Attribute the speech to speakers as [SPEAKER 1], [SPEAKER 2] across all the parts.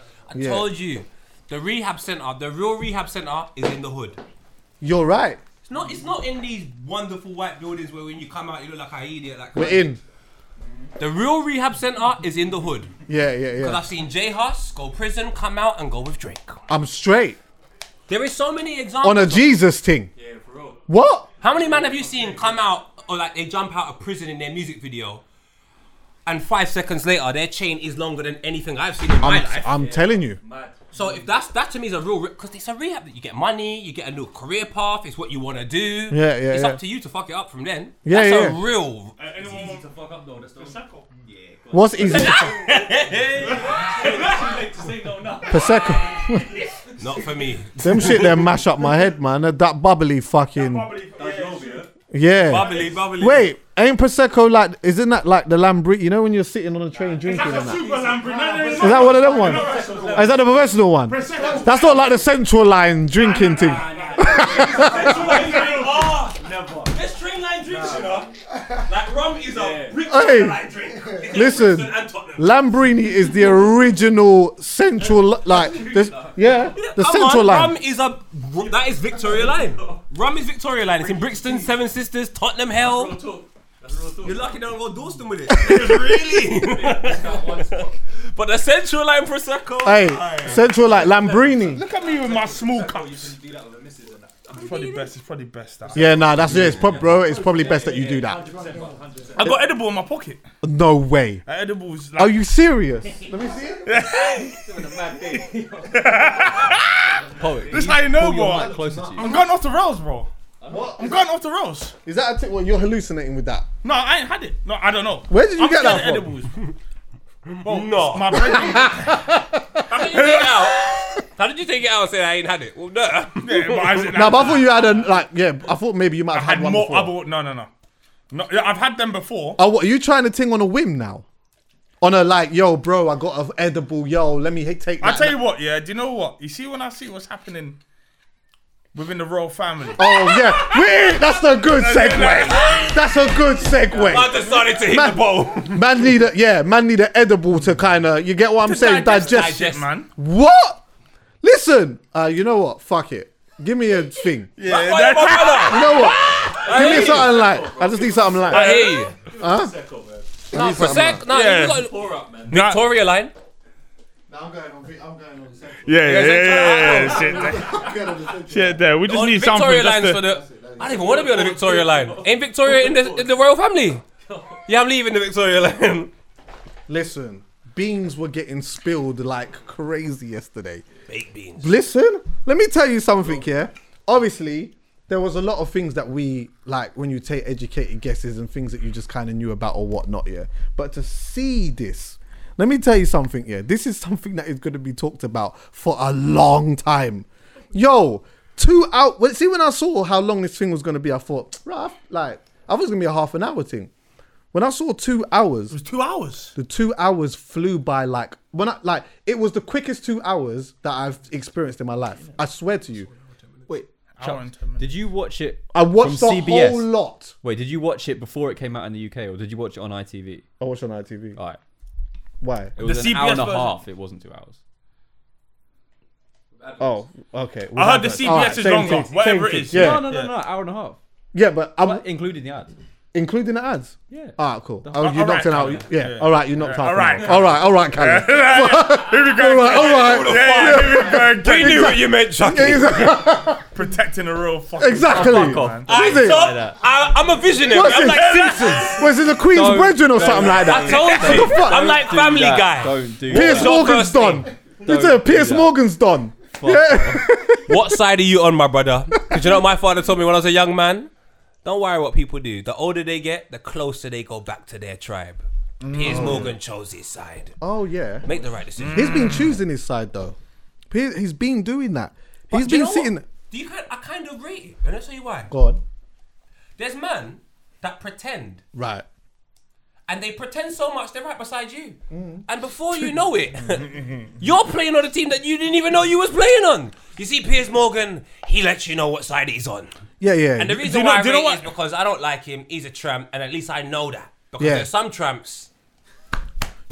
[SPEAKER 1] I
[SPEAKER 2] Yeah.
[SPEAKER 1] told you, the rehab center, the real rehab center, is in the hood.
[SPEAKER 2] You're right.
[SPEAKER 1] It's not. It's not in these wonderful white buildings where when you come out you look like an idiot. Like
[SPEAKER 2] We're in.
[SPEAKER 1] The real rehab center is in the hood.
[SPEAKER 2] Yeah, yeah, yeah.
[SPEAKER 1] Because I've seen Jay Huss go prison, come out, and go with Drake.
[SPEAKER 2] I'm straight
[SPEAKER 1] There is so many examples.
[SPEAKER 2] on a Jesus thing.
[SPEAKER 3] Yeah, for real.
[SPEAKER 2] What?
[SPEAKER 1] How many men have you seen come out or like they jump out of prison in their music video, and five seconds later their chain is longer than anything I've seen in my
[SPEAKER 2] I'm,
[SPEAKER 1] life?
[SPEAKER 2] I'm telling you.
[SPEAKER 3] Mad.
[SPEAKER 1] so if that's that to me is a real because it's a rehab that you get money, you get a new career path, it's what you want to do.
[SPEAKER 2] Yeah, yeah,
[SPEAKER 1] It's
[SPEAKER 2] yeah.
[SPEAKER 1] up to you to fuck it up from then.
[SPEAKER 2] Yeah,
[SPEAKER 1] that's
[SPEAKER 2] yeah.
[SPEAKER 1] a real.
[SPEAKER 3] It's
[SPEAKER 4] Anyone
[SPEAKER 3] easy
[SPEAKER 4] want
[SPEAKER 3] to fuck up though. That's the
[SPEAKER 4] Prosecco?
[SPEAKER 3] Yeah. go on.
[SPEAKER 2] What's easy?
[SPEAKER 3] Too late to say no now.
[SPEAKER 2] Prosecco.
[SPEAKER 1] Not for me.
[SPEAKER 2] Them shit there mash up my head, man. That bubbly fucking.
[SPEAKER 4] Probably.
[SPEAKER 3] That's
[SPEAKER 4] yeah,
[SPEAKER 3] your
[SPEAKER 4] shit.
[SPEAKER 3] view.
[SPEAKER 2] Yeah.
[SPEAKER 1] bubbly, bubbly.
[SPEAKER 2] Wait, ain't Prosecco like, isn't that like the Lambri? You know when you're sitting on a train drinking and
[SPEAKER 4] That's a
[SPEAKER 2] that? Is
[SPEAKER 4] super Lambrin.
[SPEAKER 2] that one of them ones?
[SPEAKER 4] one?
[SPEAKER 2] Is that the professional one? That's not like the central line drinking thing.
[SPEAKER 3] Never.
[SPEAKER 1] This string line drinks, you know. Like rum is a brick
[SPEAKER 2] Hey.
[SPEAKER 1] line drink. It's in
[SPEAKER 2] Listen.
[SPEAKER 1] Brixton and Tottenham.
[SPEAKER 2] Lambrini is the original central, li- like, the, yeah, the
[SPEAKER 1] Come
[SPEAKER 2] central
[SPEAKER 1] on,
[SPEAKER 2] line.
[SPEAKER 1] Rum is a that is Victoria Line. Rum is Victoria Line. It's in Brixton, Seven Sisters, Tottenham
[SPEAKER 3] Real
[SPEAKER 1] Hell.
[SPEAKER 3] talk. That's real talk.
[SPEAKER 1] You're lucky they don't go Dawson with it. really? but the Central Line prosecco.
[SPEAKER 2] Hey, central like Lambrini.
[SPEAKER 4] Look at me with my small cups.
[SPEAKER 3] You do that with a missus and that.
[SPEAKER 4] It's probably best. It's probably best. That.
[SPEAKER 2] Yeah, nah, that's it. It's prob- bro, it's probably best that you do that.
[SPEAKER 3] 100%, bro, 100%.
[SPEAKER 4] I got edible in my pocket.
[SPEAKER 2] No way.
[SPEAKER 4] That edible was like.
[SPEAKER 2] Are you serious?
[SPEAKER 4] This how you know,
[SPEAKER 5] Pull your
[SPEAKER 4] bro.
[SPEAKER 5] mic closer to you.
[SPEAKER 4] I'm going off the rails, bro. I'm going off the rails.
[SPEAKER 2] Is that a tip? Well, you're hallucinating with that.
[SPEAKER 4] No, I ain't had it. No, I don't know.
[SPEAKER 2] Where did you
[SPEAKER 4] I'm
[SPEAKER 2] get that
[SPEAKER 4] scared
[SPEAKER 2] from?
[SPEAKER 4] of Edibles. Bro, no. My brother.
[SPEAKER 1] How did you take it out? How did you take it out and say I ain't had it? Well, no.
[SPEAKER 4] yeah, but I said,
[SPEAKER 2] Nah, but I thought you had a like. Yeah, I thought maybe you might have
[SPEAKER 4] I
[SPEAKER 2] had,
[SPEAKER 4] had
[SPEAKER 2] one
[SPEAKER 4] more
[SPEAKER 2] before.
[SPEAKER 4] other. No, no, no. No, yeah, I've had them before.
[SPEAKER 2] Oh, what, are you trying to ting on a whim now? On a like, yo, bro, I got an edible. Yo, let me h- take. That.
[SPEAKER 4] I tell you what, yeah. Do you know what? You see when I see what's happening within the royal family.
[SPEAKER 2] Oh yeah, we, that's a good segue. That's a good
[SPEAKER 1] I
[SPEAKER 2] segue.
[SPEAKER 1] just started to hit
[SPEAKER 2] Man-
[SPEAKER 1] the bowl.
[SPEAKER 2] Man need a yeah, man need an edible to kind of you get what I'm saying.
[SPEAKER 4] digest,
[SPEAKER 2] Digest.
[SPEAKER 4] shit, man.
[SPEAKER 2] What? Listen, uh, you know what? Fuck it. Give me a thing. You
[SPEAKER 4] Yeah,
[SPEAKER 1] Why,
[SPEAKER 4] that's-
[SPEAKER 1] brother?
[SPEAKER 2] know what? Give me something like. I just need something
[SPEAKER 1] I
[SPEAKER 2] like.
[SPEAKER 1] hear you.
[SPEAKER 3] Prosecco, man.
[SPEAKER 1] No, prosecco. No,
[SPEAKER 4] Yeah.
[SPEAKER 1] you got
[SPEAKER 3] Pour up, man.
[SPEAKER 4] Nah,
[SPEAKER 1] Victoria Line.
[SPEAKER 2] I'm going on. I'm going on.
[SPEAKER 4] Yeah, yeah,
[SPEAKER 1] guys
[SPEAKER 4] yeah,
[SPEAKER 1] ain't
[SPEAKER 4] yeah, yeah, shit, Oh, there- shit there. We just
[SPEAKER 1] On
[SPEAKER 4] need
[SPEAKER 1] Victoria
[SPEAKER 4] something. Just
[SPEAKER 1] lines
[SPEAKER 4] to,
[SPEAKER 1] for the. I don't even want to be on the Victoria line. Ain't Victoria in the in the royal family? Yeah, I'm leaving the Victoria line.
[SPEAKER 2] Listen, beans were getting spilled like crazy yesterday.
[SPEAKER 1] Baked beans.
[SPEAKER 2] Listen, let me tell you something here. Obviously, there was a lot of things that we like when you take educated guesses and things that you just kind of knew about or whatnot, yeah. But to see this, let me tell you something, yeah. This is something that is going to be talked about for a long time. Yo, two out. Well, see, when I saw how long this thing was going to be, I thought, right, like, I thought it was going to be a half an hour thing. When I saw two hours,
[SPEAKER 4] two hours.
[SPEAKER 2] the two hours flew by like when I like it was the quickest two hours that I've experienced in my life. I swear to you. Wait,
[SPEAKER 4] Hour and ten minutes.
[SPEAKER 5] Did you watch it?
[SPEAKER 2] I watched
[SPEAKER 5] from
[SPEAKER 2] the
[SPEAKER 5] CBS?
[SPEAKER 2] whole lot.
[SPEAKER 5] Wait, did you watch it before it came out in the UK, or did you watch it on ITV?
[SPEAKER 2] I watched on ITV.
[SPEAKER 5] All right,
[SPEAKER 2] Why?
[SPEAKER 5] it was
[SPEAKER 4] The
[SPEAKER 5] an hour
[SPEAKER 4] CBS
[SPEAKER 5] and a
[SPEAKER 4] version.
[SPEAKER 5] half. It wasn't two hours.
[SPEAKER 2] Oh, okay. Ah,
[SPEAKER 4] I heard the CBS is longer, whatever it is.
[SPEAKER 2] Yeah,
[SPEAKER 5] No, no, no, no, hour and a half,
[SPEAKER 2] yeah, but I'm
[SPEAKER 5] but including the ads.
[SPEAKER 2] including the ads.
[SPEAKER 5] Yeah.
[SPEAKER 2] All right, cool. Oh,
[SPEAKER 4] whole-
[SPEAKER 2] you
[SPEAKER 4] All
[SPEAKER 2] knocked
[SPEAKER 4] right,
[SPEAKER 2] it out.
[SPEAKER 4] Cameron.
[SPEAKER 2] Yeah.
[SPEAKER 4] Yeah.
[SPEAKER 2] All right, you knocked
[SPEAKER 4] All
[SPEAKER 2] out.
[SPEAKER 4] right,
[SPEAKER 2] All right, all right, Cameron.
[SPEAKER 4] Here we go.
[SPEAKER 2] all right, all right.
[SPEAKER 4] Yeah, here we go.
[SPEAKER 1] We
[SPEAKER 4] Get
[SPEAKER 1] knew what you meant, Chucky.
[SPEAKER 4] protecting the real fucking.
[SPEAKER 2] Exactly.
[SPEAKER 5] Fuck off.
[SPEAKER 2] What
[SPEAKER 1] I,
[SPEAKER 2] is it?
[SPEAKER 5] Like that.
[SPEAKER 1] I, I'm a visionary.
[SPEAKER 2] What's
[SPEAKER 1] I'm
[SPEAKER 2] it?
[SPEAKER 1] like Simpson.
[SPEAKER 2] Was it the Queen's
[SPEAKER 5] Don't-
[SPEAKER 2] Brethren or something like
[SPEAKER 1] I
[SPEAKER 2] that?
[SPEAKER 1] told you.
[SPEAKER 2] the fuck?
[SPEAKER 1] I'm like
[SPEAKER 5] Do
[SPEAKER 1] Family
[SPEAKER 5] that.
[SPEAKER 1] Guy.
[SPEAKER 5] Don't do
[SPEAKER 2] Pierce
[SPEAKER 5] that.
[SPEAKER 1] your
[SPEAKER 2] Morgan's
[SPEAKER 1] first name?
[SPEAKER 2] done. It's a
[SPEAKER 5] Don't do
[SPEAKER 2] Pierce
[SPEAKER 5] that.
[SPEAKER 2] Morgan's done.
[SPEAKER 5] Fuck off.
[SPEAKER 1] What side are you on, my brother? Because you know what my father told me when I was a young man? Don't worry what people do. The older they get, the closer they go back to their tribe.
[SPEAKER 2] Mm.
[SPEAKER 1] Piers Morgan chose his side.
[SPEAKER 2] Oh yeah.
[SPEAKER 1] Make the right decision.
[SPEAKER 2] He's been choosing his side though. He- He's been doing that. He's
[SPEAKER 1] Do you
[SPEAKER 2] been
[SPEAKER 1] know
[SPEAKER 2] sitting.
[SPEAKER 1] what? Do you kind I kind of rate it, and I'll tell you why.
[SPEAKER 2] Go on.
[SPEAKER 1] There's man that pretend,
[SPEAKER 2] Right.
[SPEAKER 1] and they pretend so much they're right beside you,
[SPEAKER 2] Mm.
[SPEAKER 1] and before you know it, you're playing on a team that you didn't even know you was playing on. You see, Piers Morgan, he lets you know what side he's on,
[SPEAKER 2] Yeah, yeah.
[SPEAKER 1] and the reason
[SPEAKER 4] you know-
[SPEAKER 1] why I
[SPEAKER 4] do you know
[SPEAKER 1] rate
[SPEAKER 4] what-
[SPEAKER 1] it is because I don't like him. He's a tramp, and at least I know that because
[SPEAKER 2] Yeah.
[SPEAKER 1] there's some tramps.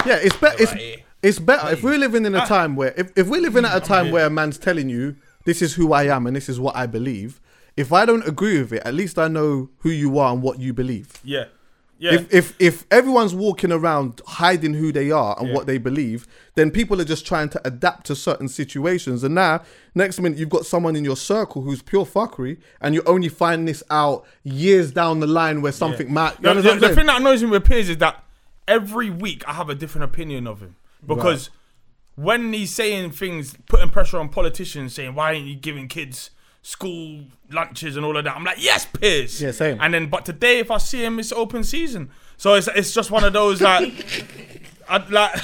[SPEAKER 2] yeah, it's better.
[SPEAKER 1] Right.
[SPEAKER 2] It's It's better if we're living in a time where if, if we're living at a time where a man's telling you this is who I am and this is what I believe. If I don't agree with it, at least I know who you are and what you believe.
[SPEAKER 4] Yeah. Yeah.
[SPEAKER 2] If if if everyone's walking around hiding who they are and what they believe, then people are just trying to adapt to certain situations. And now, next minute, you've got someone in your circle who's pure fuckery, and you only find this out years down the line where something might.
[SPEAKER 4] the, the- the thing that annoys me with Piers is that every week I have a different opinion of him because when he's saying things, putting pressure on politicians, saying why ain't you giving kids school lunches and all of that, I'm like, yes, Piers.
[SPEAKER 2] Yeah, same.
[SPEAKER 4] And then, but today if I see him, it's open season, so it's it's just one of those like, I'd like,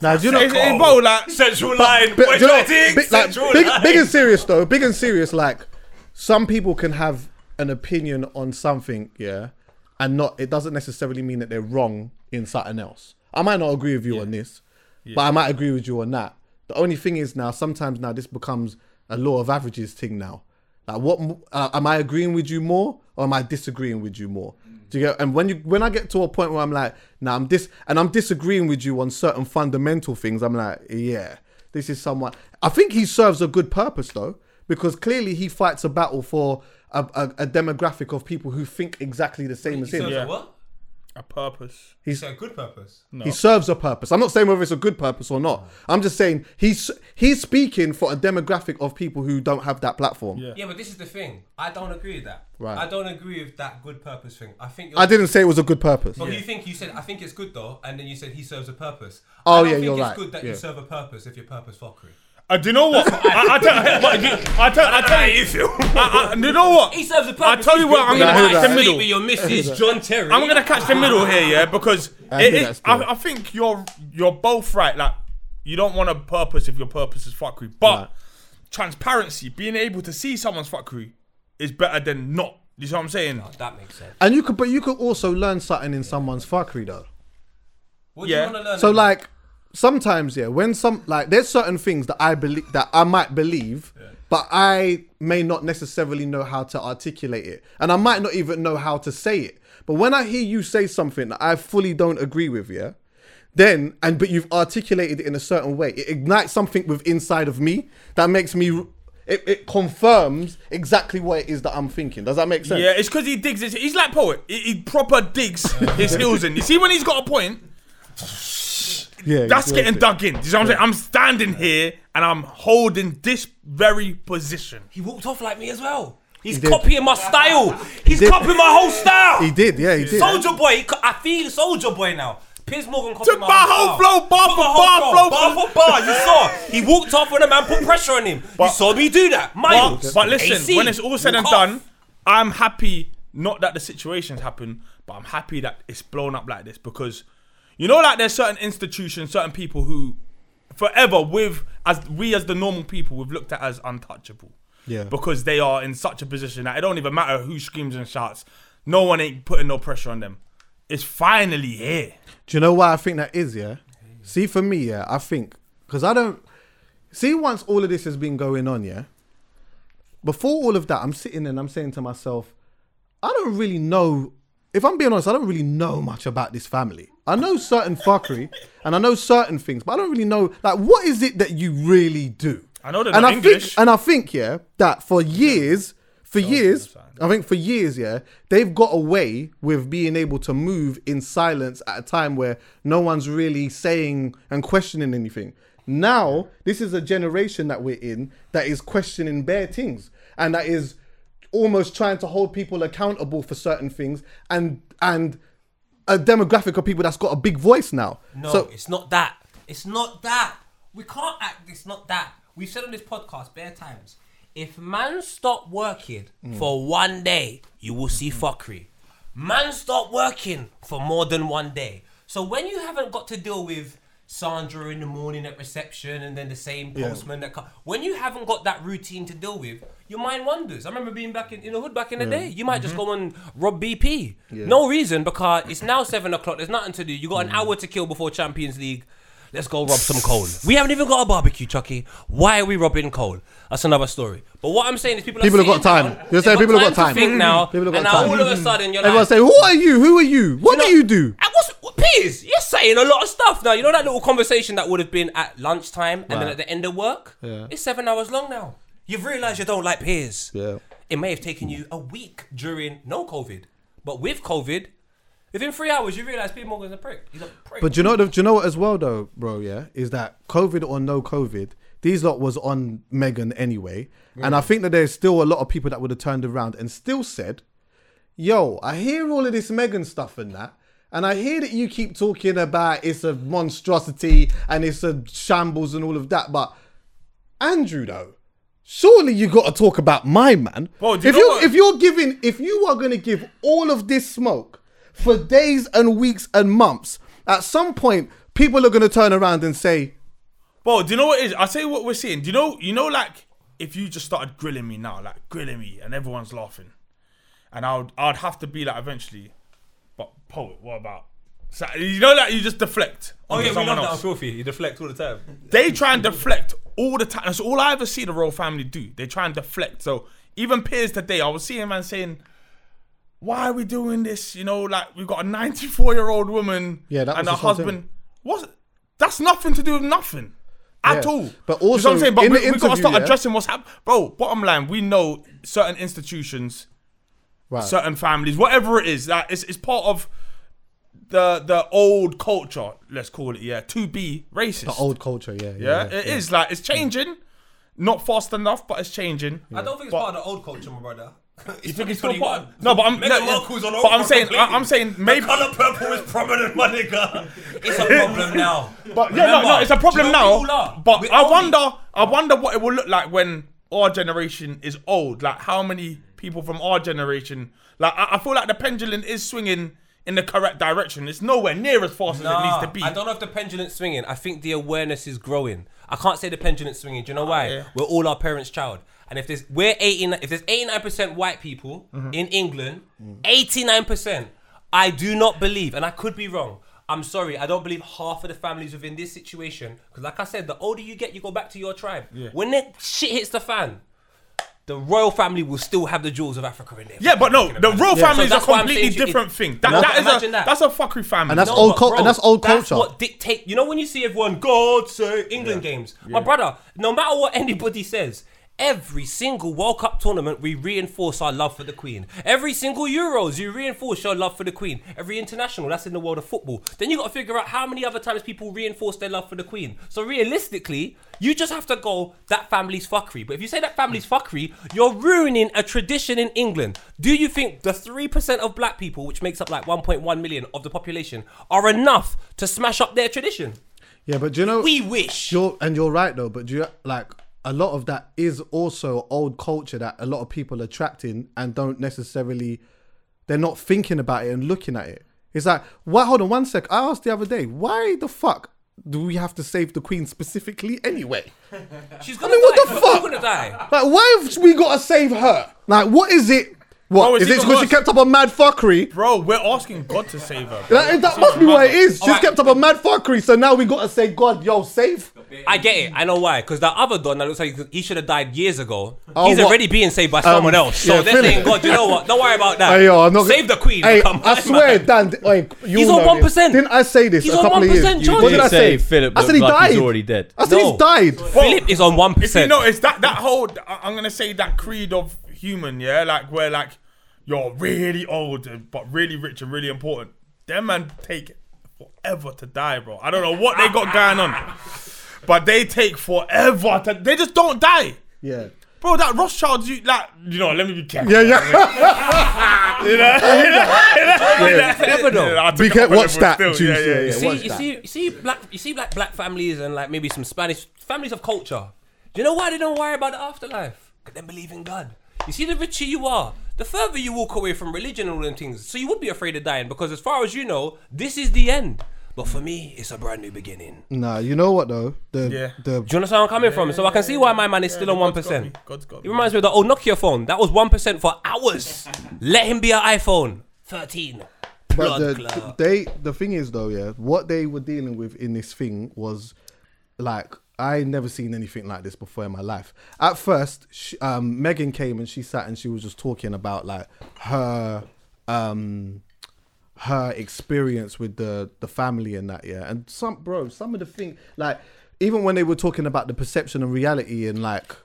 [SPEAKER 2] now, do you know,
[SPEAKER 4] it's, it's bro, like,
[SPEAKER 1] Central line.
[SPEAKER 2] But,
[SPEAKER 1] what
[SPEAKER 2] do you know,
[SPEAKER 1] you think?
[SPEAKER 2] big, like,
[SPEAKER 1] Central
[SPEAKER 2] big,
[SPEAKER 1] line.
[SPEAKER 2] big and serious though. Big and serious. Like some people can have an opinion on something, yeah, and not. It doesn't necessarily mean that they're wrong in something else. I might not agree with you on this, but I might agree with you on that. The only thing is now, sometimes now this becomes a law of averages thing now. Like, what m- uh, am I agreeing with you more, or am I disagreeing with you more? Do you get? And when you when I get to a point where I'm like, nah, I'm dis, and I'm disagreeing with you on certain fundamental things, I'm like, yeah, this is someone. I think he serves a good purpose though, because clearly he fights a battle for a, a, a demographic of people who think exactly the same as
[SPEAKER 6] He
[SPEAKER 2] him.
[SPEAKER 6] serves
[SPEAKER 4] Yeah.
[SPEAKER 6] a what?
[SPEAKER 4] a purpose.
[SPEAKER 6] It's a good purpose.
[SPEAKER 2] He serves a purpose. I'm not saying whether it's a good purpose or not. I'm just saying he's he's speaking for a demographic of people who don't have that platform.
[SPEAKER 4] Yeah.
[SPEAKER 6] Yeah, but this is the thing. I don't agree with that.
[SPEAKER 2] Right.
[SPEAKER 6] I don't agree with that good purpose thing. I think you're
[SPEAKER 2] I didn't say it was a good purpose.
[SPEAKER 6] But you think you said I think it's good though, and then you said he serves a purpose.
[SPEAKER 2] Oh,
[SPEAKER 6] I don't
[SPEAKER 2] yeah,
[SPEAKER 6] think
[SPEAKER 2] you're
[SPEAKER 6] it's
[SPEAKER 2] right.
[SPEAKER 6] good that
[SPEAKER 2] Yeah.
[SPEAKER 6] you serve a purpose if your purpose fuckery.
[SPEAKER 4] Uh, do you know what? I, I, tell, what, do you- I tell, I tell you, I, I, do you know what?
[SPEAKER 1] He serves a purpose.
[SPEAKER 4] I tell you
[SPEAKER 1] He's
[SPEAKER 4] what, I'm
[SPEAKER 1] good.
[SPEAKER 4] gonna
[SPEAKER 2] Nah, I hear that.
[SPEAKER 4] catch the
[SPEAKER 1] Sleep
[SPEAKER 4] middle.
[SPEAKER 1] with your missus, John Terry.
[SPEAKER 4] I'm gonna catch the middle here, yeah, because
[SPEAKER 2] I
[SPEAKER 4] I,
[SPEAKER 2] think
[SPEAKER 4] it,
[SPEAKER 2] that's
[SPEAKER 4] is-
[SPEAKER 2] good.
[SPEAKER 4] I, I think you're you're both right. Like, you don't want a purpose if your purpose is fuckery, but
[SPEAKER 2] Right.
[SPEAKER 4] transparency, being able to see someone's fuckery, is better than not. You see what I'm saying?
[SPEAKER 6] That makes sense.
[SPEAKER 2] And you could, but you could also learn something in someone's fuckery though.
[SPEAKER 6] What
[SPEAKER 4] Yeah.
[SPEAKER 6] do you want to learn?
[SPEAKER 2] So like sometimes, yeah, when some like there's certain things that I believe that I might believe, but I may not necessarily know how to articulate it, and I might not even know how to say it. But when I hear you say something that I fully don't agree with, yeah, then and but you've articulated it in a certain way, it ignites something with inside of me that makes me. It, it confirms exactly what it is that I'm thinking. Does that make sense?
[SPEAKER 4] Yeah, it's because he digs. His, he's like poet. He, he proper digs his heels in. You see when he's got a point,
[SPEAKER 2] yeah
[SPEAKER 4] that's
[SPEAKER 2] it's
[SPEAKER 4] getting
[SPEAKER 2] worth it.
[SPEAKER 4] dug in. You see what I'm saying? I'm standing here and I'm holding this very position.
[SPEAKER 1] He walked off like me as well. He's
[SPEAKER 2] did.
[SPEAKER 1] copying my style. He's
[SPEAKER 2] did.
[SPEAKER 1] copying my whll style.
[SPEAKER 2] He did, yeah, he did.
[SPEAKER 1] Soldier boy, he co- I feel Soldier boy now. Piers Morgan copied
[SPEAKER 4] Took my whole flow, bar
[SPEAKER 1] Took
[SPEAKER 4] for
[SPEAKER 1] my
[SPEAKER 4] bar,
[SPEAKER 1] whole
[SPEAKER 4] flow
[SPEAKER 1] bar for bar. You saw he walked off when a man put pressure on him. you saw me do that. Miles,
[SPEAKER 4] But, but listen,
[SPEAKER 1] AC,
[SPEAKER 4] when it's all said and
[SPEAKER 1] walk
[SPEAKER 4] done,
[SPEAKER 1] off.
[SPEAKER 4] I'm happy not that the situation's happened, but I'm happy that it's blown up like this because you know, like there's certain institutions, certain people who forever with as we as the normal people we've looked at as untouchable.
[SPEAKER 2] Yeah.
[SPEAKER 4] Because they are in such a position that it don't even matter who screams and shouts, no one ain't putting no pressure on them. It's finally here.
[SPEAKER 2] Do you know why I think that is? Yeah. See, for me, yeah, I think because I don't see once all of this has been going on, yeah. Before all of that, I'm sitting and I'm saying to myself, I don't really know. If I'm being honest, I don't really know much about this family. I know certain fuckery and I know certain things, but I don't really know like what is it that you really do.
[SPEAKER 4] I know they're
[SPEAKER 2] and
[SPEAKER 4] not
[SPEAKER 2] I
[SPEAKER 4] English.
[SPEAKER 2] think and I think yeah that for years, for years,
[SPEAKER 4] sign.
[SPEAKER 2] I think for years yeah they've got away with being able to move in silence at a time where no one's really saying and questioning anything. Now this is a generation that we're in that is questioning bare things and that is almost trying to hold people accountable for certain things and and a demographic of people that's got a big voice now.
[SPEAKER 1] No,
[SPEAKER 2] so
[SPEAKER 1] it's not that. It's not that. We can't act. It's not that. We've said on this podcast bare times. If man stop working
[SPEAKER 4] Mm.
[SPEAKER 1] for one day, you will see fuckery. Man stop working for more than one day. So when you haven't got to deal with Sandra in the morning at reception and then the same postman that co- when you haven't got that routine to deal with, your mind wanders. I remember being back in, in the hood back in the day. You might
[SPEAKER 2] Mm-hmm.
[SPEAKER 1] just go and rob BP. No reason because it's now seven o'clock. There's nothing to do. You
[SPEAKER 2] Mm-hmm.
[SPEAKER 1] got an hour to kill before Champions League. Let's go rob some coal. We haven't even got a barbecue, Chucky. Why are we robbing coal? That's another story. But what I'm saying is people,
[SPEAKER 2] People
[SPEAKER 1] are
[SPEAKER 2] have got
[SPEAKER 1] sitting
[SPEAKER 2] time.
[SPEAKER 1] down,
[SPEAKER 2] You're
[SPEAKER 1] they've
[SPEAKER 2] saying people have got
[SPEAKER 1] to
[SPEAKER 2] time.
[SPEAKER 1] think now.
[SPEAKER 2] People have got
[SPEAKER 1] and now
[SPEAKER 2] time.
[SPEAKER 1] all of a sudden you're
[SPEAKER 2] everyone
[SPEAKER 1] like,
[SPEAKER 2] say, "Who are you? Who are you? What do
[SPEAKER 1] know-
[SPEAKER 2] you do?"
[SPEAKER 1] and what's, Well, Piers, you're saying a lot of stuff now. You know that little conversation that would have been at lunchtime and then at the end of work?
[SPEAKER 2] Yeah.
[SPEAKER 1] It's seven hours long now. You've realised you don't like Piers.
[SPEAKER 2] Yeah.
[SPEAKER 1] It may have taken you a week during no COVID, but with COVID, within three hours, you realise Piers Morgan's a prick. He's a prick.
[SPEAKER 2] But do you know, do you know what as well though, bro? Yeah, is that COVID or no COVID? These lot was on Megan anyway, and I think that there's still a lot of people that would have turned around and still said, "Yo, I hear all of this Megan stuff and that." And I hear that you keep talking about it's a monstrosity and it's a shambles and all of that, but Andrew though, surely you got to talk about my man.
[SPEAKER 4] Well, do you
[SPEAKER 2] if
[SPEAKER 4] know
[SPEAKER 2] you
[SPEAKER 4] what-
[SPEAKER 2] if you're giving if you are going to give all of this smoke for days and weeks and months, at some point people are going to turn around and say,
[SPEAKER 4] Bro, do you know what it is? I tell you what we're seeing. Do you know? You know, like if you just started grilling me now, like grilling me, and everyone's laughing, and I'd I'd have to be like eventually, but poet, what about? So, you know, like you just deflect
[SPEAKER 6] Oh
[SPEAKER 4] onto
[SPEAKER 6] yeah, we love
[SPEAKER 4] someone
[SPEAKER 6] that on
[SPEAKER 4] else.
[SPEAKER 6] Filthy. You deflect all the time.
[SPEAKER 4] They try and deflect all the time. That's all I ever see the royal family do. They try and deflect. So even peers today, I was seeing a man saying. Why are we doing this? You know, like we've got a 94 year old woman
[SPEAKER 2] Yeah, that
[SPEAKER 4] and
[SPEAKER 2] was
[SPEAKER 4] her
[SPEAKER 2] the same thing.
[SPEAKER 4] husband. What? That's nothing to do with nothing at
[SPEAKER 2] Yeah.
[SPEAKER 4] all.
[SPEAKER 2] But
[SPEAKER 4] You know what
[SPEAKER 2] also,
[SPEAKER 4] I'm saying? But
[SPEAKER 2] in
[SPEAKER 4] we,
[SPEAKER 2] the
[SPEAKER 4] we gotta
[SPEAKER 2] interview,
[SPEAKER 4] start
[SPEAKER 2] yeah?
[SPEAKER 4] addressing what's happening. Bro, bottom line, we know certain institutions,
[SPEAKER 2] Right.
[SPEAKER 4] certain families, whatever it is, that it's, it's part of the the old culture, let's call it, yeah, to be racist.
[SPEAKER 2] "The old culture, yeah,
[SPEAKER 4] yeah, it is like it's changing. Not fast enough, but it's changing.
[SPEAKER 6] I don't think it's part of the old culture, my brother. You
[SPEAKER 4] think it's still part of- No, but I'm-
[SPEAKER 6] Meghan
[SPEAKER 4] no,
[SPEAKER 6] Markle's on
[SPEAKER 4] but
[SPEAKER 6] old
[SPEAKER 4] I'm saying-
[SPEAKER 6] completely.
[SPEAKER 4] I- I'm saying maybe-
[SPEAKER 6] the color purple is prominent, my nigga. It's a problem now.
[SPEAKER 4] But yeah, no, no,
[SPEAKER 6] Remember,
[SPEAKER 4] it's a
[SPEAKER 6] do
[SPEAKER 4] problem
[SPEAKER 6] you know what we all
[SPEAKER 4] now.
[SPEAKER 6] are?
[SPEAKER 4] But
[SPEAKER 6] We're
[SPEAKER 4] I
[SPEAKER 6] only-
[SPEAKER 4] wonder, I wonder what it will look like when our generation is old. Like how many people from our generation? Like I, I feel like the pendulum is swinging in the correct direction. It's nowhere near as fast as it needs to be.
[SPEAKER 1] I don't know if the pendulum's swinging. I think the awareness is growing. I can't say the pendulum's swinging. Do you know why?
[SPEAKER 4] Ah, yeah.
[SPEAKER 1] We're all our parents' child. And if there's we're 89, if there's 89% white people
[SPEAKER 4] Mm-hmm.
[SPEAKER 1] in England, 89%, I do not believe, and I could be wrong. I'm sorry, I don't believe half of the families within this situation, because like I said, the older you get, you go back to your tribe. When that shit hits the fan, the royal family will still have the jewels of Africa in there.
[SPEAKER 4] yeah, but no, the royal family
[SPEAKER 1] So
[SPEAKER 4] is a
[SPEAKER 1] that's why I'm
[SPEAKER 4] completely
[SPEAKER 1] saying to you,
[SPEAKER 4] different
[SPEAKER 1] it-
[SPEAKER 4] thing. That,
[SPEAKER 1] No,
[SPEAKER 4] that
[SPEAKER 1] but
[SPEAKER 4] is a
[SPEAKER 1] imagine that.
[SPEAKER 4] that's a fuckery family.
[SPEAKER 2] And that's
[SPEAKER 1] No,
[SPEAKER 2] old
[SPEAKER 1] but
[SPEAKER 2] cul-
[SPEAKER 1] bro,
[SPEAKER 2] and that's old
[SPEAKER 1] that's
[SPEAKER 2] culture.
[SPEAKER 1] what dictate. You know when you see everyone, God say England games. My brother, no matter what anybody says, every single World Cup tournament we reinforce our love for the Queen. Every single Euros you reinforce your love for the Queen. Every international that's in the world of football. Then you got to figure out how many other times people reinforce their love for the Queen. So realistically, you just have to go that family's fuckery. But if you say that family's
[SPEAKER 2] Hmm.
[SPEAKER 1] fuckery, you're ruining a tradition in England. Do you think the 3% of black people, which makes up like 1.1 million of the population, are enough to smash up their tradition?
[SPEAKER 2] yeah." But do you know,
[SPEAKER 1] We wish.
[SPEAKER 2] You're, and you're right though, but do you like a lot of that is also old culture that a lot of people are trapped in and don't necessarily they're not thinking about it and looking at it. It's like, why hold on one sec. I asked the other day, why the fuck do we have to save the queen specifically anyway?
[SPEAKER 1] She's
[SPEAKER 2] I
[SPEAKER 1] gonna
[SPEAKER 2] mean, what
[SPEAKER 1] die.
[SPEAKER 2] the
[SPEAKER 1] She's
[SPEAKER 2] fuck?
[SPEAKER 1] gonna die.
[SPEAKER 2] Like, why have we gotta save her? Like, what is it? What
[SPEAKER 4] Bro,
[SPEAKER 2] is
[SPEAKER 4] it's
[SPEAKER 2] it
[SPEAKER 4] even
[SPEAKER 2] because she
[SPEAKER 4] worse.
[SPEAKER 2] kept up a mad fuckery?
[SPEAKER 4] Bro, we're asking God to save her. bro.
[SPEAKER 2] That, that must be what it is. She's
[SPEAKER 1] Alright.
[SPEAKER 2] kept up a mad fuckery, so now we gotta say, God, yo, save.
[SPEAKER 1] I get it. I know why. Because that other Don that looks like he should have died years ago.
[SPEAKER 2] Oh,
[SPEAKER 1] he's
[SPEAKER 2] what?
[SPEAKER 1] already being saved by someone else. So
[SPEAKER 2] yeah,
[SPEAKER 1] they're
[SPEAKER 2] Philip.
[SPEAKER 1] saying, God, you know what? Don't worry about that.
[SPEAKER 2] Hey, yo, I'm not
[SPEAKER 1] Save the
[SPEAKER 2] gonna-
[SPEAKER 1] queen.
[SPEAKER 2] Hey,
[SPEAKER 1] Come
[SPEAKER 2] I
[SPEAKER 1] on,
[SPEAKER 2] swear,
[SPEAKER 1] man.
[SPEAKER 2] Dan. Like, you
[SPEAKER 1] He's
[SPEAKER 2] all
[SPEAKER 1] on
[SPEAKER 2] know this.
[SPEAKER 1] 1%.
[SPEAKER 2] Didn't I say this
[SPEAKER 1] He's
[SPEAKER 2] a
[SPEAKER 1] on
[SPEAKER 2] couple of years?
[SPEAKER 1] 1%, You John.
[SPEAKER 2] What did
[SPEAKER 5] did
[SPEAKER 2] I say?
[SPEAKER 5] say Philip
[SPEAKER 2] I said he
[SPEAKER 5] looked like
[SPEAKER 2] died.
[SPEAKER 5] he's already dead.
[SPEAKER 2] I said
[SPEAKER 1] No.
[SPEAKER 2] he's died.
[SPEAKER 1] Philip is on one
[SPEAKER 4] If you
[SPEAKER 1] percent.
[SPEAKER 4] notice that that whole, I- I'm gonna say that creed of human, yeah, like where like you're really old and- but really rich and really important. Them man take forever to die, bro. I don't know what they got going on, but they take forever to. They just don't die,
[SPEAKER 2] Yeah.
[SPEAKER 4] bro. That Rothschild, you like, you know, let me be careful.
[SPEAKER 2] Yeah, yeah.
[SPEAKER 1] Never know.
[SPEAKER 4] I took
[SPEAKER 2] We
[SPEAKER 4] it
[SPEAKER 2] can't
[SPEAKER 4] off
[SPEAKER 2] watch
[SPEAKER 4] level
[SPEAKER 2] that
[SPEAKER 4] still,
[SPEAKER 2] juice, yeah, yeah.
[SPEAKER 1] see,
[SPEAKER 2] What's
[SPEAKER 1] you
[SPEAKER 2] that?
[SPEAKER 1] see, you see, black, you see, like black families and like maybe some Spanish families of culture. Do you know why they don't worry about the afterlife? Because they believe in God. You see, the richer you are, the further you walk away from religion and all them things. So you would be afraid of dying because, as far as you know, this is the end. But for me, it's a brand new beginning. Do
[SPEAKER 2] Nah, you know what though? The
[SPEAKER 4] Yeah.
[SPEAKER 2] the
[SPEAKER 1] you understand where I'm coming from? So I can see why my man is still on one
[SPEAKER 4] God's got me.
[SPEAKER 1] percent.
[SPEAKER 4] God's got
[SPEAKER 1] It
[SPEAKER 4] me.
[SPEAKER 1] reminds me of the old Nokia phone. That was one percent for hours. Let him be an iPhone 13.
[SPEAKER 2] but
[SPEAKER 1] Blood
[SPEAKER 2] the,
[SPEAKER 1] clot.
[SPEAKER 2] they the thing is though, yeah, what they were dealing with in this thing was like I never seen anything like this before in my life. At first, she, um, Megan came and she sat and she was just talking about like her um her experience with the the family and that yeah and some bro some of the thing like even when they were talking about the perception and reality and like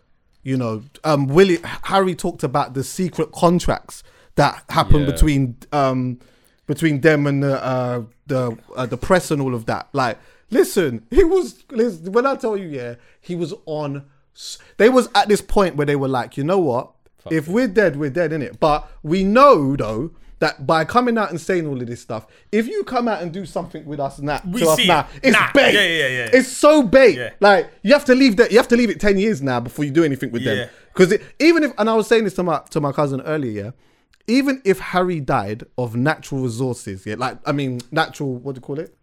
[SPEAKER 2] you know um Willie Harry talked about the secret contracts that happened
[SPEAKER 5] Yeah.
[SPEAKER 2] between um between them and the uh the uh, the press and all of that like listen he was listen, when I tell you yeah he was on s- they was at this point where they were like you know what if we're dead, we're dead, innit? But we know though that by coming out and saying all of this stuff, if you come out and do something with us now,
[SPEAKER 4] We
[SPEAKER 2] to us
[SPEAKER 4] see
[SPEAKER 2] now,
[SPEAKER 4] it.
[SPEAKER 2] it's
[SPEAKER 4] Nah.
[SPEAKER 2] bait.
[SPEAKER 4] Yeah, yeah, yeah, yeah.
[SPEAKER 2] It's so bait.
[SPEAKER 4] Yeah.
[SPEAKER 2] Like you have to leave that. You have to leave it ten years now before you do anything with
[SPEAKER 4] Yeah.
[SPEAKER 2] them. Because even if, and I was saying this to my to my cousin earlier, yeah. Even if Harry died of natural resources, yeah, like I mean, natural what do you call it?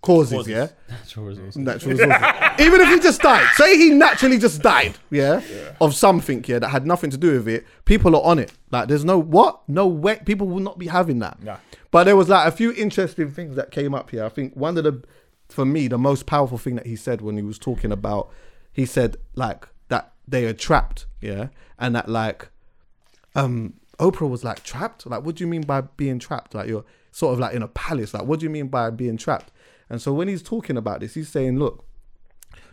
[SPEAKER 2] Causes, Causes. yeah
[SPEAKER 5] Natural resources.
[SPEAKER 2] natural resources. Even if he just died, say he naturally just died, yeah, of something, yeah, that had nothing to do with it. People are on it. Like, there's no what, no way. People will not be having that.
[SPEAKER 4] Nah.
[SPEAKER 2] But there was like a few interesting things that came up here. I think one of the, for me, the most powerful thing that he said when he was talking about, he said like that they are trapped, yeah, and that like um Oprah was like trapped. Like, what do you mean by being trapped? Like you're sort of like in a palace. Like, what do you mean by being trapped? And so when he's talking about this, he's saying, look,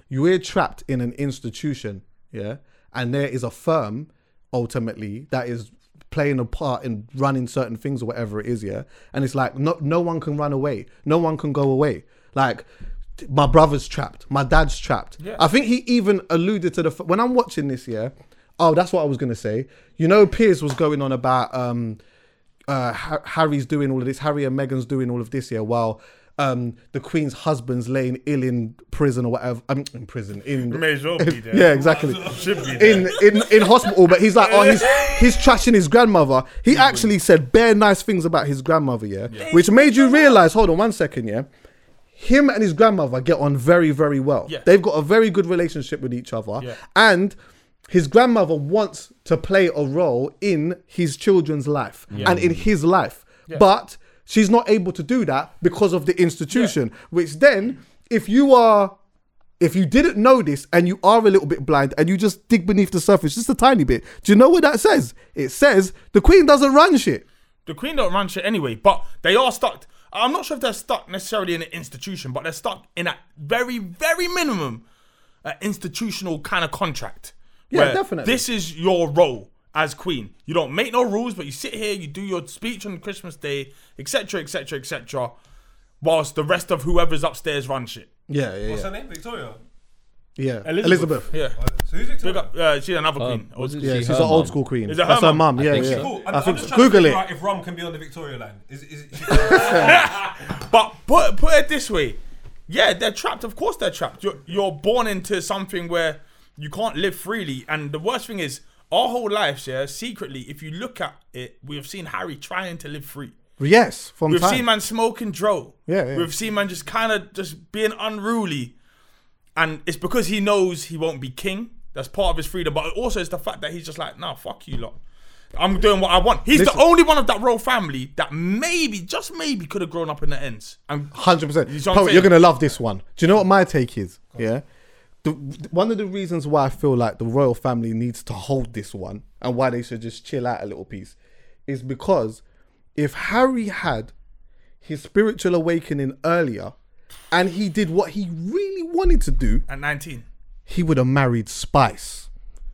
[SPEAKER 2] you're trapped in an institution, yeah, and there is a firm ultimately that is playing a part in running certain things or whatever it is, yeah. And it's like no no one can run away, no one can go away. Like t- my brother's trapped, my dad's trapped. I think he even alluded to the f- when I'm watching this, yeah. Oh, that's what I was gonna say. You know, Piers was going on about um, uh, Har- Harry's doing all of this, Harry and Meghan's doing all of this here, while um, the Queen's husband's laying ill in prison or whatever. Um, in prison, in
[SPEAKER 4] May as well be there.
[SPEAKER 2] yeah, exactly.
[SPEAKER 4] Should be there.
[SPEAKER 2] In in in hospital, but he's like, oh, he's he's trashing his grandmother. He actually said bare nice things about his grandmother, yeah, which made you realize. Hold on, one second, yeah. Him and his grandmother get on very, very well.
[SPEAKER 4] Yeah.
[SPEAKER 2] They've got a very good relationship with each other,
[SPEAKER 4] Yeah.
[SPEAKER 2] and his grandmother wants to play a role in his children's life and in his life, but she's not able to do that because of the institution. Which then, if you are if you didn't know this and you are a little bit blind and you just dig beneath the surface just a tiny bit, do you know what that says? It says the Queen doesn't run shit.
[SPEAKER 4] The Queen don't run shit anyway, but they are stuck. I'm not sure if they're stuck necessarily in an institution, but they're stuck in a very, very minimum uh, institutional kind of contract.
[SPEAKER 2] Yeah,
[SPEAKER 4] where
[SPEAKER 2] definitely.
[SPEAKER 4] This is your role as Queen. You don't make no rules, but you sit here, you do your speech on Christmas Day, etc., etc., etc., whilst the rest of whoever's upstairs run shit.
[SPEAKER 2] Yeah, yeah,
[SPEAKER 6] What's
[SPEAKER 2] yeah.
[SPEAKER 6] her name? Victoria.
[SPEAKER 2] yeah.
[SPEAKER 4] Elizabeth.
[SPEAKER 2] Elizabeth.
[SPEAKER 4] Yeah.
[SPEAKER 6] So who's Victoria?
[SPEAKER 4] Big up, uh, she's another
[SPEAKER 5] Uh,
[SPEAKER 4] Queen.
[SPEAKER 5] wasn't
[SPEAKER 2] Yeah,
[SPEAKER 5] she
[SPEAKER 2] she's
[SPEAKER 5] her
[SPEAKER 2] an old
[SPEAKER 5] mum?
[SPEAKER 2] school queen.
[SPEAKER 4] Is it her
[SPEAKER 2] That's her
[SPEAKER 4] mum?
[SPEAKER 2] mum. Yeah,
[SPEAKER 5] think
[SPEAKER 2] yeah.
[SPEAKER 5] so.
[SPEAKER 6] Cool. I'm,
[SPEAKER 2] I
[SPEAKER 6] I'm
[SPEAKER 2] think
[SPEAKER 6] just
[SPEAKER 2] so.
[SPEAKER 6] trying to
[SPEAKER 2] Google
[SPEAKER 6] figure
[SPEAKER 2] it.
[SPEAKER 6] out if rum can be on the Victoria line. Is, is, is,
[SPEAKER 4] But put put it this way, yeah, they're trapped. Of course, they're trapped. You're you're born into something where you can't live freely, and the worst thing is our whole lives. Yeah, secretly, if you look at it, we have seen Harry trying to live free.
[SPEAKER 2] Yes, from
[SPEAKER 4] We've
[SPEAKER 2] time.
[SPEAKER 4] seen man smoking dro.
[SPEAKER 2] Yeah, yeah.
[SPEAKER 4] We've seen man just kind of just being unruly, and it's because he knows he won't be king. That's part of his freedom, but also it's the fact that he's just like, nah, fuck you lot. I'm doing what I want. He's
[SPEAKER 2] Listen.
[SPEAKER 4] the only one of that royal family that maybe, just maybe, could have grown up in the ends and
[SPEAKER 2] Hundred percent.
[SPEAKER 4] You see what I'm
[SPEAKER 2] Poet, You're
[SPEAKER 4] saying?
[SPEAKER 2] gonna love this one. Do you know what my take is? Yeah. The, one of the reasons why I feel like the royal family needs to hold this one and why they should just chill out a little piece is because if Harry had his spiritual awakening earlier and he did what he really wanted to do,
[SPEAKER 4] at 19.
[SPEAKER 2] he would have married Spice.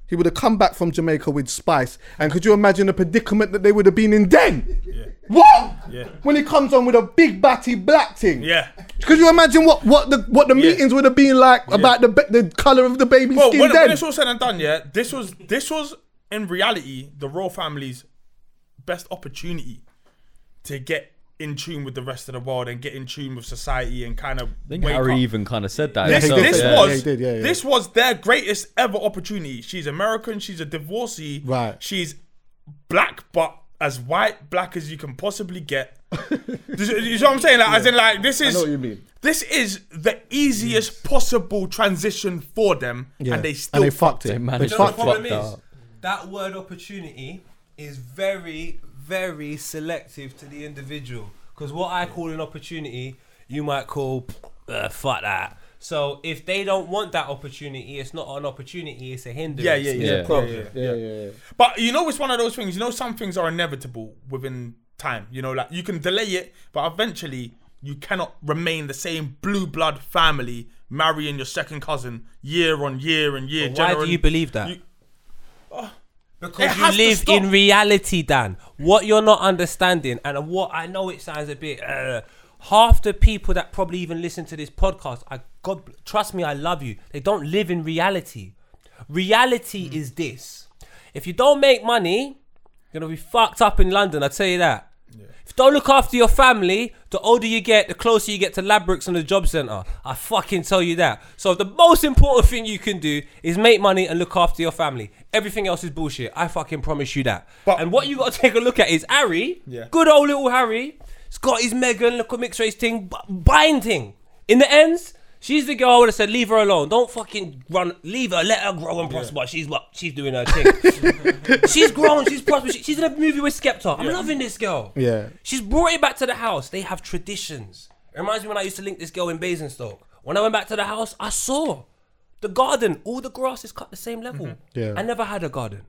[SPEAKER 2] He would have come back from Jamaica with Spice. And could you imagine the predicament that they would have been in then? What?
[SPEAKER 4] Yeah.
[SPEAKER 2] When he comes on with a big batty black thing.
[SPEAKER 4] Yeah.
[SPEAKER 2] Could you imagine what, what the what the meetings would have been like about the ba- the color of the baby's
[SPEAKER 4] Well,
[SPEAKER 2] skin
[SPEAKER 4] Oh, when,
[SPEAKER 2] then?
[SPEAKER 4] when it's all said and done, yeah, this was this was in reality the royal family's best opportunity to get in tune with the rest of the world and get in tune with society and kind of
[SPEAKER 5] I think
[SPEAKER 4] wake
[SPEAKER 5] Harry
[SPEAKER 4] up.
[SPEAKER 5] even kind of said that.
[SPEAKER 2] Yeah,
[SPEAKER 4] This,
[SPEAKER 2] he did
[SPEAKER 5] himself,
[SPEAKER 4] this
[SPEAKER 2] say
[SPEAKER 5] yeah.
[SPEAKER 2] that.
[SPEAKER 4] was
[SPEAKER 2] Yeah, he did, yeah, yeah.
[SPEAKER 4] this was their greatest ever opportunity. She's American. She's a divorcee.
[SPEAKER 2] Right.
[SPEAKER 4] She's black, but as white black as you can possibly get. This- you know what I'm saying? Like, As in, like this is
[SPEAKER 2] know what you mean.
[SPEAKER 4] this is the easiest possible transition for them,
[SPEAKER 2] Yeah.
[SPEAKER 4] and they still
[SPEAKER 2] they fucked it.
[SPEAKER 5] They
[SPEAKER 2] they
[SPEAKER 5] managed to
[SPEAKER 2] fucked
[SPEAKER 5] fuck
[SPEAKER 2] it.
[SPEAKER 5] fucked up.
[SPEAKER 6] that word opportunity is very, very selective to the individual. Because what I call an opportunity, you might call, uh, fuck that. So if they don't want that opportunity, it's not an opportunity, it's a hindrance.
[SPEAKER 4] Yeah, yeah, yeah.
[SPEAKER 5] Yeah.
[SPEAKER 4] Bro.
[SPEAKER 2] Yeah, yeah, yeah.
[SPEAKER 4] But you know, it's one of those things. You know, some things are inevitable within time. You know, like you can delay it, but eventually you cannot remain the same blue blood family marrying your second cousin year on year and year.
[SPEAKER 1] Why
[SPEAKER 4] gener-
[SPEAKER 1] do you believe that?
[SPEAKER 4] You- It
[SPEAKER 1] Ah, because you
[SPEAKER 4] has to
[SPEAKER 1] live
[SPEAKER 4] stop.
[SPEAKER 1] in reality, Dan. What you're not understanding, and what I know it sounds a bit. Uh, half the people that probably even listen to this podcast, I God trust me, I love you. They don't live in reality. Reality
[SPEAKER 4] Hmm.
[SPEAKER 1] is this: if you don't make money, you're gonna be fucked up in London. I tell you that. If you don't look after your family, the older you get, the closer you get to Labrooks and the job centre. I fucking tell you that. So the most important thing you can do is make money and look after your family. Everything else is bullshit. I fucking promise you that.
[SPEAKER 4] But-
[SPEAKER 1] and what you gotta take a look at is Harry,
[SPEAKER 4] Yeah.
[SPEAKER 1] good old little Harry, has got his Megan, look at mixed race thing, b- binding. In the ends, she's the girl I would have said, leave her alone. Don't fucking run, leave her, let her grow and prosper. She's what she's doing her thing. she's grown, she's prosperous. She- She's in a movie with Skepta. I'm loving this girl.
[SPEAKER 2] Yeah.
[SPEAKER 1] She's brought it back to the house. They have traditions. It reminds me when I used to link this girl in Basingstoke. When I went back to the house, I saw the garden. All the grass is cut the same level.
[SPEAKER 2] Mm-hmm. Yeah.
[SPEAKER 1] I never had a garden.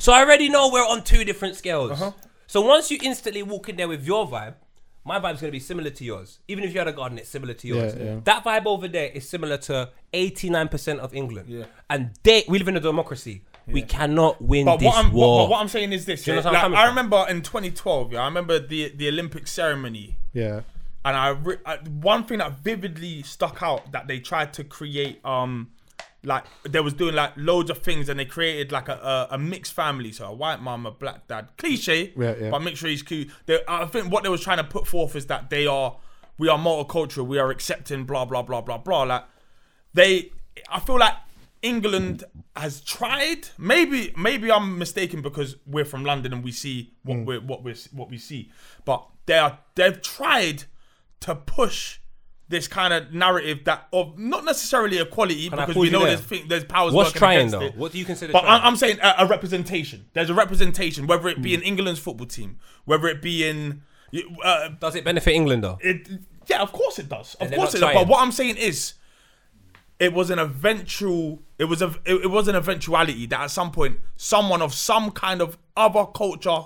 [SPEAKER 1] So I already know we're on two different scales.
[SPEAKER 2] Uh-huh.
[SPEAKER 1] So once you instantly walk in there with your vibe, my vibe's gonna be similar to yours. Even if you had a garden, it's similar to yours.
[SPEAKER 2] Yeah, yeah.
[SPEAKER 1] That vibe over there is similar to 89% of England.
[SPEAKER 4] Yeah.
[SPEAKER 1] And they we live in a democracy. We cannot win
[SPEAKER 4] But
[SPEAKER 1] this
[SPEAKER 4] what I'm,
[SPEAKER 1] war.
[SPEAKER 4] What, but what I'm saying is this:
[SPEAKER 1] you
[SPEAKER 4] yeah,
[SPEAKER 1] understand
[SPEAKER 4] like,
[SPEAKER 1] where I'm
[SPEAKER 4] I
[SPEAKER 1] coming
[SPEAKER 4] remember in 2012, yeah, I remember the the Olympic ceremony,
[SPEAKER 2] Yeah.
[SPEAKER 4] and I, re- I one thing that vividly stuck out that they tried to create, um, like they was doing like loads of things, and they created like a a, a mixed family, so a white mom, a black dad, cliche,
[SPEAKER 2] Yeah, yeah.
[SPEAKER 4] but make sure he's cool. They, I think what they was trying to put forth is that they are, we are multicultural, we are accepting, blah blah blah blah blah. Like they I feel like England has tried. Maybe maybe I'm mistaken because we're from London and we see what
[SPEAKER 1] Hmm.
[SPEAKER 4] we're what we what we see. But they are they've tried to push this kind of narrative that of not necessarily equality
[SPEAKER 1] I
[SPEAKER 4] because
[SPEAKER 1] pause
[SPEAKER 4] we
[SPEAKER 1] you
[SPEAKER 4] know
[SPEAKER 1] there?
[SPEAKER 4] there's thing, there's powers.
[SPEAKER 1] What's
[SPEAKER 4] working
[SPEAKER 1] trying,
[SPEAKER 4] against
[SPEAKER 1] though?
[SPEAKER 4] it.
[SPEAKER 1] What do you consider
[SPEAKER 4] But
[SPEAKER 1] trying?
[SPEAKER 4] I, I'm saying a, a representation. There's a representation, whether it
[SPEAKER 1] Hmm.
[SPEAKER 4] be in England's football team, whether it be in uh,
[SPEAKER 1] Does it benefit England though?
[SPEAKER 4] it, yeah, of course it does. Of
[SPEAKER 1] they're
[SPEAKER 4] course
[SPEAKER 1] not
[SPEAKER 4] it does. But
[SPEAKER 1] trying.
[SPEAKER 4] what I'm saying is, it was an eventual. It was a. It, it was an eventuality that at some point, someone of some kind of other culture,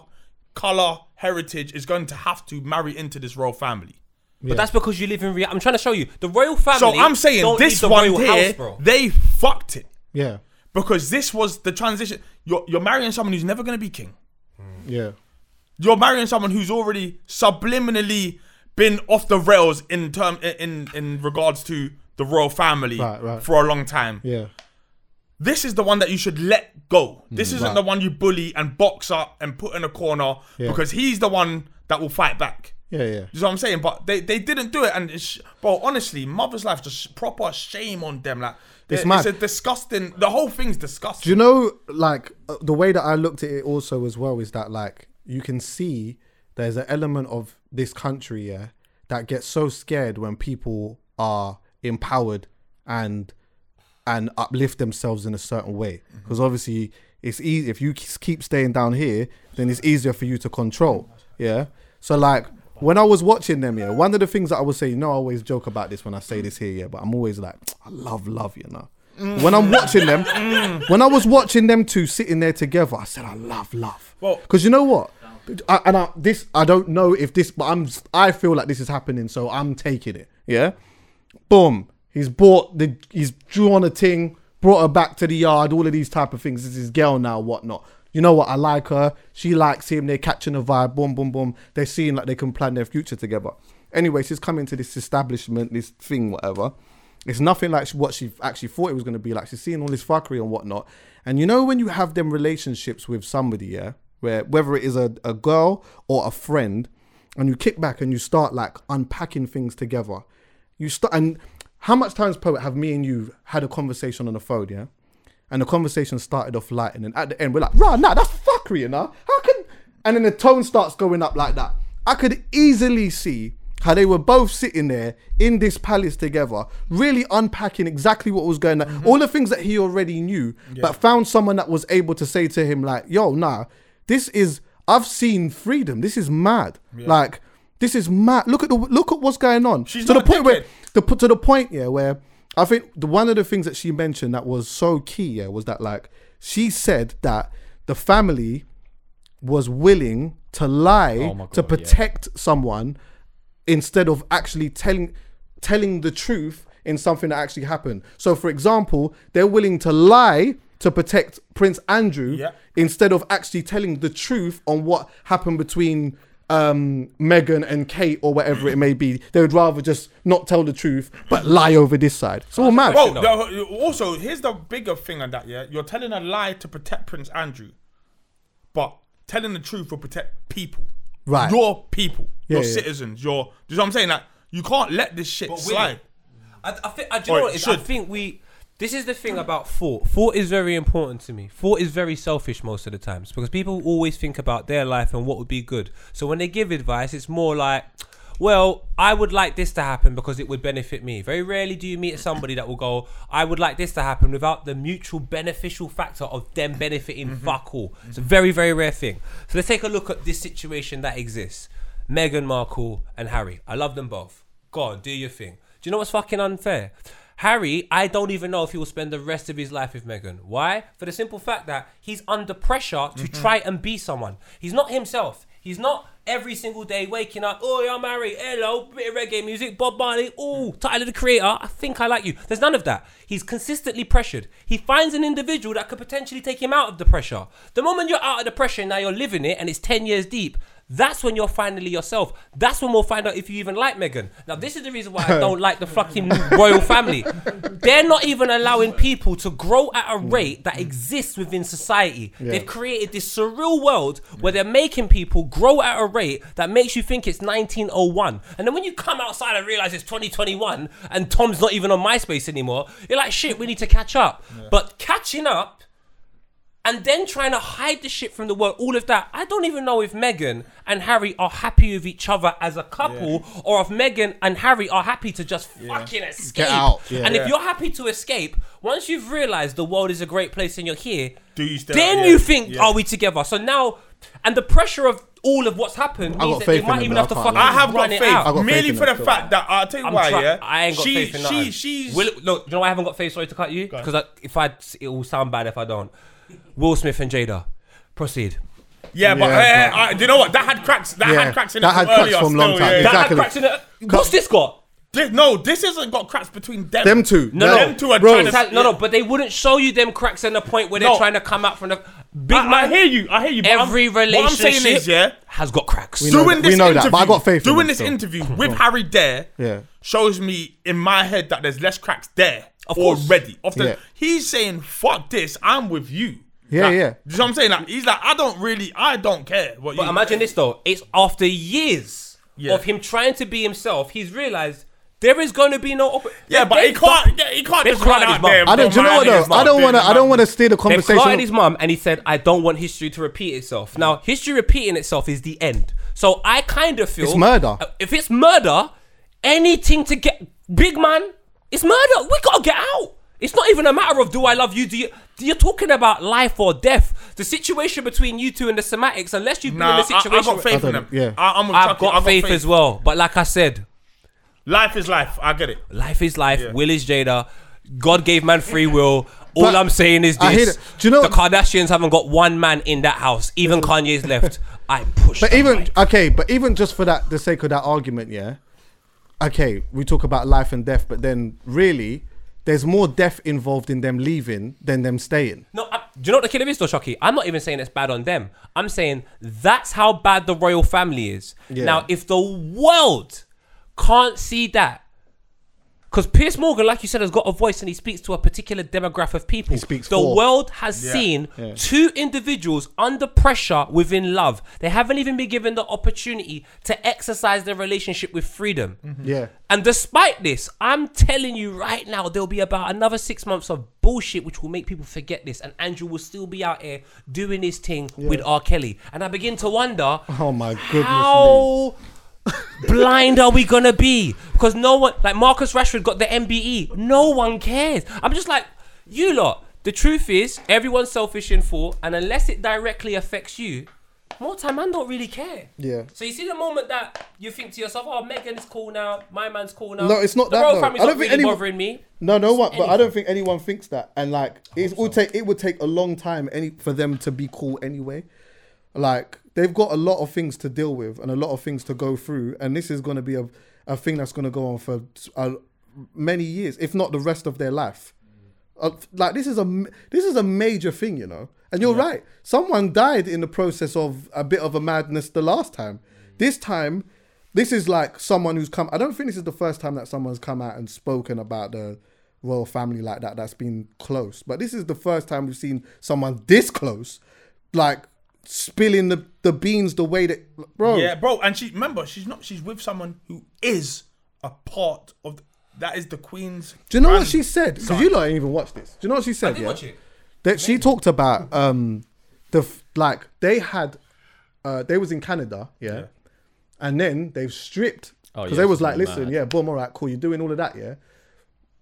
[SPEAKER 4] color, heritage is going to have to marry into this royal family.
[SPEAKER 1] But that's because you live in reality. I'm trying to show you the royal family.
[SPEAKER 4] So I'm saying
[SPEAKER 1] don't
[SPEAKER 4] this
[SPEAKER 1] leave the
[SPEAKER 4] one
[SPEAKER 1] royal
[SPEAKER 4] here,
[SPEAKER 1] house, bro.
[SPEAKER 4] they fucked it
[SPEAKER 2] Yeah.
[SPEAKER 4] because this was the transition. You're you're marrying someone who's never going to be king.
[SPEAKER 2] Yeah.
[SPEAKER 4] you're marrying someone who's already subliminally been off the rails in term in in regards to the royal family
[SPEAKER 2] Right, right.
[SPEAKER 4] for a long time.
[SPEAKER 2] Yeah.
[SPEAKER 4] This is the one that you should let go. This isn't
[SPEAKER 2] Mm, right.
[SPEAKER 4] the one you bully and box up and put in a corner
[SPEAKER 2] Yeah.
[SPEAKER 4] because he's the one that will fight back.
[SPEAKER 2] Yeah. Yeah.
[SPEAKER 4] You know what I'm saying? But they, they didn't do it. And it's, bro, honestly, mother's life just proper shame on them. Like
[SPEAKER 2] It's
[SPEAKER 4] it's,
[SPEAKER 2] mad.
[SPEAKER 4] a disgusting. The whole thing's
[SPEAKER 2] Do you
[SPEAKER 4] disgusting.
[SPEAKER 2] know, like, uh, the way that I looked at it also as well is that, like, you can see there's an element of this country, yeah, that gets so scared when people are empowered and and uplift themselves in a certain way. Because obviously, it's easy if you k- keep staying down here, then it's easier for you to control. Yeah. So like when I was watching them, yeah, one of the things that I would say, you know, I always joke about this when I say this here, yeah, but I'm always like, I love love, you know. When I'm watching them, when I was watching them two sitting there together, I said, I love love.
[SPEAKER 4] Well-
[SPEAKER 2] Because you know what? I, and I, this, I don't know if this, but I'm, I feel like this is happening, so I'm taking it. Yeah boom, he's bought the, he's drawn a thing, brought her back to the yard, all of these type of things. This is his girl now, whatnot. You know what? I like her. She likes him. They're catching a vibe. Boom, boom, boom. They're seeing like they can plan their future together. Anyway, she's coming to this establishment, this thing, whatever. It's nothing like what she actually thought it was going to be like. She's seeing all this fuckery and whatnot. And you know when you have them relationships with somebody, yeah, where whether it is a, a girl or a friend, and you kick back and you start like unpacking things together. You start and how much times poet have me and you had a conversation on the phone, yeah? And the conversation started off light, and then at the end we're like, "Right, nah, that's fuckery, you know? How can?" And then the tone starts going up like that. I could easily see how they were both sitting there in this palace together, really unpacking exactly what was going on, all the things that he already knew, but found someone that was able to say to him like, "Yo, nah, this is I've seen freedom. This is mad. Like, this is mad. Look at the look at what's going on."
[SPEAKER 4] She's
[SPEAKER 2] to the
[SPEAKER 4] not a
[SPEAKER 2] point where
[SPEAKER 4] dickhead.
[SPEAKER 2] the put to the point yeah where I think the one of the things that she mentioned that was so key yeah was that like she said that the family was willing to lie
[SPEAKER 5] Oh my
[SPEAKER 2] to
[SPEAKER 5] God, yeah.
[SPEAKER 2] protect someone instead of actually telling telling the truth in something that actually happened. So for example, they're willing to lie to protect Prince Andrew
[SPEAKER 4] Yeah.
[SPEAKER 2] instead of actually telling the truth on what happened between um Megan and Kate or whatever it may be. They would rather just not tell the truth but lie over this side. It's all mad.
[SPEAKER 4] Bro, the- also here's the bigger thing on that. Yeah, you're telling a lie to protect Prince Andrew, but telling the truth will protect people.
[SPEAKER 2] Right.
[SPEAKER 4] Your people, your
[SPEAKER 2] Yeah, yeah.
[SPEAKER 4] citizens, your. Do you know what I'm saying? Like you can't let this shit
[SPEAKER 1] will
[SPEAKER 4] slide.
[SPEAKER 1] it? I, I think I do you know
[SPEAKER 4] Or
[SPEAKER 1] what
[SPEAKER 4] it
[SPEAKER 1] it is? I
[SPEAKER 4] should.
[SPEAKER 1] think we. This is the thing about thought. Thought is very important to me. Thought is very selfish most of the times because people always think about their life and what would be good. So when they give advice, it's more like, "Well, I would like this to happen because it would benefit me." Very rarely do you meet somebody that will go, "I would like this to happen" without the mutual beneficial factor of them benefiting
[SPEAKER 4] Mm-hmm.
[SPEAKER 1] fuck all. It's a very very rare thing. So let's take a look at this situation that exists. Meghan Markle and Harry. I love them both. Go on, do your thing. Do you know what's fucking unfair? Harry, I don't even know if he will spend the rest of his life with Meghan. Why? For the simple fact that he's under pressure to try and be someone. He's not himself. He's not every single day waking up, oh, I'm Harry, hello, bit of reggae music, Bob Marley, ooh, Tyler the Creator, I think I like you. There's none of that. He's consistently pressured. He finds an individual that could potentially take him out of the pressure. The moment you're out of the pressure and now you're living it and it's 10 years deep, that's when you're finally yourself. That's when we'll find out if you even like Megan. Now, this is the reason why I don't like the fucking royal family. They're not even allowing people to grow at a rate that exists within society. They've created this surreal world where they're making people grow at a rate that makes you think it's 1901. And then when you come outside and realize it's 2021 and Tom's not even on MySpace anymore, you're like, shit, we need to catch up. But catching up and then trying to hide the shit from the world, all of that. I don't even know if Meghan and Harry are happy with each other as a couple, or if Meghan and Harry are happy to just fucking escape.
[SPEAKER 2] out, yeah.
[SPEAKER 1] And
[SPEAKER 4] Yeah.
[SPEAKER 1] if you're happy to escape, once you've realized the world is a great place and you're here,
[SPEAKER 4] Do you still-
[SPEAKER 1] then
[SPEAKER 4] yeah,
[SPEAKER 1] you think,
[SPEAKER 4] yeah.
[SPEAKER 1] are we together? So now, and the pressure of all of what's happened
[SPEAKER 2] got
[SPEAKER 1] means that
[SPEAKER 2] faith
[SPEAKER 1] they
[SPEAKER 2] in
[SPEAKER 1] might
[SPEAKER 2] them,
[SPEAKER 1] even
[SPEAKER 2] though,
[SPEAKER 1] have to
[SPEAKER 2] I
[SPEAKER 1] fucking
[SPEAKER 2] can't
[SPEAKER 4] I have
[SPEAKER 1] run
[SPEAKER 4] got
[SPEAKER 1] it
[SPEAKER 4] faith,
[SPEAKER 1] out.
[SPEAKER 2] got faith
[SPEAKER 4] merely
[SPEAKER 2] in
[SPEAKER 4] for
[SPEAKER 2] them
[SPEAKER 4] the
[SPEAKER 2] still.
[SPEAKER 4] fact that I'll tell you
[SPEAKER 1] I'm
[SPEAKER 4] why.
[SPEAKER 1] try-
[SPEAKER 4] yeah,
[SPEAKER 1] I ain't got
[SPEAKER 4] she,
[SPEAKER 1] faith in
[SPEAKER 4] she,
[SPEAKER 1] nothing.
[SPEAKER 4] she's.
[SPEAKER 1] Will, look, you know why I haven't got faith. Sorry to cut you, because if I, it will sound bad if I don't. Will Smith and Jada, proceed.
[SPEAKER 4] yeah, but
[SPEAKER 2] Yeah,
[SPEAKER 4] eh, I- do you know what? That had cracks. That
[SPEAKER 2] Yeah,
[SPEAKER 4] had cracks in
[SPEAKER 2] that
[SPEAKER 4] it
[SPEAKER 2] had
[SPEAKER 4] from
[SPEAKER 2] cracks
[SPEAKER 4] earlier.
[SPEAKER 2] from long
[SPEAKER 4] still,
[SPEAKER 2] time.
[SPEAKER 4] yeah.
[SPEAKER 1] That
[SPEAKER 2] Exactly.
[SPEAKER 1] had cracks in it. What's this got?
[SPEAKER 4] This- no, this hasn't got cracks between them.
[SPEAKER 2] Them two.
[SPEAKER 1] No,
[SPEAKER 2] No,
[SPEAKER 1] no.
[SPEAKER 4] Them two are
[SPEAKER 2] Bro.
[SPEAKER 4] trying to.
[SPEAKER 1] No, no, but they wouldn't show you them cracks in the point where they're
[SPEAKER 4] No.
[SPEAKER 1] trying to come out from the big
[SPEAKER 4] I, I
[SPEAKER 1] man.
[SPEAKER 4] hear you. I hear you. But
[SPEAKER 1] Every
[SPEAKER 4] I'm, What I'm
[SPEAKER 1] relationship
[SPEAKER 4] saying is, yeah,
[SPEAKER 1] has got cracks.
[SPEAKER 2] know
[SPEAKER 4] doing
[SPEAKER 2] that- we
[SPEAKER 4] this
[SPEAKER 2] know that,
[SPEAKER 4] interview,
[SPEAKER 2] but I got faith in
[SPEAKER 4] doing
[SPEAKER 2] them
[SPEAKER 4] this
[SPEAKER 2] still.
[SPEAKER 4] interview with Harry there
[SPEAKER 2] Yeah.
[SPEAKER 4] shows me in my head that there's less cracks there
[SPEAKER 1] Of course.
[SPEAKER 4] already. Of the,
[SPEAKER 2] Yeah.
[SPEAKER 4] He's saying, "Fuck this, I'm with you."
[SPEAKER 2] Yeah,
[SPEAKER 4] Like,
[SPEAKER 2] yeah.
[SPEAKER 4] You know what I'm saying? Like, he's like, I don't really, I don't care. What
[SPEAKER 1] But
[SPEAKER 4] you,
[SPEAKER 1] imagine this though. It's after years
[SPEAKER 4] Yeah.
[SPEAKER 1] of him trying to be himself, he's realized there is going to be no. Op-
[SPEAKER 4] Yeah, but
[SPEAKER 1] they-
[SPEAKER 4] he can't. He can't
[SPEAKER 1] they've
[SPEAKER 4] just run
[SPEAKER 1] clotted his
[SPEAKER 4] out there.
[SPEAKER 1] mouth.
[SPEAKER 2] I don't. Do you know what though? I don't want to. I don't want to steer the
[SPEAKER 1] They
[SPEAKER 2] conversation.
[SPEAKER 1] clotted his mum and he said, I don't want history to repeat itself. Now, history repeating itself is the end. So I kind of feel.
[SPEAKER 2] It's murder.
[SPEAKER 1] Uh, If it's murder, anything to get. Big man, it's murder. We gotta get out. It's not even a matter of do I love you? Do you. do You're talking about life or death. The situation between you two and the somatics, unless you've been
[SPEAKER 4] Nah,
[SPEAKER 1] in a
[SPEAKER 4] I,
[SPEAKER 1] situation.
[SPEAKER 4] I got
[SPEAKER 2] I
[SPEAKER 4] faith in
[SPEAKER 2] don't-
[SPEAKER 4] them.
[SPEAKER 2] yeah.
[SPEAKER 4] I, am with
[SPEAKER 1] I've
[SPEAKER 4] Chucky.
[SPEAKER 1] got,
[SPEAKER 4] I got
[SPEAKER 1] faith, as well. But like I said,
[SPEAKER 4] Life is life. I get it.
[SPEAKER 1] life is life. Will is Jada. God gave man free will. All
[SPEAKER 2] But
[SPEAKER 1] I'm saying is
[SPEAKER 2] I hear
[SPEAKER 1] this:
[SPEAKER 2] that. Do you know-
[SPEAKER 1] the Kardashians haven't got one man in that house. Even Kanye's left. I push.
[SPEAKER 2] But even okay, but even just for that, the sake of that argument, yeah. Okay, we talk about life and death, but then really, there's more death involved in them leaving than them staying.
[SPEAKER 1] No, I, do you know what the killer is though, Chucky? I'm not even saying it's bad on them. I'm saying that's how bad the royal family is.
[SPEAKER 2] Yeah.
[SPEAKER 1] Now, if the world can't see that, because Pierce Morgan, like you said, has got a voice and he speaks to a particular demographic of people. He
[SPEAKER 2] speaks
[SPEAKER 1] the
[SPEAKER 2] for.
[SPEAKER 1] world has seen
[SPEAKER 2] Yeah.
[SPEAKER 1] two individuals under pressure within love. They haven't even been given the opportunity to exercise their relationship with freedom.
[SPEAKER 2] Mm-hmm. Yeah.
[SPEAKER 1] And despite this, I'm telling you right now, there'll be about another six months of bullshit which will make people forget this. And Andrew will still be out here doing his thing with R. Kelly. And I begin to wonder
[SPEAKER 2] Oh my goodness. me.
[SPEAKER 1] how blind are we gonna be? Because no one, like Marcus Rashford, got the MBE. No one cares. I'm just like, you lot. The truth is, everyone's selfish in full, and unless it directly affects you, more time man don't really care.
[SPEAKER 2] Yeah.
[SPEAKER 1] So you see the moment that you think to yourself, "Oh, Megan's cool now. My man's cool now."
[SPEAKER 2] No, it's not
[SPEAKER 1] the
[SPEAKER 2] that,
[SPEAKER 1] royal
[SPEAKER 2] though.
[SPEAKER 1] family's
[SPEAKER 2] I don't
[SPEAKER 1] not
[SPEAKER 2] think
[SPEAKER 1] really
[SPEAKER 2] anyone-
[SPEAKER 1] bothering me.
[SPEAKER 2] No, no one. But I
[SPEAKER 1] anything.
[SPEAKER 2] don't think anyone thinks that. And like, it would take it would take a long time any for them to be cool anyway. Like they've got a lot of things to deal with and a lot of things to go through, and this is going to be a, a thing that's going to go on for uh, many years, if not the rest of their life. Uh, like this is a m- this is a major thing, you know. And you're right. Someone died in the process of a bit of a madness the last time. This time, this is like someone who's come. I don't think this is the first time that someone's come out and spoken about the royal family like that. That's been close, but this is the first time we've seen someone this close, like spilling the the beans the way that bro.
[SPEAKER 4] Yeah, bro. And she remember she's not. She's with someone who is a part of. that is the Queen's.
[SPEAKER 2] Do you know what
[SPEAKER 4] grand-
[SPEAKER 2] she said? Because you lot ain't even watched this. Do you know what she said?
[SPEAKER 1] did
[SPEAKER 2] yeah?
[SPEAKER 1] watch it.
[SPEAKER 2] That she talked about um the f- like they had uh they was in Canada, yeah, and then they've stripped
[SPEAKER 5] Oh,
[SPEAKER 2] because
[SPEAKER 5] yeah,
[SPEAKER 2] they was
[SPEAKER 5] it's
[SPEAKER 2] like,
[SPEAKER 5] mad.
[SPEAKER 2] listen, yeah, boom, all right, cool, you're doing all of that, yeah.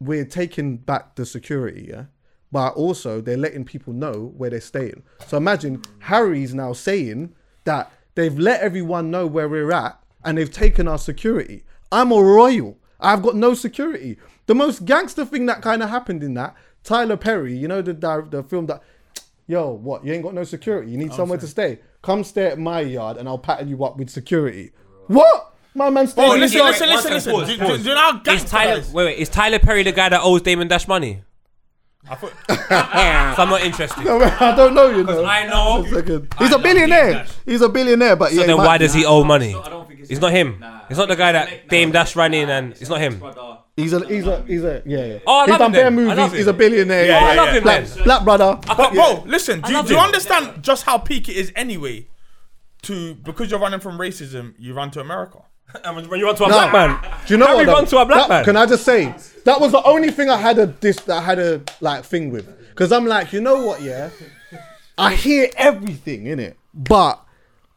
[SPEAKER 2] We're taking back the security, yeah, but also they're letting people know where they're staying. So imagine Harry's now saying that they've let everyone know where we're at and they've taken our security. I'm a royal. I've got no security. The most gangster thing that kind of happened in that Tyler Perry, you know the di- the film that yo, what? You ain't got no security. You need somewhere to stay. Come stay at my yard and I'll pattern you up with security. What? My man staying
[SPEAKER 4] Oh,
[SPEAKER 2] in his
[SPEAKER 4] listen,
[SPEAKER 2] yard.
[SPEAKER 4] listen,
[SPEAKER 1] One
[SPEAKER 4] listen,
[SPEAKER 1] second,
[SPEAKER 4] listen.
[SPEAKER 1] pause,
[SPEAKER 4] Do-
[SPEAKER 1] pause.
[SPEAKER 4] do- do you know how
[SPEAKER 1] Is
[SPEAKER 4] gangster
[SPEAKER 1] Tyler
[SPEAKER 4] that is?
[SPEAKER 1] wait, wait is Tyler Perry the guy that owes Damon Dash money?
[SPEAKER 4] I thought-
[SPEAKER 1] so I'm not interested.
[SPEAKER 2] I don't know, you know.
[SPEAKER 1] I know.
[SPEAKER 2] One second. He's
[SPEAKER 1] Oh, I
[SPEAKER 2] a
[SPEAKER 1] love
[SPEAKER 2] billionaire.
[SPEAKER 1] Dame Dash.
[SPEAKER 2] He's a billionaire, but yeah,
[SPEAKER 1] Then
[SPEAKER 2] he
[SPEAKER 1] why
[SPEAKER 2] might
[SPEAKER 1] does
[SPEAKER 2] be-
[SPEAKER 1] he owe money?
[SPEAKER 7] I don't think
[SPEAKER 1] It's not him.
[SPEAKER 7] Nah.
[SPEAKER 1] It's not the guy that
[SPEAKER 7] Nah,
[SPEAKER 1] Dame Dash ran in
[SPEAKER 7] nah,
[SPEAKER 1] and it's not
[SPEAKER 7] his
[SPEAKER 1] him.
[SPEAKER 7] brother.
[SPEAKER 2] He's a he's a he's a yeah. yeah.
[SPEAKER 1] Oh, I
[SPEAKER 2] he's
[SPEAKER 1] love
[SPEAKER 2] done
[SPEAKER 1] him
[SPEAKER 2] bare
[SPEAKER 1] then. I love
[SPEAKER 2] movies.
[SPEAKER 1] him.
[SPEAKER 2] He's a billionaire.
[SPEAKER 4] Yeah,
[SPEAKER 1] Oh, I
[SPEAKER 4] yeah,
[SPEAKER 1] love him
[SPEAKER 2] Black,
[SPEAKER 1] then.
[SPEAKER 2] black brother.
[SPEAKER 1] I can't-
[SPEAKER 2] Yeah.
[SPEAKER 4] Bro, listen. Do, you-
[SPEAKER 1] love
[SPEAKER 4] do you
[SPEAKER 1] it.
[SPEAKER 4] understand just how peak it is anyway? To because you're running from racism, you run to America.
[SPEAKER 1] And when you run to a
[SPEAKER 2] No.
[SPEAKER 1] black man.
[SPEAKER 2] Do you know
[SPEAKER 1] How
[SPEAKER 2] what?
[SPEAKER 1] we run
[SPEAKER 2] though?
[SPEAKER 1] to a black
[SPEAKER 2] That-
[SPEAKER 1] man?
[SPEAKER 2] Can I just say that was the only thing I had a dis that I had a like thing with because I'm like, you know what? Yeah, I hear everything in it, but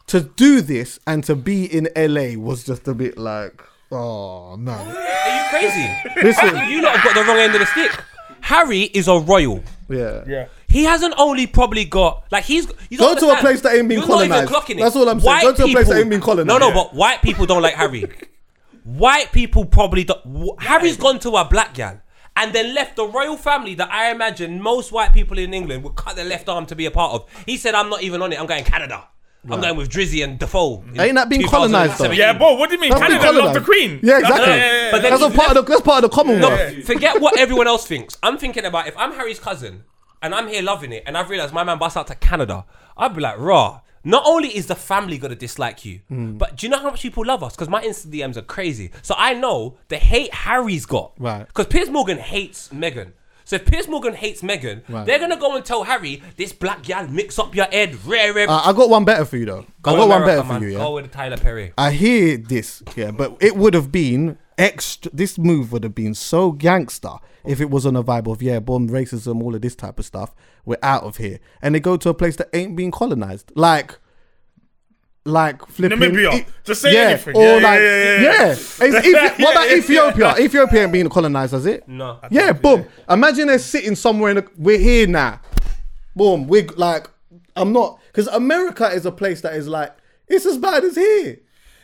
[SPEAKER 2] to do this and to be in LA was just a bit like, oh no.
[SPEAKER 1] Are you crazy?
[SPEAKER 2] Listen,
[SPEAKER 1] You lot have got the wrong end of the stick. Harry is a royal.
[SPEAKER 2] yeah,
[SPEAKER 4] Yeah.
[SPEAKER 1] He hasn't only probably got like he's. You don't
[SPEAKER 2] Go to a
[SPEAKER 1] understand.
[SPEAKER 2] place that ain't been
[SPEAKER 1] You're not even
[SPEAKER 2] colonised.
[SPEAKER 1] clocking it.
[SPEAKER 2] That's all I'm saying. Go to a place that ain't been colonised.
[SPEAKER 1] No, no,
[SPEAKER 2] Yeah.
[SPEAKER 1] but white people don't like Harry. White people probably don't. wh- Harry's gone to a black gal and then left the royal family that I imagine most white people in England would cut their left arm to be a part of. He said, "I'm not even on it. I'm going Canada. I'm going with Drizzy and Defoe." in
[SPEAKER 2] Ain't that been colonised though?
[SPEAKER 1] 2017."
[SPEAKER 4] Yeah, bro. What do you mean?
[SPEAKER 2] That's been
[SPEAKER 4] Canada love
[SPEAKER 2] colonised.
[SPEAKER 4] the Queen.
[SPEAKER 2] Yeah, exactly.
[SPEAKER 4] Yeah, yeah, yeah,
[SPEAKER 1] But then
[SPEAKER 2] that's
[SPEAKER 1] he's
[SPEAKER 2] a part of the that's part of the Commonwealth.
[SPEAKER 1] Forget what everyone else thinks. I'm thinking about if I'm Harry's cousin and I'm here loving it, and I've realised my man busts out to Canada, I'd be like, raw. Not only is the family gonna dislike you,
[SPEAKER 2] Hmm.
[SPEAKER 1] but do you know how much people love us? Because my Insta DMs are crazy. So I know the hate Harry's got.
[SPEAKER 2] Right.
[SPEAKER 1] Because Piers Morgan hates Meghan. So if Piers Morgan hates Meghan,
[SPEAKER 2] Right.
[SPEAKER 1] they're gonna go and tell Harry, this black gal mix up your head, rare, rare.
[SPEAKER 2] Uh, I got one better for you though. I got one
[SPEAKER 1] America,
[SPEAKER 2] better for
[SPEAKER 1] man.
[SPEAKER 2] you. Yeah.
[SPEAKER 1] Go with Tyler Perry.
[SPEAKER 2] I hear this, yeah, but it would have been extra. This move would have been so gangster if it was on a vibe of yeah, bomb racism, all of this type of stuff. We're out of here, and they go to a place that ain't been colonized, like. Like flipping
[SPEAKER 4] Namibia.
[SPEAKER 2] E-
[SPEAKER 4] Just say
[SPEAKER 2] yeah,
[SPEAKER 4] anything.
[SPEAKER 2] Or
[SPEAKER 4] Yeah, yeah,
[SPEAKER 2] like,
[SPEAKER 4] yeah, yeah.
[SPEAKER 2] It's Ethi- what about
[SPEAKER 4] Yeah, yeah,
[SPEAKER 2] Ethiopia? Ethiopia ain't being colonized, has it?
[SPEAKER 1] No.
[SPEAKER 2] Yeah, boom. Imagine they're sitting somewhere in the. We're here now. Boom. We're like, I'm not. Because America is a place that is like, it's as bad as here.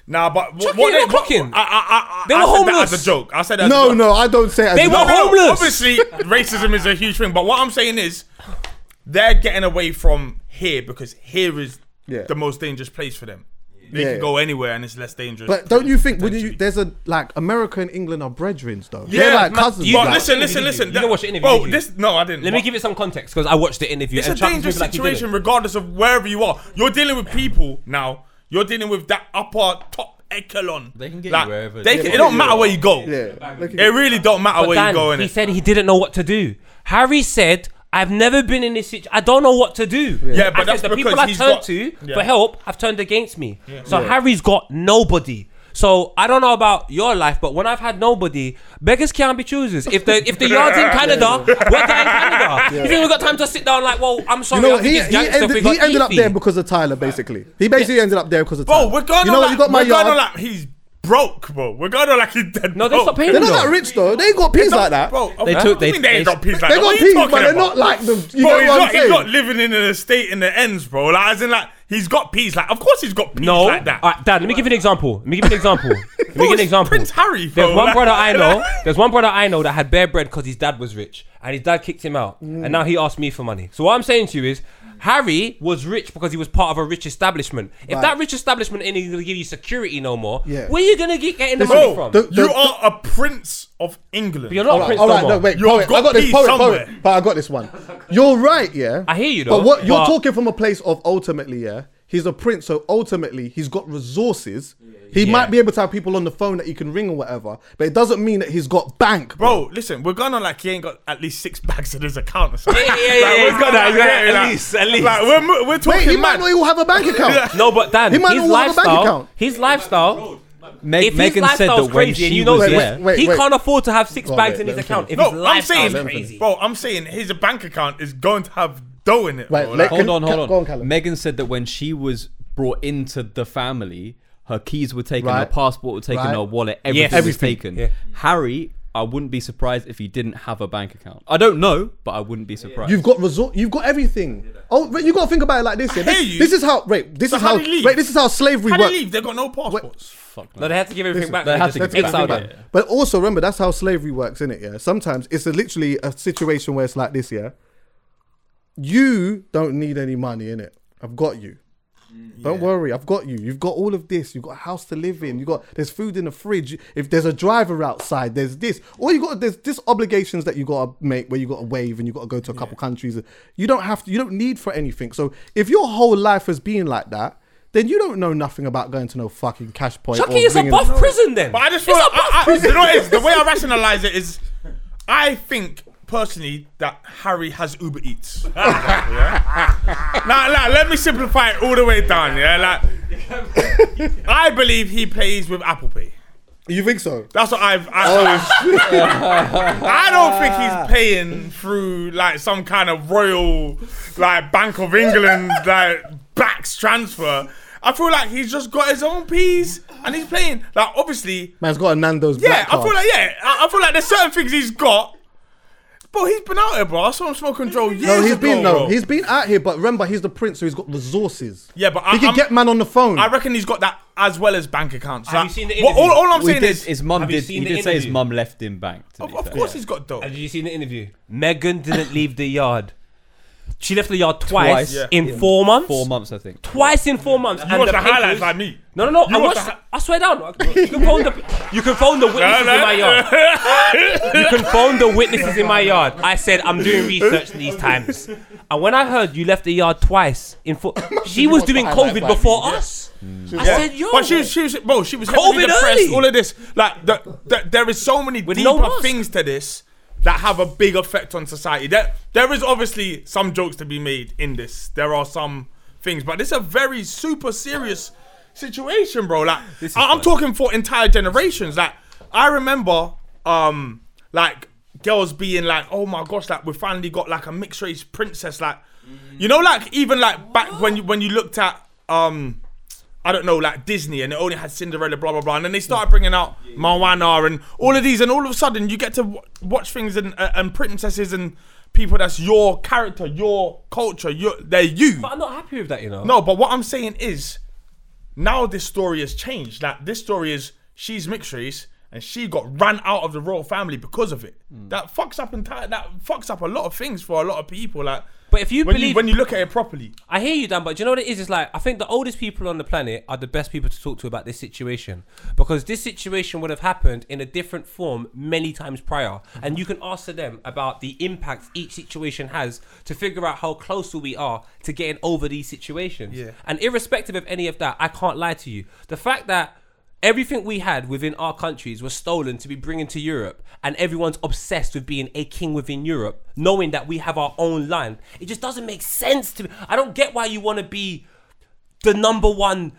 [SPEAKER 4] Nah, but what,
[SPEAKER 1] Chucky,
[SPEAKER 4] what
[SPEAKER 1] you're
[SPEAKER 4] they
[SPEAKER 1] not
[SPEAKER 4] what-
[SPEAKER 1] cooking.
[SPEAKER 4] I, I, I,
[SPEAKER 1] They
[SPEAKER 4] I
[SPEAKER 1] were
[SPEAKER 4] said that
[SPEAKER 1] homeless.
[SPEAKER 4] as a joke. I said that. as a
[SPEAKER 2] No,
[SPEAKER 4] joke.
[SPEAKER 2] no, I don't say it as
[SPEAKER 1] They
[SPEAKER 2] a
[SPEAKER 1] were
[SPEAKER 2] joke.
[SPEAKER 4] No,
[SPEAKER 1] homeless.
[SPEAKER 4] Obviously, racism is a huge thing. But what I'm saying is, they're getting away from here because here is
[SPEAKER 2] Yeah.
[SPEAKER 4] the most dangerous place for them. They
[SPEAKER 2] Yeah,
[SPEAKER 4] can
[SPEAKER 2] yeah.
[SPEAKER 4] go anywhere and it's less dangerous.
[SPEAKER 2] But don't you think? Wouldn't you?
[SPEAKER 4] potentially.
[SPEAKER 2] There's a like America and England are brethren, though. They're like
[SPEAKER 1] man,
[SPEAKER 2] cousins.
[SPEAKER 1] you-
[SPEAKER 4] But
[SPEAKER 2] like-
[SPEAKER 4] listen,
[SPEAKER 1] Interview.
[SPEAKER 4] listen, listen.
[SPEAKER 1] You didn't watch the interview,
[SPEAKER 4] Bro,
[SPEAKER 1] did you?
[SPEAKER 4] this no, I didn't.
[SPEAKER 1] Let me give it some context because I watched the interview.
[SPEAKER 4] It's
[SPEAKER 1] and
[SPEAKER 4] a
[SPEAKER 1] Chuck was
[SPEAKER 4] dangerous
[SPEAKER 1] moving like he didn't.
[SPEAKER 4] situation, regardless of wherever you are. You're dealing with people now. You're dealing with that upper top echelon.
[SPEAKER 5] They can get
[SPEAKER 4] Like,
[SPEAKER 5] you wherever.
[SPEAKER 4] They
[SPEAKER 5] Yeah,
[SPEAKER 4] can,
[SPEAKER 5] but-
[SPEAKER 4] it don't matter where you go.
[SPEAKER 2] yeah. Look at-
[SPEAKER 4] It really don't matter where
[SPEAKER 1] Dan,
[SPEAKER 4] you go in
[SPEAKER 1] he
[SPEAKER 4] it.
[SPEAKER 1] said he didn't know what to do. Harry said, "I've never been in this situation. I don't know what to do."
[SPEAKER 4] Yeah, but
[SPEAKER 1] I said,
[SPEAKER 4] that's
[SPEAKER 1] the
[SPEAKER 4] because
[SPEAKER 1] people I
[SPEAKER 4] he's
[SPEAKER 1] turned
[SPEAKER 4] got-
[SPEAKER 1] to
[SPEAKER 4] Yeah.
[SPEAKER 1] for help have turned against me. So Harry's got nobody. So I don't know about your life, but when I've had nobody, beggars can't be choosers. If the if the yard's in Canada, we're going Canada. You think we've got time to sit down like, well, I'm
[SPEAKER 2] You
[SPEAKER 1] sorry,
[SPEAKER 2] know
[SPEAKER 1] I
[SPEAKER 2] what?
[SPEAKER 1] think
[SPEAKER 2] He,
[SPEAKER 1] it's
[SPEAKER 2] he
[SPEAKER 1] gangster,
[SPEAKER 2] ended,
[SPEAKER 1] we got
[SPEAKER 2] he ended up
[SPEAKER 1] Efi."
[SPEAKER 2] there because of Tyler, basically. He basically ended up there because of Tyler.
[SPEAKER 4] Bro, we're going
[SPEAKER 2] You know what?
[SPEAKER 4] on like,
[SPEAKER 2] You got my
[SPEAKER 4] we're going on
[SPEAKER 2] yard.
[SPEAKER 4] like he's broke, bro. We're going on like he's dead.
[SPEAKER 1] No, they
[SPEAKER 4] broke.
[SPEAKER 1] stopped paying
[SPEAKER 2] They're
[SPEAKER 1] him.
[SPEAKER 2] not
[SPEAKER 1] though.
[SPEAKER 2] that rich though. They ain't got peas like that.
[SPEAKER 4] Bro,
[SPEAKER 5] They
[SPEAKER 4] what
[SPEAKER 5] took-
[SPEAKER 4] do you
[SPEAKER 5] they-
[SPEAKER 4] mean they ain't
[SPEAKER 5] they-
[SPEAKER 4] got peas like
[SPEAKER 2] They
[SPEAKER 4] that? What
[SPEAKER 2] got
[SPEAKER 4] are you
[SPEAKER 2] peas,
[SPEAKER 4] talking
[SPEAKER 2] but they're not
[SPEAKER 4] about?
[SPEAKER 2] like the. You know
[SPEAKER 4] Bro, he's
[SPEAKER 2] what I'm
[SPEAKER 4] not, he's
[SPEAKER 2] saying?
[SPEAKER 4] not living in an estate in the ends, bro. Like, as in, like, he's got peas. Like, of course he's got peas
[SPEAKER 1] No,
[SPEAKER 4] like that.
[SPEAKER 1] Alright, Dad, let me give you an example. Let me give you an example. Let me give
[SPEAKER 4] Bro,
[SPEAKER 1] you an
[SPEAKER 4] it's
[SPEAKER 1] example.
[SPEAKER 4] Prince Harry, bro.
[SPEAKER 1] There's one
[SPEAKER 4] Like-
[SPEAKER 1] brother I know. There's one brother I know that had bare bread because his dad was rich, and his dad kicked him out, and now he asked me for money. So what I'm saying to you is, Harry was rich because he was part of a rich establishment. If
[SPEAKER 2] Right.
[SPEAKER 1] that rich establishment ain't going to give you security no more,
[SPEAKER 2] Yeah.
[SPEAKER 1] where you going to get getting the
[SPEAKER 2] Listen,
[SPEAKER 1] money
[SPEAKER 4] Bro,
[SPEAKER 1] from?
[SPEAKER 2] the-
[SPEAKER 4] you are a prince of England.
[SPEAKER 1] but you're not a
[SPEAKER 2] All right,
[SPEAKER 1] prince
[SPEAKER 2] all
[SPEAKER 1] no
[SPEAKER 2] right,
[SPEAKER 1] more.
[SPEAKER 2] no, wait,
[SPEAKER 4] You've
[SPEAKER 2] poet,
[SPEAKER 4] got
[SPEAKER 2] I got this
[SPEAKER 4] peas
[SPEAKER 2] poet,
[SPEAKER 4] somewhere.
[SPEAKER 2] poet, but I got this one. You're right, yeah.
[SPEAKER 1] I hear you, though,
[SPEAKER 2] But what you're
[SPEAKER 1] but-
[SPEAKER 2] talking from a place of ultimately, yeah, he's a prince, so ultimately he's got resources. He
[SPEAKER 1] Yeah.
[SPEAKER 2] might be able to have people on the phone that he can ring or whatever, but it doesn't mean that he's got bank.
[SPEAKER 4] Bro, listen, we're going on like he ain't got at least six bags in his account or something.
[SPEAKER 1] Yeah, yeah, yeah,
[SPEAKER 4] Like,
[SPEAKER 1] yeah,
[SPEAKER 4] we're
[SPEAKER 1] he's got
[SPEAKER 4] going
[SPEAKER 1] that,
[SPEAKER 4] like
[SPEAKER 1] he's got
[SPEAKER 4] that,
[SPEAKER 1] that, at
[SPEAKER 4] like-
[SPEAKER 1] least, at least.
[SPEAKER 4] Like, we're, we're
[SPEAKER 2] Wait,
[SPEAKER 4] talking
[SPEAKER 2] he
[SPEAKER 4] mad.
[SPEAKER 2] might not even have a bank account.
[SPEAKER 1] No, but Dan,
[SPEAKER 2] He might
[SPEAKER 1] his
[SPEAKER 2] not want a bank
[SPEAKER 1] lifestyle,
[SPEAKER 2] account.
[SPEAKER 1] his lifestyle,
[SPEAKER 5] Meg-
[SPEAKER 1] if
[SPEAKER 5] Megan
[SPEAKER 1] his
[SPEAKER 5] said
[SPEAKER 1] lifestyle's
[SPEAKER 5] that when
[SPEAKER 1] crazy, and
[SPEAKER 5] she
[SPEAKER 1] you know
[SPEAKER 5] was
[SPEAKER 1] this,
[SPEAKER 5] there,
[SPEAKER 2] Wait,
[SPEAKER 1] he
[SPEAKER 2] wait.
[SPEAKER 1] can't afford to have six
[SPEAKER 2] Go on,
[SPEAKER 1] bags
[SPEAKER 2] wait,
[SPEAKER 1] in his
[SPEAKER 2] let me
[SPEAKER 1] account. If
[SPEAKER 2] finish.
[SPEAKER 1] his
[SPEAKER 4] No, I'm
[SPEAKER 1] lifestyle's
[SPEAKER 4] saying,
[SPEAKER 1] crazy,
[SPEAKER 4] bro, I'm saying his bank account is going to have dough in it.
[SPEAKER 2] Wait,
[SPEAKER 4] bro.
[SPEAKER 2] let-
[SPEAKER 4] Like,
[SPEAKER 5] Hold on,
[SPEAKER 2] Ca-
[SPEAKER 5] hold on.
[SPEAKER 2] go on, Callum.
[SPEAKER 5] Megan said that when she was brought into the family, her keys were taken, her
[SPEAKER 2] Right.
[SPEAKER 5] passport were taken,
[SPEAKER 2] Right.
[SPEAKER 5] her wallet, everything was
[SPEAKER 2] Everything.
[SPEAKER 5] taken. Harry, I wouldn't be surprised if he didn't have a bank account. I don't know, but I wouldn't be surprised.
[SPEAKER 2] You've got resort. You've got everything. Oh, wait, you got to think about it like this. Yeah.
[SPEAKER 4] hear
[SPEAKER 2] This,
[SPEAKER 4] you.
[SPEAKER 2] this is how. Wait, this
[SPEAKER 4] So
[SPEAKER 2] is
[SPEAKER 4] how
[SPEAKER 2] how.
[SPEAKER 4] do you leave?
[SPEAKER 2] Wait, this is how slavery
[SPEAKER 4] how do
[SPEAKER 2] works.
[SPEAKER 4] they leave? They've got no passports.
[SPEAKER 5] Fuck no.
[SPEAKER 1] no, they had to give everything back.
[SPEAKER 5] They had to
[SPEAKER 1] just
[SPEAKER 5] give
[SPEAKER 1] exiled
[SPEAKER 5] everything
[SPEAKER 1] him.
[SPEAKER 5] back. Yeah.
[SPEAKER 2] But also remember, that's how slavery works, isn't it? Yeah. Sometimes it's a, literally a situation where it's like this. Yeah. You don't need any money, in it. I've got you. Don't worry, I've got you. You've got all of this. You've got a house to live in. You got there's food in the fridge. If there's a driver outside, there's this. All you got there's this obligations that you gotta make where you gotta wave and you gotta go to a couple countries. You don't have to you don't need for anything. So if your whole life has been like that, then you don't know nothing about going to no fucking cash point.
[SPEAKER 1] Chucky
[SPEAKER 2] or
[SPEAKER 1] is
[SPEAKER 2] ringing-
[SPEAKER 1] above prison then.
[SPEAKER 4] But I just
[SPEAKER 1] It's
[SPEAKER 4] feel, I, I,
[SPEAKER 1] above
[SPEAKER 4] you know what it is? The way I rationalize it is, I think personally that Harry has Uber Eats. yeah? Now, now, let me simplify it all the way down. Yeah, like I believe he plays with Apple Pay.
[SPEAKER 2] You think so?
[SPEAKER 4] That's what I've. I, I don't think he's paying through like some kind of royal, like Bank of England, like backs transfer. I feel like he's just got his own piece and he's playing. Like obviously,
[SPEAKER 2] Man's got a Nando's
[SPEAKER 4] yeah.
[SPEAKER 2] black
[SPEAKER 4] I
[SPEAKER 2] card.
[SPEAKER 4] feel like yeah. I, I feel like there's certain things he's got. But he's been out here, bro. I saw him smoking Joe years
[SPEAKER 2] no, he's
[SPEAKER 4] ago,
[SPEAKER 2] been
[SPEAKER 4] bro.
[SPEAKER 2] no, he's been out here, but remember he's the prince, so he's got resources.
[SPEAKER 4] Yeah, but
[SPEAKER 2] he
[SPEAKER 4] I-
[SPEAKER 2] can
[SPEAKER 4] I'm-
[SPEAKER 2] get man on the phone.
[SPEAKER 4] I reckon he's got that as well as bank accounts.
[SPEAKER 1] Have
[SPEAKER 4] Like,
[SPEAKER 1] you seen the
[SPEAKER 4] what- all,
[SPEAKER 1] interview?
[SPEAKER 4] all I'm
[SPEAKER 5] We
[SPEAKER 4] saying
[SPEAKER 5] did,
[SPEAKER 4] is,
[SPEAKER 5] his mum
[SPEAKER 1] Have you
[SPEAKER 5] did. He
[SPEAKER 1] seen the
[SPEAKER 5] did say his
[SPEAKER 1] interview?
[SPEAKER 5] mum left him banked.
[SPEAKER 4] of, of course, he's got dough.
[SPEAKER 1] Did you see the interview? Megan didn't leave the yard. She left the yard twice,
[SPEAKER 5] Twice. Yeah.
[SPEAKER 1] in four months.
[SPEAKER 5] four months, I think.
[SPEAKER 1] Twice in four months.
[SPEAKER 4] You
[SPEAKER 1] and
[SPEAKER 4] watch
[SPEAKER 1] the
[SPEAKER 4] the highlights
[SPEAKER 1] papers-
[SPEAKER 4] like me.
[SPEAKER 1] No, no, no.
[SPEAKER 4] You
[SPEAKER 1] I,
[SPEAKER 4] watch
[SPEAKER 1] watched,
[SPEAKER 4] the
[SPEAKER 1] I swear down. You can phone the, you can phone the witnesses
[SPEAKER 4] no.
[SPEAKER 1] in my yard. You can phone the witnesses in my yard. I said I'm doing research these times, and when I heard you left the yard twice in four, she was
[SPEAKER 2] watched the
[SPEAKER 1] doing
[SPEAKER 2] highlights
[SPEAKER 1] COVID
[SPEAKER 2] like me,
[SPEAKER 1] before
[SPEAKER 2] yeah.
[SPEAKER 1] us.
[SPEAKER 5] Hmm.
[SPEAKER 1] I
[SPEAKER 2] Yeah.
[SPEAKER 1] said, yo,
[SPEAKER 4] But she was, she was, bro, she was
[SPEAKER 1] COVID
[SPEAKER 4] COVID depressed.
[SPEAKER 1] early.
[SPEAKER 4] All of this, like, the, the, there is so many deeper
[SPEAKER 1] no mask.
[SPEAKER 4] things to this that have a big effect on society. There, there is obviously some jokes to be made in this. There are some things, but it's a very super serious situation, bro. Like, I, I'm talking for entire generations. Like, I remember, um, like girls being like, "Oh my gosh, like we finally got like a mixed race princess." Like, you know, like even like back when you when you looked at um. I don't know, like Disney, and it only had Cinderella, blah blah blah, and then they started bringing out Moana and all of these, and all of a sudden you get to w- watch things and uh, and princesses and people that's your character, your culture, your they're you.
[SPEAKER 1] I'm not happy with that, you know.
[SPEAKER 4] No, but what I'm saying is, now this story has changed. Like this story is she's mixed race and she got ran out of the royal family because of it.
[SPEAKER 1] Hmm.
[SPEAKER 4] That fucks up entire. That fucks up a lot of things for a lot of people. Like,
[SPEAKER 1] But if you
[SPEAKER 4] when
[SPEAKER 1] believe-
[SPEAKER 4] you, when you look at it properly,
[SPEAKER 1] I hear you, Dan, but do you know what it is? It's like I think the oldest people on the planet are the best people to talk to about this situation because this situation would have happened in a different form many times prior, and you can ask them about the impact each situation has to figure out how close we are to getting over these situations.
[SPEAKER 4] Yeah.
[SPEAKER 1] And irrespective of any of that, I can't lie to you. The fact that everything we had within our countries was stolen to be bringing to Europe, and everyone's obsessed with being a king within Europe, knowing that we have our own land. It just doesn't make sense to me. I don't get why you want to be the number one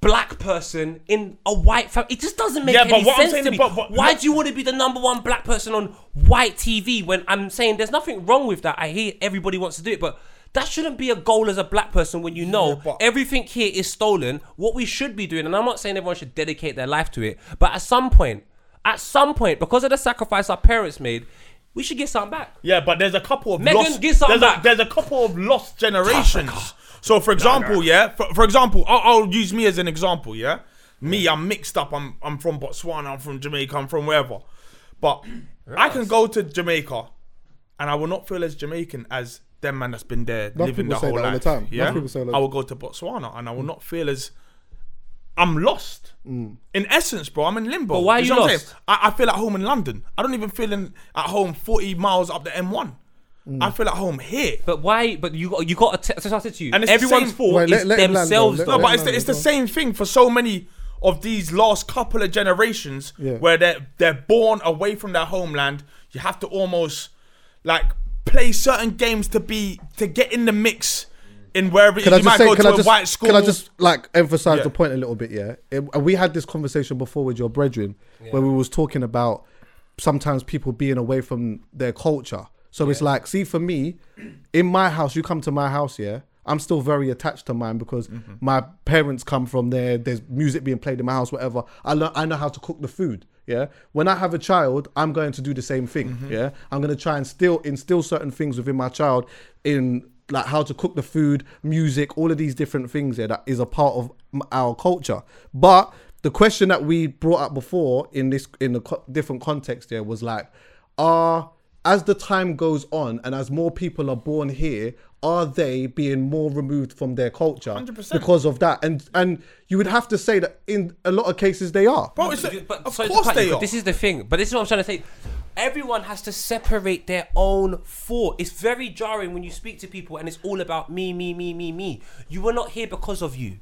[SPEAKER 1] black person in a white family. It just doesn't make
[SPEAKER 4] Yeah,
[SPEAKER 1] any
[SPEAKER 4] but what I'm
[SPEAKER 1] sense
[SPEAKER 4] saying
[SPEAKER 1] to me.
[SPEAKER 4] is- but- but-
[SPEAKER 1] why do you want to be the number one black person on white TV when I'm saying there's nothing wrong with that? I hear everybody wants to do it, but that shouldn't be a goal as a black person when you know
[SPEAKER 4] but-
[SPEAKER 1] everything here is stolen. What we should be doing, and I'm not saying everyone should dedicate their life to it, but at some point, at some point, because of the sacrifice our parents made, we should get something back.
[SPEAKER 4] Yeah, but there's a couple of
[SPEAKER 1] Megan,
[SPEAKER 4] lost.
[SPEAKER 1] give some
[SPEAKER 4] there's,
[SPEAKER 1] back.
[SPEAKER 4] A, there's a couple of lost generations. So, for example, yeah, for, for example, I'll, I'll use me as an example. Yeah, me, I'm mixed up. I'm I'm from Botswana. I'm from Jamaica. I'm from wherever. But I can go to Jamaica, and I will not feel as Jamaican as them man that's been there
[SPEAKER 2] Lot of
[SPEAKER 4] living
[SPEAKER 2] people
[SPEAKER 4] that
[SPEAKER 2] say
[SPEAKER 4] whole
[SPEAKER 2] that all
[SPEAKER 4] life.
[SPEAKER 2] the time. Mm. Lot of
[SPEAKER 4] Yeah,
[SPEAKER 2] people say that.
[SPEAKER 4] I will go to Botswana and I will not feel as I'm lost.
[SPEAKER 2] Mm.
[SPEAKER 4] In essence, bro, I'm in limbo. But
[SPEAKER 5] why are you lost?
[SPEAKER 4] I, I feel at home in London. I don't even feel in, at home 40 miles up the M1.
[SPEAKER 2] Mm.
[SPEAKER 4] I feel at home here.
[SPEAKER 1] But why? But you got you got a t- such attitude.
[SPEAKER 4] And
[SPEAKER 1] And
[SPEAKER 4] it's the
[SPEAKER 1] everyone's
[SPEAKER 4] same-
[SPEAKER 1] fault
[SPEAKER 2] Wait, let-
[SPEAKER 1] is
[SPEAKER 2] let him land, though.
[SPEAKER 1] themselves.
[SPEAKER 2] Let-
[SPEAKER 1] though.
[SPEAKER 4] No, but it's
[SPEAKER 2] man,
[SPEAKER 4] the, it's the
[SPEAKER 2] bro.
[SPEAKER 4] same thing for so many of these last couple of generations
[SPEAKER 2] Yeah.
[SPEAKER 4] where they're they're born away from their homeland. You have to almost like play certain games to be to get in the mix in wherever it
[SPEAKER 2] Can I
[SPEAKER 4] is. you
[SPEAKER 2] just
[SPEAKER 4] might
[SPEAKER 2] say?
[SPEAKER 4] go
[SPEAKER 2] Can
[SPEAKER 4] to
[SPEAKER 2] I
[SPEAKER 4] a
[SPEAKER 2] just?
[SPEAKER 4] white school.
[SPEAKER 2] Can I just like emphasize
[SPEAKER 4] Yeah.
[SPEAKER 2] the point a little bit? Yeah, It- and we had this conversation before with your brethren, where we was talking about sometimes people being away from their culture. So it's like, see, for me, in my house, you come to my house, yeah. I'm still very attached to mine because
[SPEAKER 4] Mm-hmm.
[SPEAKER 2] my parents come from there. There's music being played in my house, whatever. I learn, I know how to cook the food. Yeah. When I have a child, I'm going to do the same thing. Yeah. I'm going to try and still instill certain things within my child in like how to cook the food, music, all of these different things there that is a part of m- our culture. But the question that we brought up before in this in the co- different context there was like, are as the time goes on and as more people are born here, are they being more removed from their culture
[SPEAKER 4] 100%.
[SPEAKER 2] because of that? And and you would have to say that in a lot of cases they are.
[SPEAKER 4] Bro, it's a-
[SPEAKER 1] But
[SPEAKER 4] of
[SPEAKER 1] sorry to
[SPEAKER 4] course
[SPEAKER 1] cut you,
[SPEAKER 4] they
[SPEAKER 1] but
[SPEAKER 4] are.
[SPEAKER 1] This is the thing. But this is what I'm trying to say. Everyone has to separate their own thought. It's very jarring when you speak to people and it's all about me, me, me, me, me. You were not here because of you.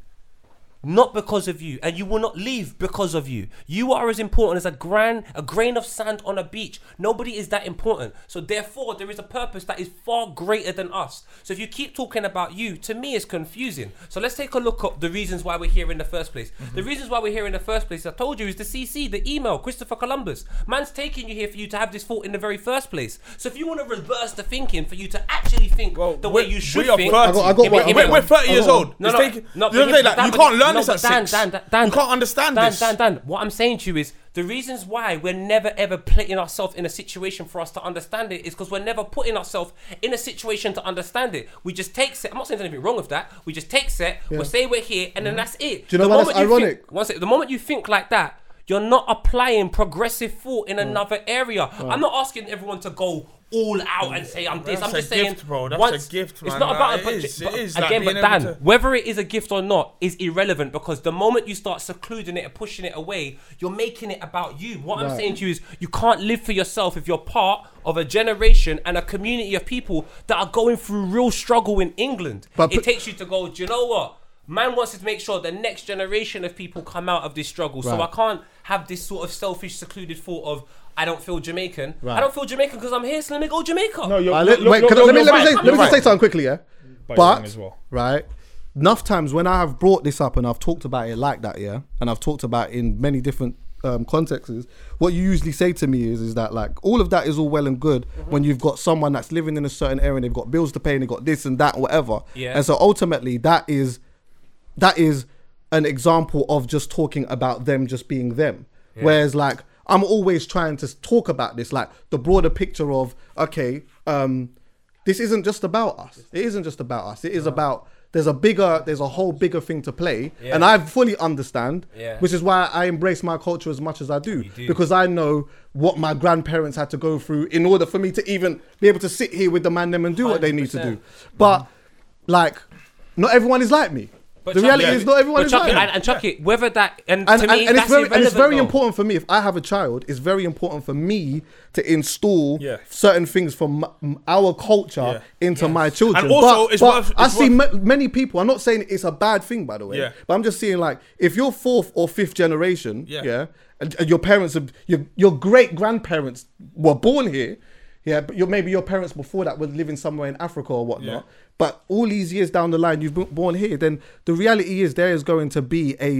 [SPEAKER 1] Not because of you, and you will not leave because of you. You are as important as a gran, a grain of sand on a beach. Nobody is that important. So therefore, there is a purpose that is far greater than us. So if you keep talking about you, to me, it's confusing. So let's take a look at the reasons why we're here in the first place. The
[SPEAKER 4] Mm-hmm.
[SPEAKER 1] reasons why we're here in the first place, I told you, is the CC, the email, Christopher Columbus. Man's taking you here for you to have this thought in the very first place. So if you want to reverse the thinking, for you to actually think the way
[SPEAKER 4] we-
[SPEAKER 1] you should
[SPEAKER 4] we are
[SPEAKER 1] think,
[SPEAKER 4] 30.
[SPEAKER 2] I got- I got
[SPEAKER 1] Give me-
[SPEAKER 2] one- I
[SPEAKER 1] give
[SPEAKER 4] we're,
[SPEAKER 1] me-
[SPEAKER 4] we're 30
[SPEAKER 2] I
[SPEAKER 4] years
[SPEAKER 2] got
[SPEAKER 4] old.
[SPEAKER 1] no,
[SPEAKER 4] It's
[SPEAKER 1] no,
[SPEAKER 4] taking-
[SPEAKER 1] no,
[SPEAKER 4] you, know
[SPEAKER 1] but
[SPEAKER 4] what I'm
[SPEAKER 1] yeah,
[SPEAKER 4] saying? Like,
[SPEAKER 1] but
[SPEAKER 4] you
[SPEAKER 1] that-
[SPEAKER 4] can't learn
[SPEAKER 1] no,
[SPEAKER 4] this
[SPEAKER 1] but
[SPEAKER 4] at
[SPEAKER 1] Dan,
[SPEAKER 4] six.
[SPEAKER 1] Dan, Dan, Dan,
[SPEAKER 4] you can't understand
[SPEAKER 1] Dan,
[SPEAKER 4] this.
[SPEAKER 1] Dan, Dan, what I'm saying to you is the reasons why we're never ever putting ourselves in a situation for us to understand it is because we're never putting ourselves in a situation to understand it. We just take set. I'm not saying there's anything wrong with that. We just take set. We say we're here, and
[SPEAKER 4] Mm-hmm.
[SPEAKER 1] then that's it.
[SPEAKER 2] Do you know
[SPEAKER 1] the
[SPEAKER 2] why that's
[SPEAKER 1] moment you
[SPEAKER 2] ironic?
[SPEAKER 1] Think, one sec, the moment you think like that. You're not applying progressive thought
[SPEAKER 4] Mm.
[SPEAKER 1] in another area. I'm not asking everyone to go all out and say I'm this.
[SPEAKER 4] That's
[SPEAKER 1] I'm just
[SPEAKER 4] a
[SPEAKER 1] saying,
[SPEAKER 4] gift, bro. That's a
[SPEAKER 1] once,
[SPEAKER 4] gift,
[SPEAKER 1] It's
[SPEAKER 4] man.
[SPEAKER 1] not about
[SPEAKER 4] Like,
[SPEAKER 1] a
[SPEAKER 4] it
[SPEAKER 1] budget.
[SPEAKER 4] is. It
[SPEAKER 1] but
[SPEAKER 4] is, like,
[SPEAKER 1] again,
[SPEAKER 4] being
[SPEAKER 1] but
[SPEAKER 4] able
[SPEAKER 1] Dan,
[SPEAKER 4] to-
[SPEAKER 1] whether it is a gift or not is irrelevant because the moment you start secluding it and pushing it away, you're making it about you. What I'm
[SPEAKER 2] Right.
[SPEAKER 1] saying to you is you can't live for yourself if you're part of a generation and a community of people that are going through real struggle in England.
[SPEAKER 2] But
[SPEAKER 1] it
[SPEAKER 2] put-
[SPEAKER 1] takes you to go, do you know what? Man wants to make sure the next generation of people come out of this struggle. So I
[SPEAKER 2] Right.
[SPEAKER 1] can't have this sort of selfish, secluded thought of I don't feel Jamaican. I
[SPEAKER 2] Right.
[SPEAKER 1] don't feel Jamaican because I'm here, so let me go Jamaica.
[SPEAKER 4] No, you're,
[SPEAKER 2] Uh,
[SPEAKER 4] you're,
[SPEAKER 2] let, wait,
[SPEAKER 4] you're,
[SPEAKER 2] can I-
[SPEAKER 4] you're
[SPEAKER 2] let me, let me,
[SPEAKER 4] right.
[SPEAKER 2] say, let me
[SPEAKER 4] You're
[SPEAKER 2] just say
[SPEAKER 4] right.
[SPEAKER 2] something quickly, yeah? But,
[SPEAKER 4] you're wrong as well.
[SPEAKER 2] right, enough times when I have brought this up and I've talked about it like that, yeah, and I've talked about in many different um, contexts, what you usually say to me is, is that like all of that is all well and good when you've got someone that's living in a certain area and they've got bills to pay and they've got this and that, whatever.
[SPEAKER 1] Yeah.
[SPEAKER 2] And so ultimately, that is that is an example of just talking about them just being them. Whereas like I'm always trying to s- talk about this, like the broader picture of okay, um, this isn't just about us. It isn't just about us. It is about there's a bigger, there's a whole bigger thing to play, and I fully understand,
[SPEAKER 1] Yeah.
[SPEAKER 2] which is why I embrace my culture as much as I do, because I know what my grandparents had to go through in order for me to even be able to sit here with the man them and do what they need to do.
[SPEAKER 1] 100%.
[SPEAKER 2] But like, not everyone is like me. the
[SPEAKER 1] Chucky-
[SPEAKER 2] reality is not everyone
[SPEAKER 1] but
[SPEAKER 2] is
[SPEAKER 1] Chucky-
[SPEAKER 2] like me.
[SPEAKER 1] and, and chuck it whether that and,
[SPEAKER 2] and,
[SPEAKER 1] to
[SPEAKER 2] and,
[SPEAKER 1] me
[SPEAKER 2] and
[SPEAKER 1] that's
[SPEAKER 2] it's very, and
[SPEAKER 1] irrelevant,
[SPEAKER 2] it's very
[SPEAKER 1] though.
[SPEAKER 2] important for me if I have a child. It's very important for me to install
[SPEAKER 4] Yeah.
[SPEAKER 2] certain things from m- m- our culture
[SPEAKER 4] Yeah.
[SPEAKER 2] into my children.
[SPEAKER 4] And also,
[SPEAKER 2] but,
[SPEAKER 4] it's
[SPEAKER 2] but
[SPEAKER 4] worth-
[SPEAKER 2] I
[SPEAKER 4] it's
[SPEAKER 2] see
[SPEAKER 4] worth-
[SPEAKER 2] ma- many people. I'm not saying it's a bad thing, by the way.
[SPEAKER 4] Yeah.
[SPEAKER 2] But I'm just seeing like if you're fourth or fifth generation,
[SPEAKER 4] Yeah.
[SPEAKER 2] yeah, and, and your parents, have, your your great grandparents were born here. Yeah, but your, maybe your parents before that were living somewhere in Africa or whatnot.
[SPEAKER 4] Yeah.
[SPEAKER 2] But all these years down the line, you've been born here. Then the reality is there is going to be a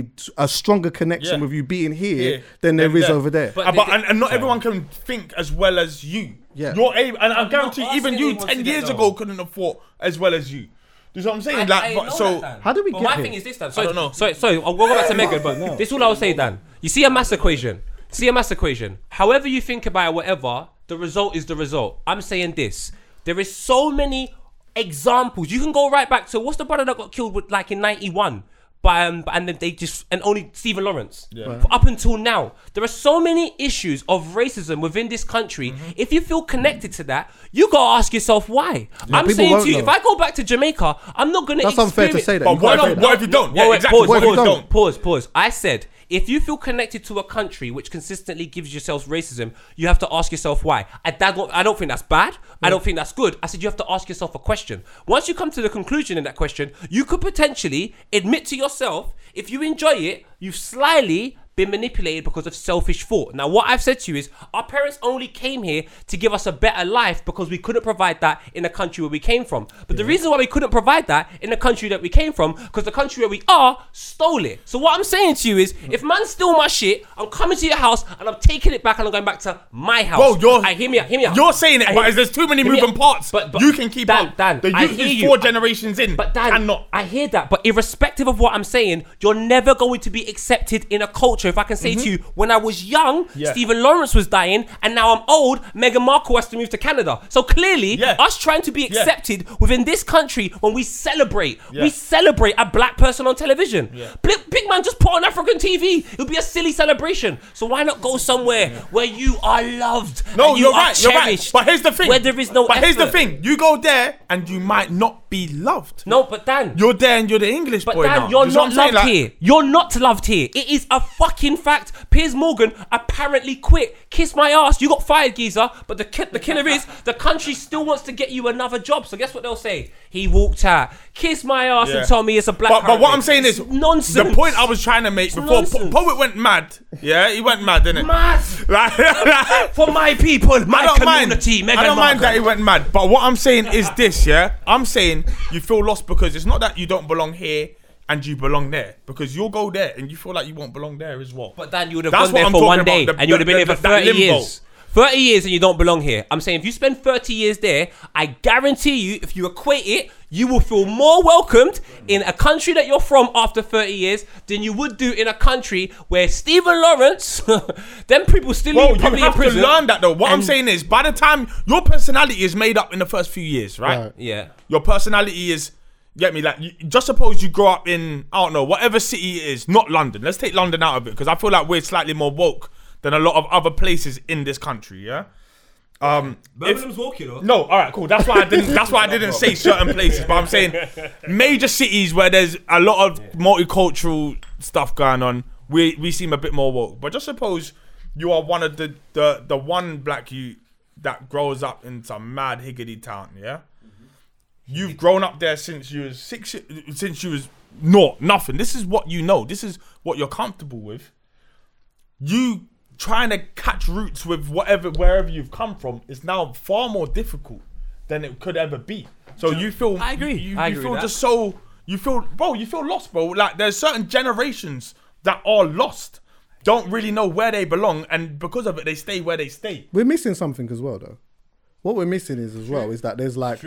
[SPEAKER 2] a stronger connection
[SPEAKER 4] Yeah.
[SPEAKER 2] with you being here
[SPEAKER 4] Yeah.
[SPEAKER 2] than there
[SPEAKER 4] Then
[SPEAKER 2] is
[SPEAKER 4] there.
[SPEAKER 2] over there.
[SPEAKER 1] But
[SPEAKER 4] Uh,
[SPEAKER 1] they-
[SPEAKER 4] but
[SPEAKER 1] they-
[SPEAKER 4] and, and not everyone can think as well as you.
[SPEAKER 2] Yeah.
[SPEAKER 4] You're able, and I guarantee
[SPEAKER 1] not
[SPEAKER 4] even
[SPEAKER 1] asking
[SPEAKER 4] you
[SPEAKER 1] anyone
[SPEAKER 4] ten
[SPEAKER 1] to do
[SPEAKER 4] years
[SPEAKER 1] that,
[SPEAKER 4] ago
[SPEAKER 1] though.
[SPEAKER 4] couldn't have thought as well as you. Do you know what I'm saying?
[SPEAKER 1] I-
[SPEAKER 4] like,
[SPEAKER 1] I
[SPEAKER 4] but
[SPEAKER 1] know
[SPEAKER 4] so
[SPEAKER 1] that, Dan.
[SPEAKER 2] How did we
[SPEAKER 1] but
[SPEAKER 2] get
[SPEAKER 1] my
[SPEAKER 2] here?
[SPEAKER 1] thing is this, Dan. Sorry,
[SPEAKER 4] don't know.
[SPEAKER 1] Sorry, sorry. I'll go back to Megan, but this is all I'll say, Dan. You see a mass equation. See a mass equation. However you think about it, whatever, the result is the result. I'm saying this. There is so many examples. You can go right back to what's the brother that got killed with like in 91? by um, and then they just and only Stephen Lawrence.
[SPEAKER 4] Yeah.
[SPEAKER 1] But Up until now, there are so many issues of racism within this country. If you feel connected to that, you gotta ask yourself why. I'm
[SPEAKER 2] people
[SPEAKER 1] saying
[SPEAKER 2] won't
[SPEAKER 1] to you,
[SPEAKER 2] know.
[SPEAKER 1] if I go back to Jamaica, I'm not gonna.
[SPEAKER 2] That's unfair to
[SPEAKER 1] experience-
[SPEAKER 2] say that.
[SPEAKER 4] But
[SPEAKER 2] You
[SPEAKER 4] what
[SPEAKER 2] can't
[SPEAKER 4] if,
[SPEAKER 2] say
[SPEAKER 4] what
[SPEAKER 2] that.
[SPEAKER 4] if you don't?
[SPEAKER 1] Wait,
[SPEAKER 4] Yeah,
[SPEAKER 1] wait,
[SPEAKER 4] exactly.
[SPEAKER 1] Pause,
[SPEAKER 4] What if you
[SPEAKER 1] pause,
[SPEAKER 4] don't?
[SPEAKER 1] pause, pause. I said, if you feel connected to a country which consistently gives yourselves racism, you have to ask yourself why. I, that, don't- I don't think that's bad. I
[SPEAKER 2] Mm.
[SPEAKER 1] don't think that's good. I said you have to ask yourself a question. Once you come to the conclusion in that question, you could potentially admit to yourself, if you enjoy it, you've slyly been manipulated because of selfish thought. Now, what I've said to you is, our parents only came here to give us a better life because we couldn't provide that in the country where we came from. But the reason why we couldn't provide that in the country that we came from, because the country where we are stole it. So what I'm saying to you is,
[SPEAKER 4] Mm.
[SPEAKER 1] if man steal my shit, I'm coming to your house and I'm taking it back and I'm going back to my house.
[SPEAKER 4] Bro, you're-
[SPEAKER 1] I hear me out. Hear me out.
[SPEAKER 4] You're saying it,
[SPEAKER 1] I
[SPEAKER 4] but
[SPEAKER 1] hear-
[SPEAKER 4] there's too many
[SPEAKER 1] hear me
[SPEAKER 4] moving
[SPEAKER 1] out.
[SPEAKER 4] parts. But, you can keep
[SPEAKER 1] Dan,
[SPEAKER 4] up.
[SPEAKER 1] Dan,
[SPEAKER 4] the
[SPEAKER 1] I
[SPEAKER 4] youth
[SPEAKER 1] hear
[SPEAKER 4] is
[SPEAKER 1] you.
[SPEAKER 4] four
[SPEAKER 1] I-
[SPEAKER 4] generations in.
[SPEAKER 1] but Dan,
[SPEAKER 4] cannot.
[SPEAKER 1] I hear that. But irrespective of what I'm saying, you're never going to be accepted in a culture. If I can say to you, when I was young,
[SPEAKER 4] Mm-hmm. Yeah.
[SPEAKER 1] Stephen Lawrence was dying, and now I'm old, Meghan Markle has to move to Canada. So clearly,
[SPEAKER 4] Yeah.
[SPEAKER 1] us trying to be
[SPEAKER 4] Yeah.
[SPEAKER 1] accepted within this country when we celebrate,
[SPEAKER 4] Yeah.
[SPEAKER 1] we celebrate a black person on television. Bli- Big man, just put on African TV. It'll be a silly celebration. So why not go somewhere where you are loved?
[SPEAKER 4] No,
[SPEAKER 1] and you
[SPEAKER 4] you are
[SPEAKER 1] are
[SPEAKER 4] right. You're right.
[SPEAKER 1] cherished,
[SPEAKER 4] But here's the thing.
[SPEAKER 1] Where there is no
[SPEAKER 4] But here's the
[SPEAKER 1] effort.
[SPEAKER 4] thing. You go there and you might not be loved.
[SPEAKER 1] No, but Dan,
[SPEAKER 4] You're there and you're the English
[SPEAKER 1] But
[SPEAKER 4] boy
[SPEAKER 1] Dan,
[SPEAKER 4] now.
[SPEAKER 1] you're
[SPEAKER 4] You see what
[SPEAKER 1] not
[SPEAKER 4] I'm saying?
[SPEAKER 1] loved
[SPEAKER 4] Like,
[SPEAKER 1] here. You're not loved here. It is a fucking fact. Piers Morgan apparently quit. Kiss my ass. You got fired, geezer. But the ki- the killer is the country still wants to get you another job. So guess what they'll say? He walked out. Kiss my ass
[SPEAKER 4] Yeah.
[SPEAKER 1] and tell me it's a black.
[SPEAKER 4] But, but what
[SPEAKER 1] current
[SPEAKER 4] I'm saying
[SPEAKER 1] it's
[SPEAKER 4] is
[SPEAKER 1] nonsense.
[SPEAKER 4] The point I was trying to make before po-
[SPEAKER 1] nonsense.
[SPEAKER 4] Poet went mad. Yeah, he went mad, didn't it?
[SPEAKER 1] mad
[SPEAKER 4] Like, like,
[SPEAKER 1] for my people, my
[SPEAKER 4] I don't mind.
[SPEAKER 1] community. Meghan
[SPEAKER 4] I don't
[SPEAKER 1] Markle.
[SPEAKER 4] mind that he went mad. But what I'm saying is this, yeah? I'm saying you feel lost because it's not that you don't belong here and you belong there. Because you'll go there and you feel like you won't belong there as well.
[SPEAKER 1] But Dan, you would have gone
[SPEAKER 4] That's what
[SPEAKER 1] there
[SPEAKER 4] I'm
[SPEAKER 1] for
[SPEAKER 4] talking
[SPEAKER 1] one
[SPEAKER 4] about,
[SPEAKER 1] day,
[SPEAKER 4] the-
[SPEAKER 1] and you would have
[SPEAKER 4] the-
[SPEAKER 1] been there
[SPEAKER 4] the-
[SPEAKER 1] for
[SPEAKER 4] that
[SPEAKER 1] thirty
[SPEAKER 4] limbo.
[SPEAKER 1] years. Thirty years, and you don't belong here. I'm saying, if you spend thirty years there, I guarantee you, if you equate it, you will feel more welcomed in a country that you're from after thirty years than you would do in a country where Stephen Lawrence, them people still
[SPEAKER 4] Bro, you
[SPEAKER 1] probably in
[SPEAKER 4] have to
[SPEAKER 1] prison.
[SPEAKER 4] learn that though. What I'm
[SPEAKER 1] And-
[SPEAKER 4] saying is, by the time your personality is made up in the first few years, right?
[SPEAKER 2] Right.
[SPEAKER 1] Yeah.
[SPEAKER 4] Your personality is, get me, like, you, just suppose you grow up in, I don't know, whatever city it is, not London. Let's take London out of it because I feel like we're slightly more woke than a lot of other places in this country, yeah? Um, if-
[SPEAKER 6] walking though.
[SPEAKER 4] no, all right, cool. That's why I didn't. That's why I didn't say certain places, but I'm saying major cities where there's a lot of multicultural stuff going on. We we seem a bit more woke, but just suppose you are one of the the, the one black you that grows up in some mad higgity town. Yeah, you've grown up there since you was six. y- Since you was not nothing. This is what you know. This is what you're comfortable with you trying to catch roots with whatever wherever you've come from is now far more difficult than it could ever be. So you feel
[SPEAKER 1] I agree.
[SPEAKER 4] You,
[SPEAKER 1] I
[SPEAKER 4] you
[SPEAKER 1] agree
[SPEAKER 4] feel
[SPEAKER 1] with
[SPEAKER 4] just so you feel bro, you feel lost, bro. Like there's certain generations that are lost, don't really know where they belong, and because of it they stay where they stay.
[SPEAKER 2] We're missing something as well, though. What we're missing is as well is that there's like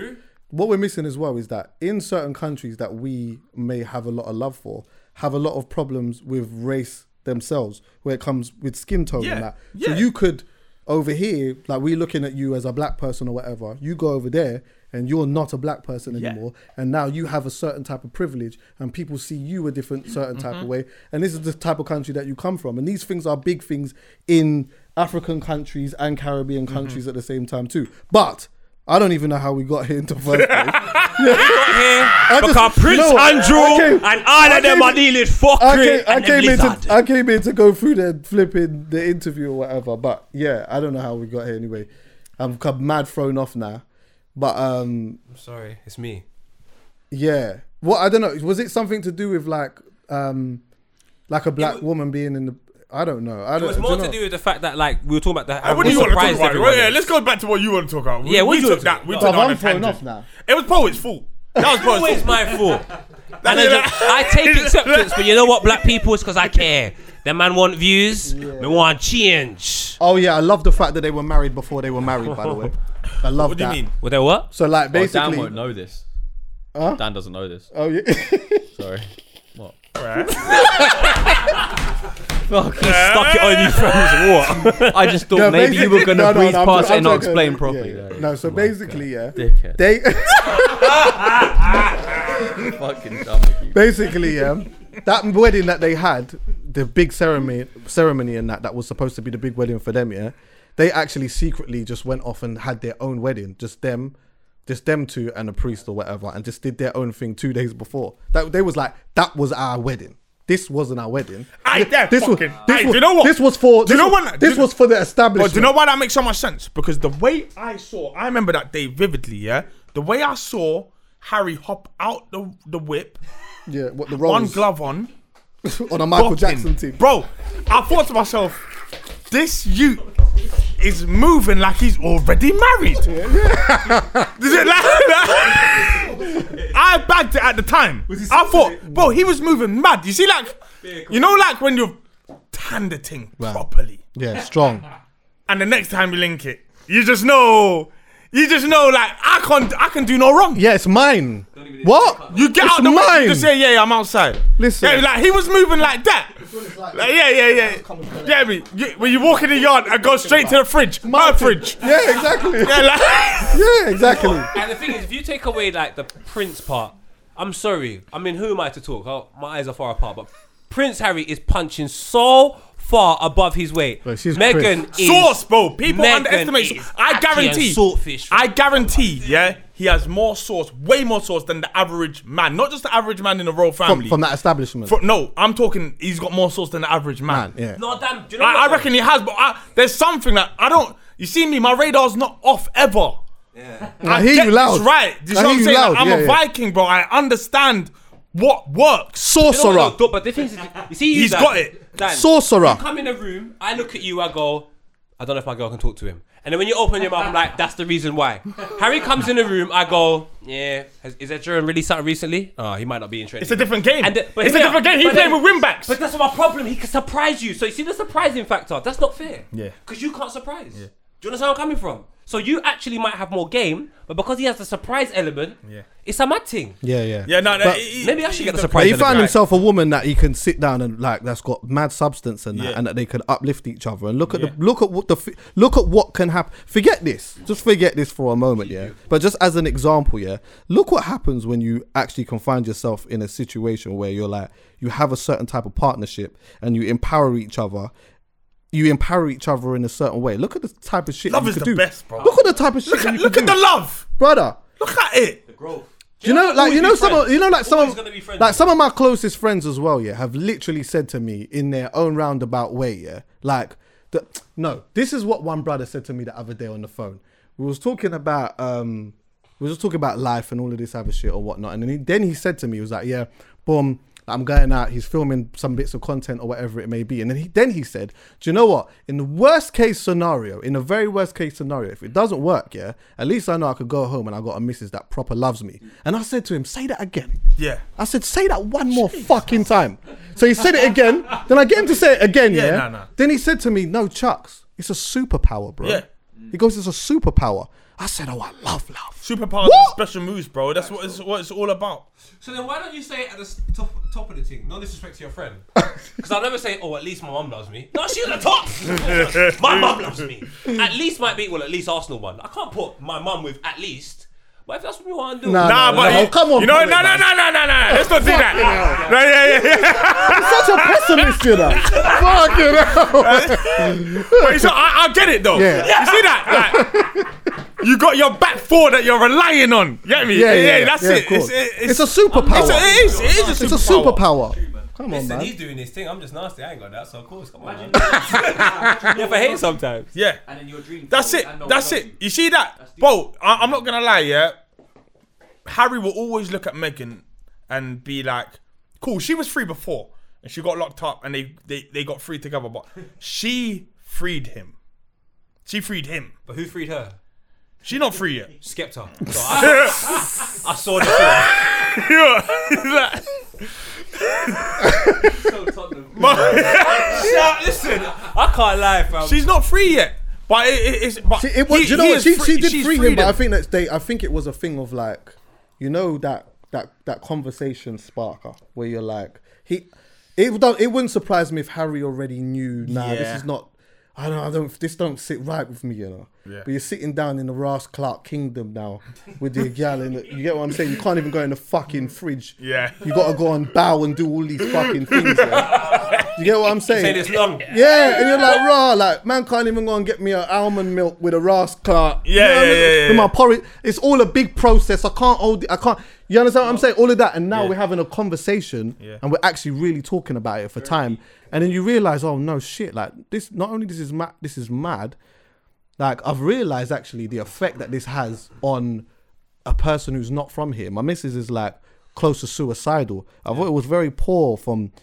[SPEAKER 2] what we're missing as well is that in certain countries that we may have a lot of love for have a lot of problems with race themselves where it comes with skin tone
[SPEAKER 4] Yeah,
[SPEAKER 2] and that.
[SPEAKER 4] yeah.
[SPEAKER 2] So you could over here like we're looking at you as a black person or whatever. You go over there and you're not a black person anymore and now you have a certain type of privilege and people see you a different certain type
[SPEAKER 1] Mm-hmm.
[SPEAKER 2] of way and this is the type of country that you come from and these things are big things in African countries and Caribbean
[SPEAKER 1] Mm-hmm.
[SPEAKER 2] countries at the same time too. But I don't even know how we got here into first place. I
[SPEAKER 1] because
[SPEAKER 2] just-
[SPEAKER 1] Prince
[SPEAKER 2] no, I
[SPEAKER 1] Andrew
[SPEAKER 2] came-
[SPEAKER 1] and all
[SPEAKER 2] I
[SPEAKER 1] of them
[SPEAKER 2] came-
[SPEAKER 1] are dealing with fuckery
[SPEAKER 2] I came, I
[SPEAKER 1] and them
[SPEAKER 2] came here to
[SPEAKER 1] lizard.
[SPEAKER 2] I came here to go through the flipping the interview or whatever. But yeah, I don't know how we got here anyway. I'm c- mad thrown off now. But um
[SPEAKER 1] I'm sorry, it's me.
[SPEAKER 2] yeah. What I don't know, was it something to do with like um like a black woman being in the I don't know. I don't,
[SPEAKER 1] It was
[SPEAKER 2] I
[SPEAKER 1] more
[SPEAKER 2] don't
[SPEAKER 1] to
[SPEAKER 2] know.
[SPEAKER 1] do with the fact that, like, we were talking about uh, that.
[SPEAKER 4] And
[SPEAKER 1] how
[SPEAKER 4] what
[SPEAKER 1] we
[SPEAKER 4] do you want to talk
[SPEAKER 1] surprised
[SPEAKER 4] about?
[SPEAKER 1] everyone.
[SPEAKER 4] Well, yeah, let's go back to what you want to talk about. We,
[SPEAKER 1] Yeah, what
[SPEAKER 4] we
[SPEAKER 1] do you
[SPEAKER 4] took
[SPEAKER 1] want to
[SPEAKER 4] that.
[SPEAKER 1] talk
[SPEAKER 4] We
[SPEAKER 1] about?
[SPEAKER 4] took
[SPEAKER 2] Bruv,
[SPEAKER 4] that on a
[SPEAKER 2] I'm thrown
[SPEAKER 4] tangent.
[SPEAKER 2] off now.
[SPEAKER 4] It was poet's fault. That was poet's
[SPEAKER 1] always
[SPEAKER 4] fault.
[SPEAKER 1] my fault. And then I take acceptance, but you know what, black people, it's because I care. The man want views, they want change.
[SPEAKER 2] Oh yeah, I love the fact that they were married before they were married, by the way. I love
[SPEAKER 4] What do
[SPEAKER 2] that.
[SPEAKER 4] you mean?
[SPEAKER 1] Well, they what?
[SPEAKER 2] So like
[SPEAKER 5] But Dan
[SPEAKER 2] basically
[SPEAKER 5] won't know this. Dan doesn't know this.
[SPEAKER 2] Oh yeah.
[SPEAKER 5] Sorry. What?
[SPEAKER 1] Stuck it on you, friends. What?
[SPEAKER 5] I just thought
[SPEAKER 2] No,
[SPEAKER 5] maybe you were
[SPEAKER 2] basically-
[SPEAKER 5] going to
[SPEAKER 2] no, no,
[SPEAKER 5] breathe
[SPEAKER 2] no, I'm
[SPEAKER 5] past
[SPEAKER 2] jo-
[SPEAKER 5] it and not
[SPEAKER 2] I'm joking.
[SPEAKER 5] explain
[SPEAKER 2] Yeah,
[SPEAKER 5] properly.
[SPEAKER 2] yeah.
[SPEAKER 5] Yeah, yeah.
[SPEAKER 2] No, so basically, yeah,
[SPEAKER 5] Dickhead.
[SPEAKER 2] they
[SPEAKER 5] Fucking dumb of you.
[SPEAKER 2] basically, yeah, that wedding that they had, the big ceremony, ceremony and that that was supposed to be the big wedding for them. Yeah, they actually secretly just went off and had their own wedding, just them, just them two and a priest or whatever, and just did their own thing two days before. That they was like, that was our wedding. This wasn't our wedding.
[SPEAKER 4] Aye,
[SPEAKER 2] Thi-
[SPEAKER 4] they're fucking- aye,
[SPEAKER 2] was,
[SPEAKER 4] do you know what?
[SPEAKER 2] This was for.
[SPEAKER 4] Do
[SPEAKER 2] This
[SPEAKER 4] you know
[SPEAKER 2] was,
[SPEAKER 4] what- do
[SPEAKER 2] This
[SPEAKER 4] you-
[SPEAKER 2] was for the
[SPEAKER 4] But
[SPEAKER 2] establishment.
[SPEAKER 4] do you know why that makes so much sense? Because the way I saw, I remember that day vividly. Yeah, the way I saw Harry hop out the the whip,
[SPEAKER 2] Yeah, what the
[SPEAKER 4] one
[SPEAKER 2] Rolls
[SPEAKER 4] glove on,
[SPEAKER 2] on a Oh. Michael
[SPEAKER 4] bopping.
[SPEAKER 2] Jackson team.
[SPEAKER 4] bro. I thought to myself, this you is moving like he's already married. Is it like- I bagged it at the time. I thought, bro, he was moving mad. You see, like, you know, like when you've tanned the thing properly
[SPEAKER 2] Yeah, strong.
[SPEAKER 4] and the next time you link it, you just know, you just know, like I can't, I can do no wrong.
[SPEAKER 2] Yeah, it's mine. What?
[SPEAKER 4] You get
[SPEAKER 2] It's
[SPEAKER 4] out the way,
[SPEAKER 2] mine.
[SPEAKER 4] you just say, yeah, yeah, I'm outside.
[SPEAKER 2] Listen.
[SPEAKER 4] yeah, like he was moving like that. Like, yeah, yeah, yeah. Yeah, me. You, when you walk in the yard and go straight to the fridge, my fridge.
[SPEAKER 2] Yeah, exactly.
[SPEAKER 4] Yeah, like,
[SPEAKER 2] Yeah, exactly.
[SPEAKER 1] And the thing is, if you take away like the Prince part, I'm sorry. I mean, who am I to talk? Oh, my eyes are far apart, but Prince Harry is punching so far above his weight.
[SPEAKER 2] Bro, she's
[SPEAKER 1] Megan is
[SPEAKER 4] sauce, bro. People
[SPEAKER 1] Meghan
[SPEAKER 4] underestimate.
[SPEAKER 1] is
[SPEAKER 4] Sauce. I
[SPEAKER 1] actually a
[SPEAKER 4] guarantee.
[SPEAKER 1] saltfish.
[SPEAKER 4] I guarantee. Yeah, he has more sauce, way more sauce than the average man. Not just the average man in the royal
[SPEAKER 2] From,
[SPEAKER 4] family.
[SPEAKER 2] from that establishment.
[SPEAKER 4] Fro- no, I'm talking. He's got more sauce than the average man.
[SPEAKER 2] yeah.
[SPEAKER 1] No, damn. Do you know
[SPEAKER 4] I,
[SPEAKER 1] what?
[SPEAKER 4] I reckon he has, but I, there's something that I don't. You see me, my radar's not off ever.
[SPEAKER 2] I hear
[SPEAKER 4] Get
[SPEAKER 2] you loud.
[SPEAKER 4] This right. You
[SPEAKER 2] I
[SPEAKER 4] know what I'm
[SPEAKER 2] hear
[SPEAKER 4] saying?
[SPEAKER 2] you
[SPEAKER 4] Like,
[SPEAKER 2] loud.
[SPEAKER 4] I'm
[SPEAKER 2] yeah,
[SPEAKER 4] a
[SPEAKER 2] yeah.
[SPEAKER 4] Viking, bro. I understand what works.
[SPEAKER 1] You know
[SPEAKER 2] Sorcerer.
[SPEAKER 1] what, though, but the thing is, you see, you
[SPEAKER 4] He's
[SPEAKER 1] Dan-
[SPEAKER 4] got it.
[SPEAKER 1] Dan,
[SPEAKER 2] Sorcerer.
[SPEAKER 1] Come in a room. I look at you. I go. I don't know if my girl can talk to him. And then when you open your mouth, I'm like, that's the reason why. Harry comes in the room. I go, yeah. Has, is that Jordan really started recently? Oh, he might not be interested.
[SPEAKER 4] It's a different game.
[SPEAKER 1] And the- but
[SPEAKER 4] it's a
[SPEAKER 1] yeah,
[SPEAKER 4] different game. He's
[SPEAKER 1] but
[SPEAKER 4] playing
[SPEAKER 1] then-
[SPEAKER 4] with winbacks.
[SPEAKER 1] But that's my problem. He can surprise you. So you see the surprising factor. That's not fair.
[SPEAKER 4] Yeah.
[SPEAKER 1] Because you can't surprise. Do you understand where I'm coming from? So you actually might have more game, but because he has the surprise element,
[SPEAKER 4] Yeah.
[SPEAKER 1] it's a mad thing.
[SPEAKER 2] Yeah, yeah.
[SPEAKER 4] yeah, no, no.
[SPEAKER 2] But-
[SPEAKER 4] he- he-
[SPEAKER 1] Maybe I should get the
[SPEAKER 4] he's
[SPEAKER 1] surprise.
[SPEAKER 2] he
[SPEAKER 1] element
[SPEAKER 2] found
[SPEAKER 1] right.
[SPEAKER 2] himself a woman that he can sit down and like that's got mad substance and that,
[SPEAKER 4] Yeah.
[SPEAKER 2] and that they can uplift each other and look at the look at what the f- look at what can happen. Forget this, just forget this for a moment, yeah. But just as an example, yeah, look what happens when you actually can find yourself in a situation where you're like you have a certain type of partnership and you empower each other. You empower each other in a certain way. Look at the type of shit
[SPEAKER 4] Love
[SPEAKER 2] you
[SPEAKER 4] is
[SPEAKER 2] could
[SPEAKER 4] the
[SPEAKER 2] do.
[SPEAKER 4] best, bro.
[SPEAKER 2] Look at the type of shit
[SPEAKER 4] Look
[SPEAKER 2] that
[SPEAKER 4] at,
[SPEAKER 2] you
[SPEAKER 4] look
[SPEAKER 2] could
[SPEAKER 4] at the
[SPEAKER 2] do.
[SPEAKER 4] love.
[SPEAKER 2] brother.
[SPEAKER 4] Look at it.
[SPEAKER 2] Do you know, like you know,
[SPEAKER 1] always be
[SPEAKER 2] some of,
[SPEAKER 1] friends.
[SPEAKER 2] you know, like some
[SPEAKER 1] Always
[SPEAKER 2] of,
[SPEAKER 1] gonna be friends.
[SPEAKER 2] like some of my closest friends as well. Yeah, have literally said to me in their own roundabout way. Yeah, like the, no, this is what one brother said to me the other day on the phone. We was talking about um, we was just talking about life and all of this other shit or whatnot, and then he, then he said to me, he was like, yeah, boom. I'm going out. He's filming some bits of content or whatever it may be, and then he then he said, "Do you know what? In the worst case scenario, in the very worst case scenario, if it doesn't work, yeah, at least I know I could go home and I got a missus that proper loves me." And I said to him, "Say that again."
[SPEAKER 4] Yeah.
[SPEAKER 2] I said, "Say that one more fucking time." So he said it again. Then I get him to say it again. Yeah.
[SPEAKER 4] Yeah, no, no.
[SPEAKER 2] Then he said to me, "No, Chucks, it's a superpower, bro."
[SPEAKER 4] Yeah.
[SPEAKER 2] He goes, "It's a superpower." I said, "Oh, I love love."
[SPEAKER 4] Superpowers and
[SPEAKER 2] What?
[SPEAKER 4] special moves, bro. That's what it's, what it's all about.
[SPEAKER 1] So then why don't you say it at the s- top, top of the thing? No disrespect to your friend. Because I'll never say, oh, at least my mum loves me. No, she's at the top. my mum loves me. At least might be, well, at least Arsenal won. I can't put my mum with at least. But if that's what we want to do.
[SPEAKER 2] Nah,
[SPEAKER 4] Nah,
[SPEAKER 2] no,
[SPEAKER 4] but
[SPEAKER 2] no,
[SPEAKER 4] you-
[SPEAKER 2] come on,
[SPEAKER 4] You know,
[SPEAKER 2] pull it
[SPEAKER 4] no, no,
[SPEAKER 2] back.
[SPEAKER 4] no, no, no, no. Let's not do that. No, yeah, yeah,
[SPEAKER 2] Such
[SPEAKER 4] yeah.
[SPEAKER 2] a pessimist, you know. fucking hell.
[SPEAKER 4] But it's- I, I get it though.
[SPEAKER 2] Yeah.
[SPEAKER 4] You see that? Like, you got your back four that you're relying on. You get me?
[SPEAKER 2] Yeah, yeah, yeah,
[SPEAKER 4] that's
[SPEAKER 2] yeah, of
[SPEAKER 4] it. It's,
[SPEAKER 2] course. It's
[SPEAKER 4] it's,
[SPEAKER 2] a superpower.
[SPEAKER 4] It's a, it is. It is a
[SPEAKER 2] It's a
[SPEAKER 4] superpower.
[SPEAKER 2] superpower. Come on,
[SPEAKER 1] Listen,
[SPEAKER 2] man.
[SPEAKER 1] he's doing his thing. I'm just nasty. I ain't got that. So of course, come on. Man. you ever hate sometimes?
[SPEAKER 4] Yeah.
[SPEAKER 7] And then your dream.
[SPEAKER 4] That's
[SPEAKER 7] goal,
[SPEAKER 4] it.
[SPEAKER 7] I know
[SPEAKER 4] That's
[SPEAKER 7] I love
[SPEAKER 4] it.
[SPEAKER 7] you.
[SPEAKER 4] You see that, bro? I, I'm not gonna lie. Yeah. Harry will always look at Megan and be like, "Cool, she was free before, and she got locked up, and they they, they got free together, but she freed him. She freed him.
[SPEAKER 1] But who freed her?
[SPEAKER 4] She not free yet.
[SPEAKER 1] Skepta. So I, I saw the film.
[SPEAKER 4] Yeah, he's like-
[SPEAKER 1] Shout, listen, I can't lie, fam.
[SPEAKER 4] She's not free yet. But it, it- it's but
[SPEAKER 2] She, it was,
[SPEAKER 4] he-
[SPEAKER 2] you know
[SPEAKER 4] he
[SPEAKER 2] what?
[SPEAKER 4] is
[SPEAKER 2] She,
[SPEAKER 4] free-
[SPEAKER 2] she did
[SPEAKER 4] she's
[SPEAKER 2] free him, but I
[SPEAKER 4] freedom.
[SPEAKER 2] think that they, I think it was a thing of like, you know that that that conversation sparker where you're like, he, it would- it wouldn't surprise me if Harry already knew. Nah, this
[SPEAKER 4] Yeah.
[SPEAKER 2] is not. I don't, I don't, this don't sit right with me, you know.
[SPEAKER 4] Yeah.
[SPEAKER 2] But you're sitting down in the Ross Clark kingdom now with your gal, and you get what I'm saying. You can't even go in the fucking fridge.
[SPEAKER 4] Yeah.
[SPEAKER 2] You gotta go and bow and do all these fucking things. yeah. You get what I'm saying?
[SPEAKER 6] Say this
[SPEAKER 1] um,
[SPEAKER 6] long.
[SPEAKER 2] Yeah, and you're like, raw, like, man can't even go and get me an almond milk with a Ross Clark. You
[SPEAKER 4] Yeah,
[SPEAKER 2] know what I
[SPEAKER 4] yeah,
[SPEAKER 2] mean?
[SPEAKER 4] yeah, yeah,
[SPEAKER 2] With my
[SPEAKER 4] yeah.
[SPEAKER 2] porridge. It's all a big process. I can't hold it. I can't. You understand what I'm saying? All of that. And now we're having a conversation
[SPEAKER 4] Yeah.
[SPEAKER 2] and we're actually really talking about it for time. And then you realize, oh, no shit. Like, this, not only this is mad, this is mad. Like, I've realized actually the effect that this has on a person who's not from here. My missus is like close to suicidal. I thought it was very poor from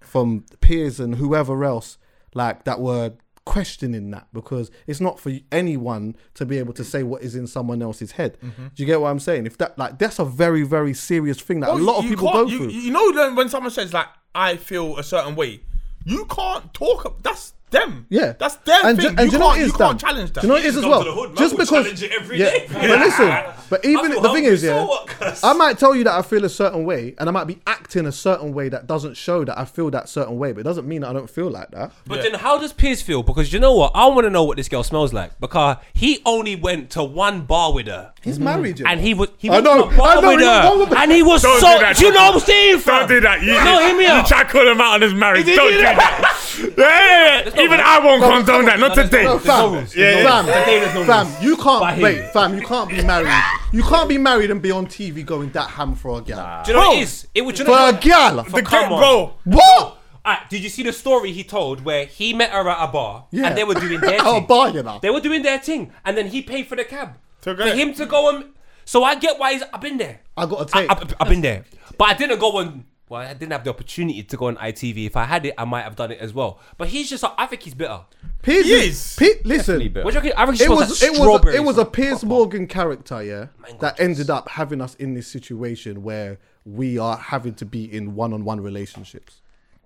[SPEAKER 2] from peers and whoever else like that were questioning that because it's not for anyone to be able to say what is in someone else's head.
[SPEAKER 4] Mm-hmm.
[SPEAKER 2] Do you get what I'm saying? If that like that's a very very serious thing that a
[SPEAKER 4] Well,
[SPEAKER 2] lot of
[SPEAKER 4] you
[SPEAKER 2] people go
[SPEAKER 4] can't-
[SPEAKER 2] through.
[SPEAKER 4] You, you know then when someone says like I feel a certain way, you can't talk. ab- That's them.
[SPEAKER 2] Yeah,
[SPEAKER 4] that's their
[SPEAKER 2] And ju-
[SPEAKER 4] thing.
[SPEAKER 2] and do
[SPEAKER 4] you
[SPEAKER 2] you
[SPEAKER 4] can't,
[SPEAKER 2] know what it
[SPEAKER 4] you
[SPEAKER 2] is,
[SPEAKER 4] can't
[SPEAKER 2] Dan?
[SPEAKER 4] challenge that.
[SPEAKER 2] Do you know what it is as
[SPEAKER 3] Come
[SPEAKER 2] well?
[SPEAKER 3] to the hood, man,
[SPEAKER 2] Just
[SPEAKER 3] we'll
[SPEAKER 2] because,
[SPEAKER 3] challenge it every
[SPEAKER 2] yeah.
[SPEAKER 3] day.
[SPEAKER 2] But listen, but even
[SPEAKER 3] feel
[SPEAKER 2] the thing
[SPEAKER 3] hungry,
[SPEAKER 2] is,
[SPEAKER 3] so
[SPEAKER 2] yeah,
[SPEAKER 3] what, cuz?
[SPEAKER 2] I might tell you that I feel a certain way, and I might be acting a certain way that doesn't show that I feel that certain way, but it doesn't mean that I don't feel like that.
[SPEAKER 1] But then how does Piers feel? Because you know what? I want to know what this girl smells like. Because he only went to one bar with her.
[SPEAKER 2] He's married, you
[SPEAKER 1] And
[SPEAKER 2] know.
[SPEAKER 1] he was he
[SPEAKER 2] I
[SPEAKER 1] went to
[SPEAKER 2] know,
[SPEAKER 1] a bar
[SPEAKER 2] I know,
[SPEAKER 1] with
[SPEAKER 2] he was one
[SPEAKER 1] her.
[SPEAKER 2] of-
[SPEAKER 1] And he was
[SPEAKER 4] Don't
[SPEAKER 1] so
[SPEAKER 4] do that,
[SPEAKER 1] do you know
[SPEAKER 4] Chucky.
[SPEAKER 1] what I'm saying?
[SPEAKER 4] Don't
[SPEAKER 1] fam?
[SPEAKER 4] do that. You,
[SPEAKER 1] No,
[SPEAKER 4] you,
[SPEAKER 1] hear me
[SPEAKER 4] you
[SPEAKER 1] out.
[SPEAKER 4] try to call him out on his marriage.
[SPEAKER 1] did
[SPEAKER 4] Don't
[SPEAKER 1] do
[SPEAKER 4] do that. Yeah, yeah, yeah. Even I won't condone that. Not
[SPEAKER 1] there's
[SPEAKER 4] today.
[SPEAKER 1] no-
[SPEAKER 2] Fam,
[SPEAKER 1] rules,
[SPEAKER 4] yeah, yeah.
[SPEAKER 3] Oh,
[SPEAKER 2] fam,
[SPEAKER 1] Today there's no rules.
[SPEAKER 2] fam, you
[SPEAKER 1] By
[SPEAKER 2] can't
[SPEAKER 1] him.
[SPEAKER 2] wait, fam, you can't be married. You can't be married and be on TV going that ham for a gal.
[SPEAKER 1] Do you know what
[SPEAKER 4] Bro.
[SPEAKER 1] it is? It was you know
[SPEAKER 2] For a
[SPEAKER 1] what?
[SPEAKER 2] gal,
[SPEAKER 4] The
[SPEAKER 1] Come
[SPEAKER 4] kid,
[SPEAKER 1] on.
[SPEAKER 4] bro.
[SPEAKER 2] what?
[SPEAKER 1] Alright, did you see the story he told where he met her at a bar
[SPEAKER 2] Yeah.
[SPEAKER 1] and they were doing their
[SPEAKER 2] Oh,
[SPEAKER 1] thing?
[SPEAKER 2] bar, you know.
[SPEAKER 1] They were doing their thing and then he paid for the cab.
[SPEAKER 4] To
[SPEAKER 1] for
[SPEAKER 4] go-
[SPEAKER 1] him to go and so I get why he's I've been there.
[SPEAKER 2] I got a
[SPEAKER 1] I,
[SPEAKER 2] tape.
[SPEAKER 1] have I've been there, but I didn't go on. Well, I didn't have the opportunity to go on ITV. If I had it, I might have done it as well. But he's just. I think he's bitter.
[SPEAKER 2] Piers
[SPEAKER 4] Yes.
[SPEAKER 2] Piers- listen,
[SPEAKER 5] better.
[SPEAKER 1] What do you reckon? I think he
[SPEAKER 2] it
[SPEAKER 1] smells
[SPEAKER 2] was
[SPEAKER 1] like
[SPEAKER 2] it was
[SPEAKER 1] strawberry.
[SPEAKER 2] it was a
[SPEAKER 1] fam.
[SPEAKER 2] Piers Morgan character, yeah,
[SPEAKER 1] God,
[SPEAKER 2] that ended up having us in this situation where we are having to be in one-on-one relationships.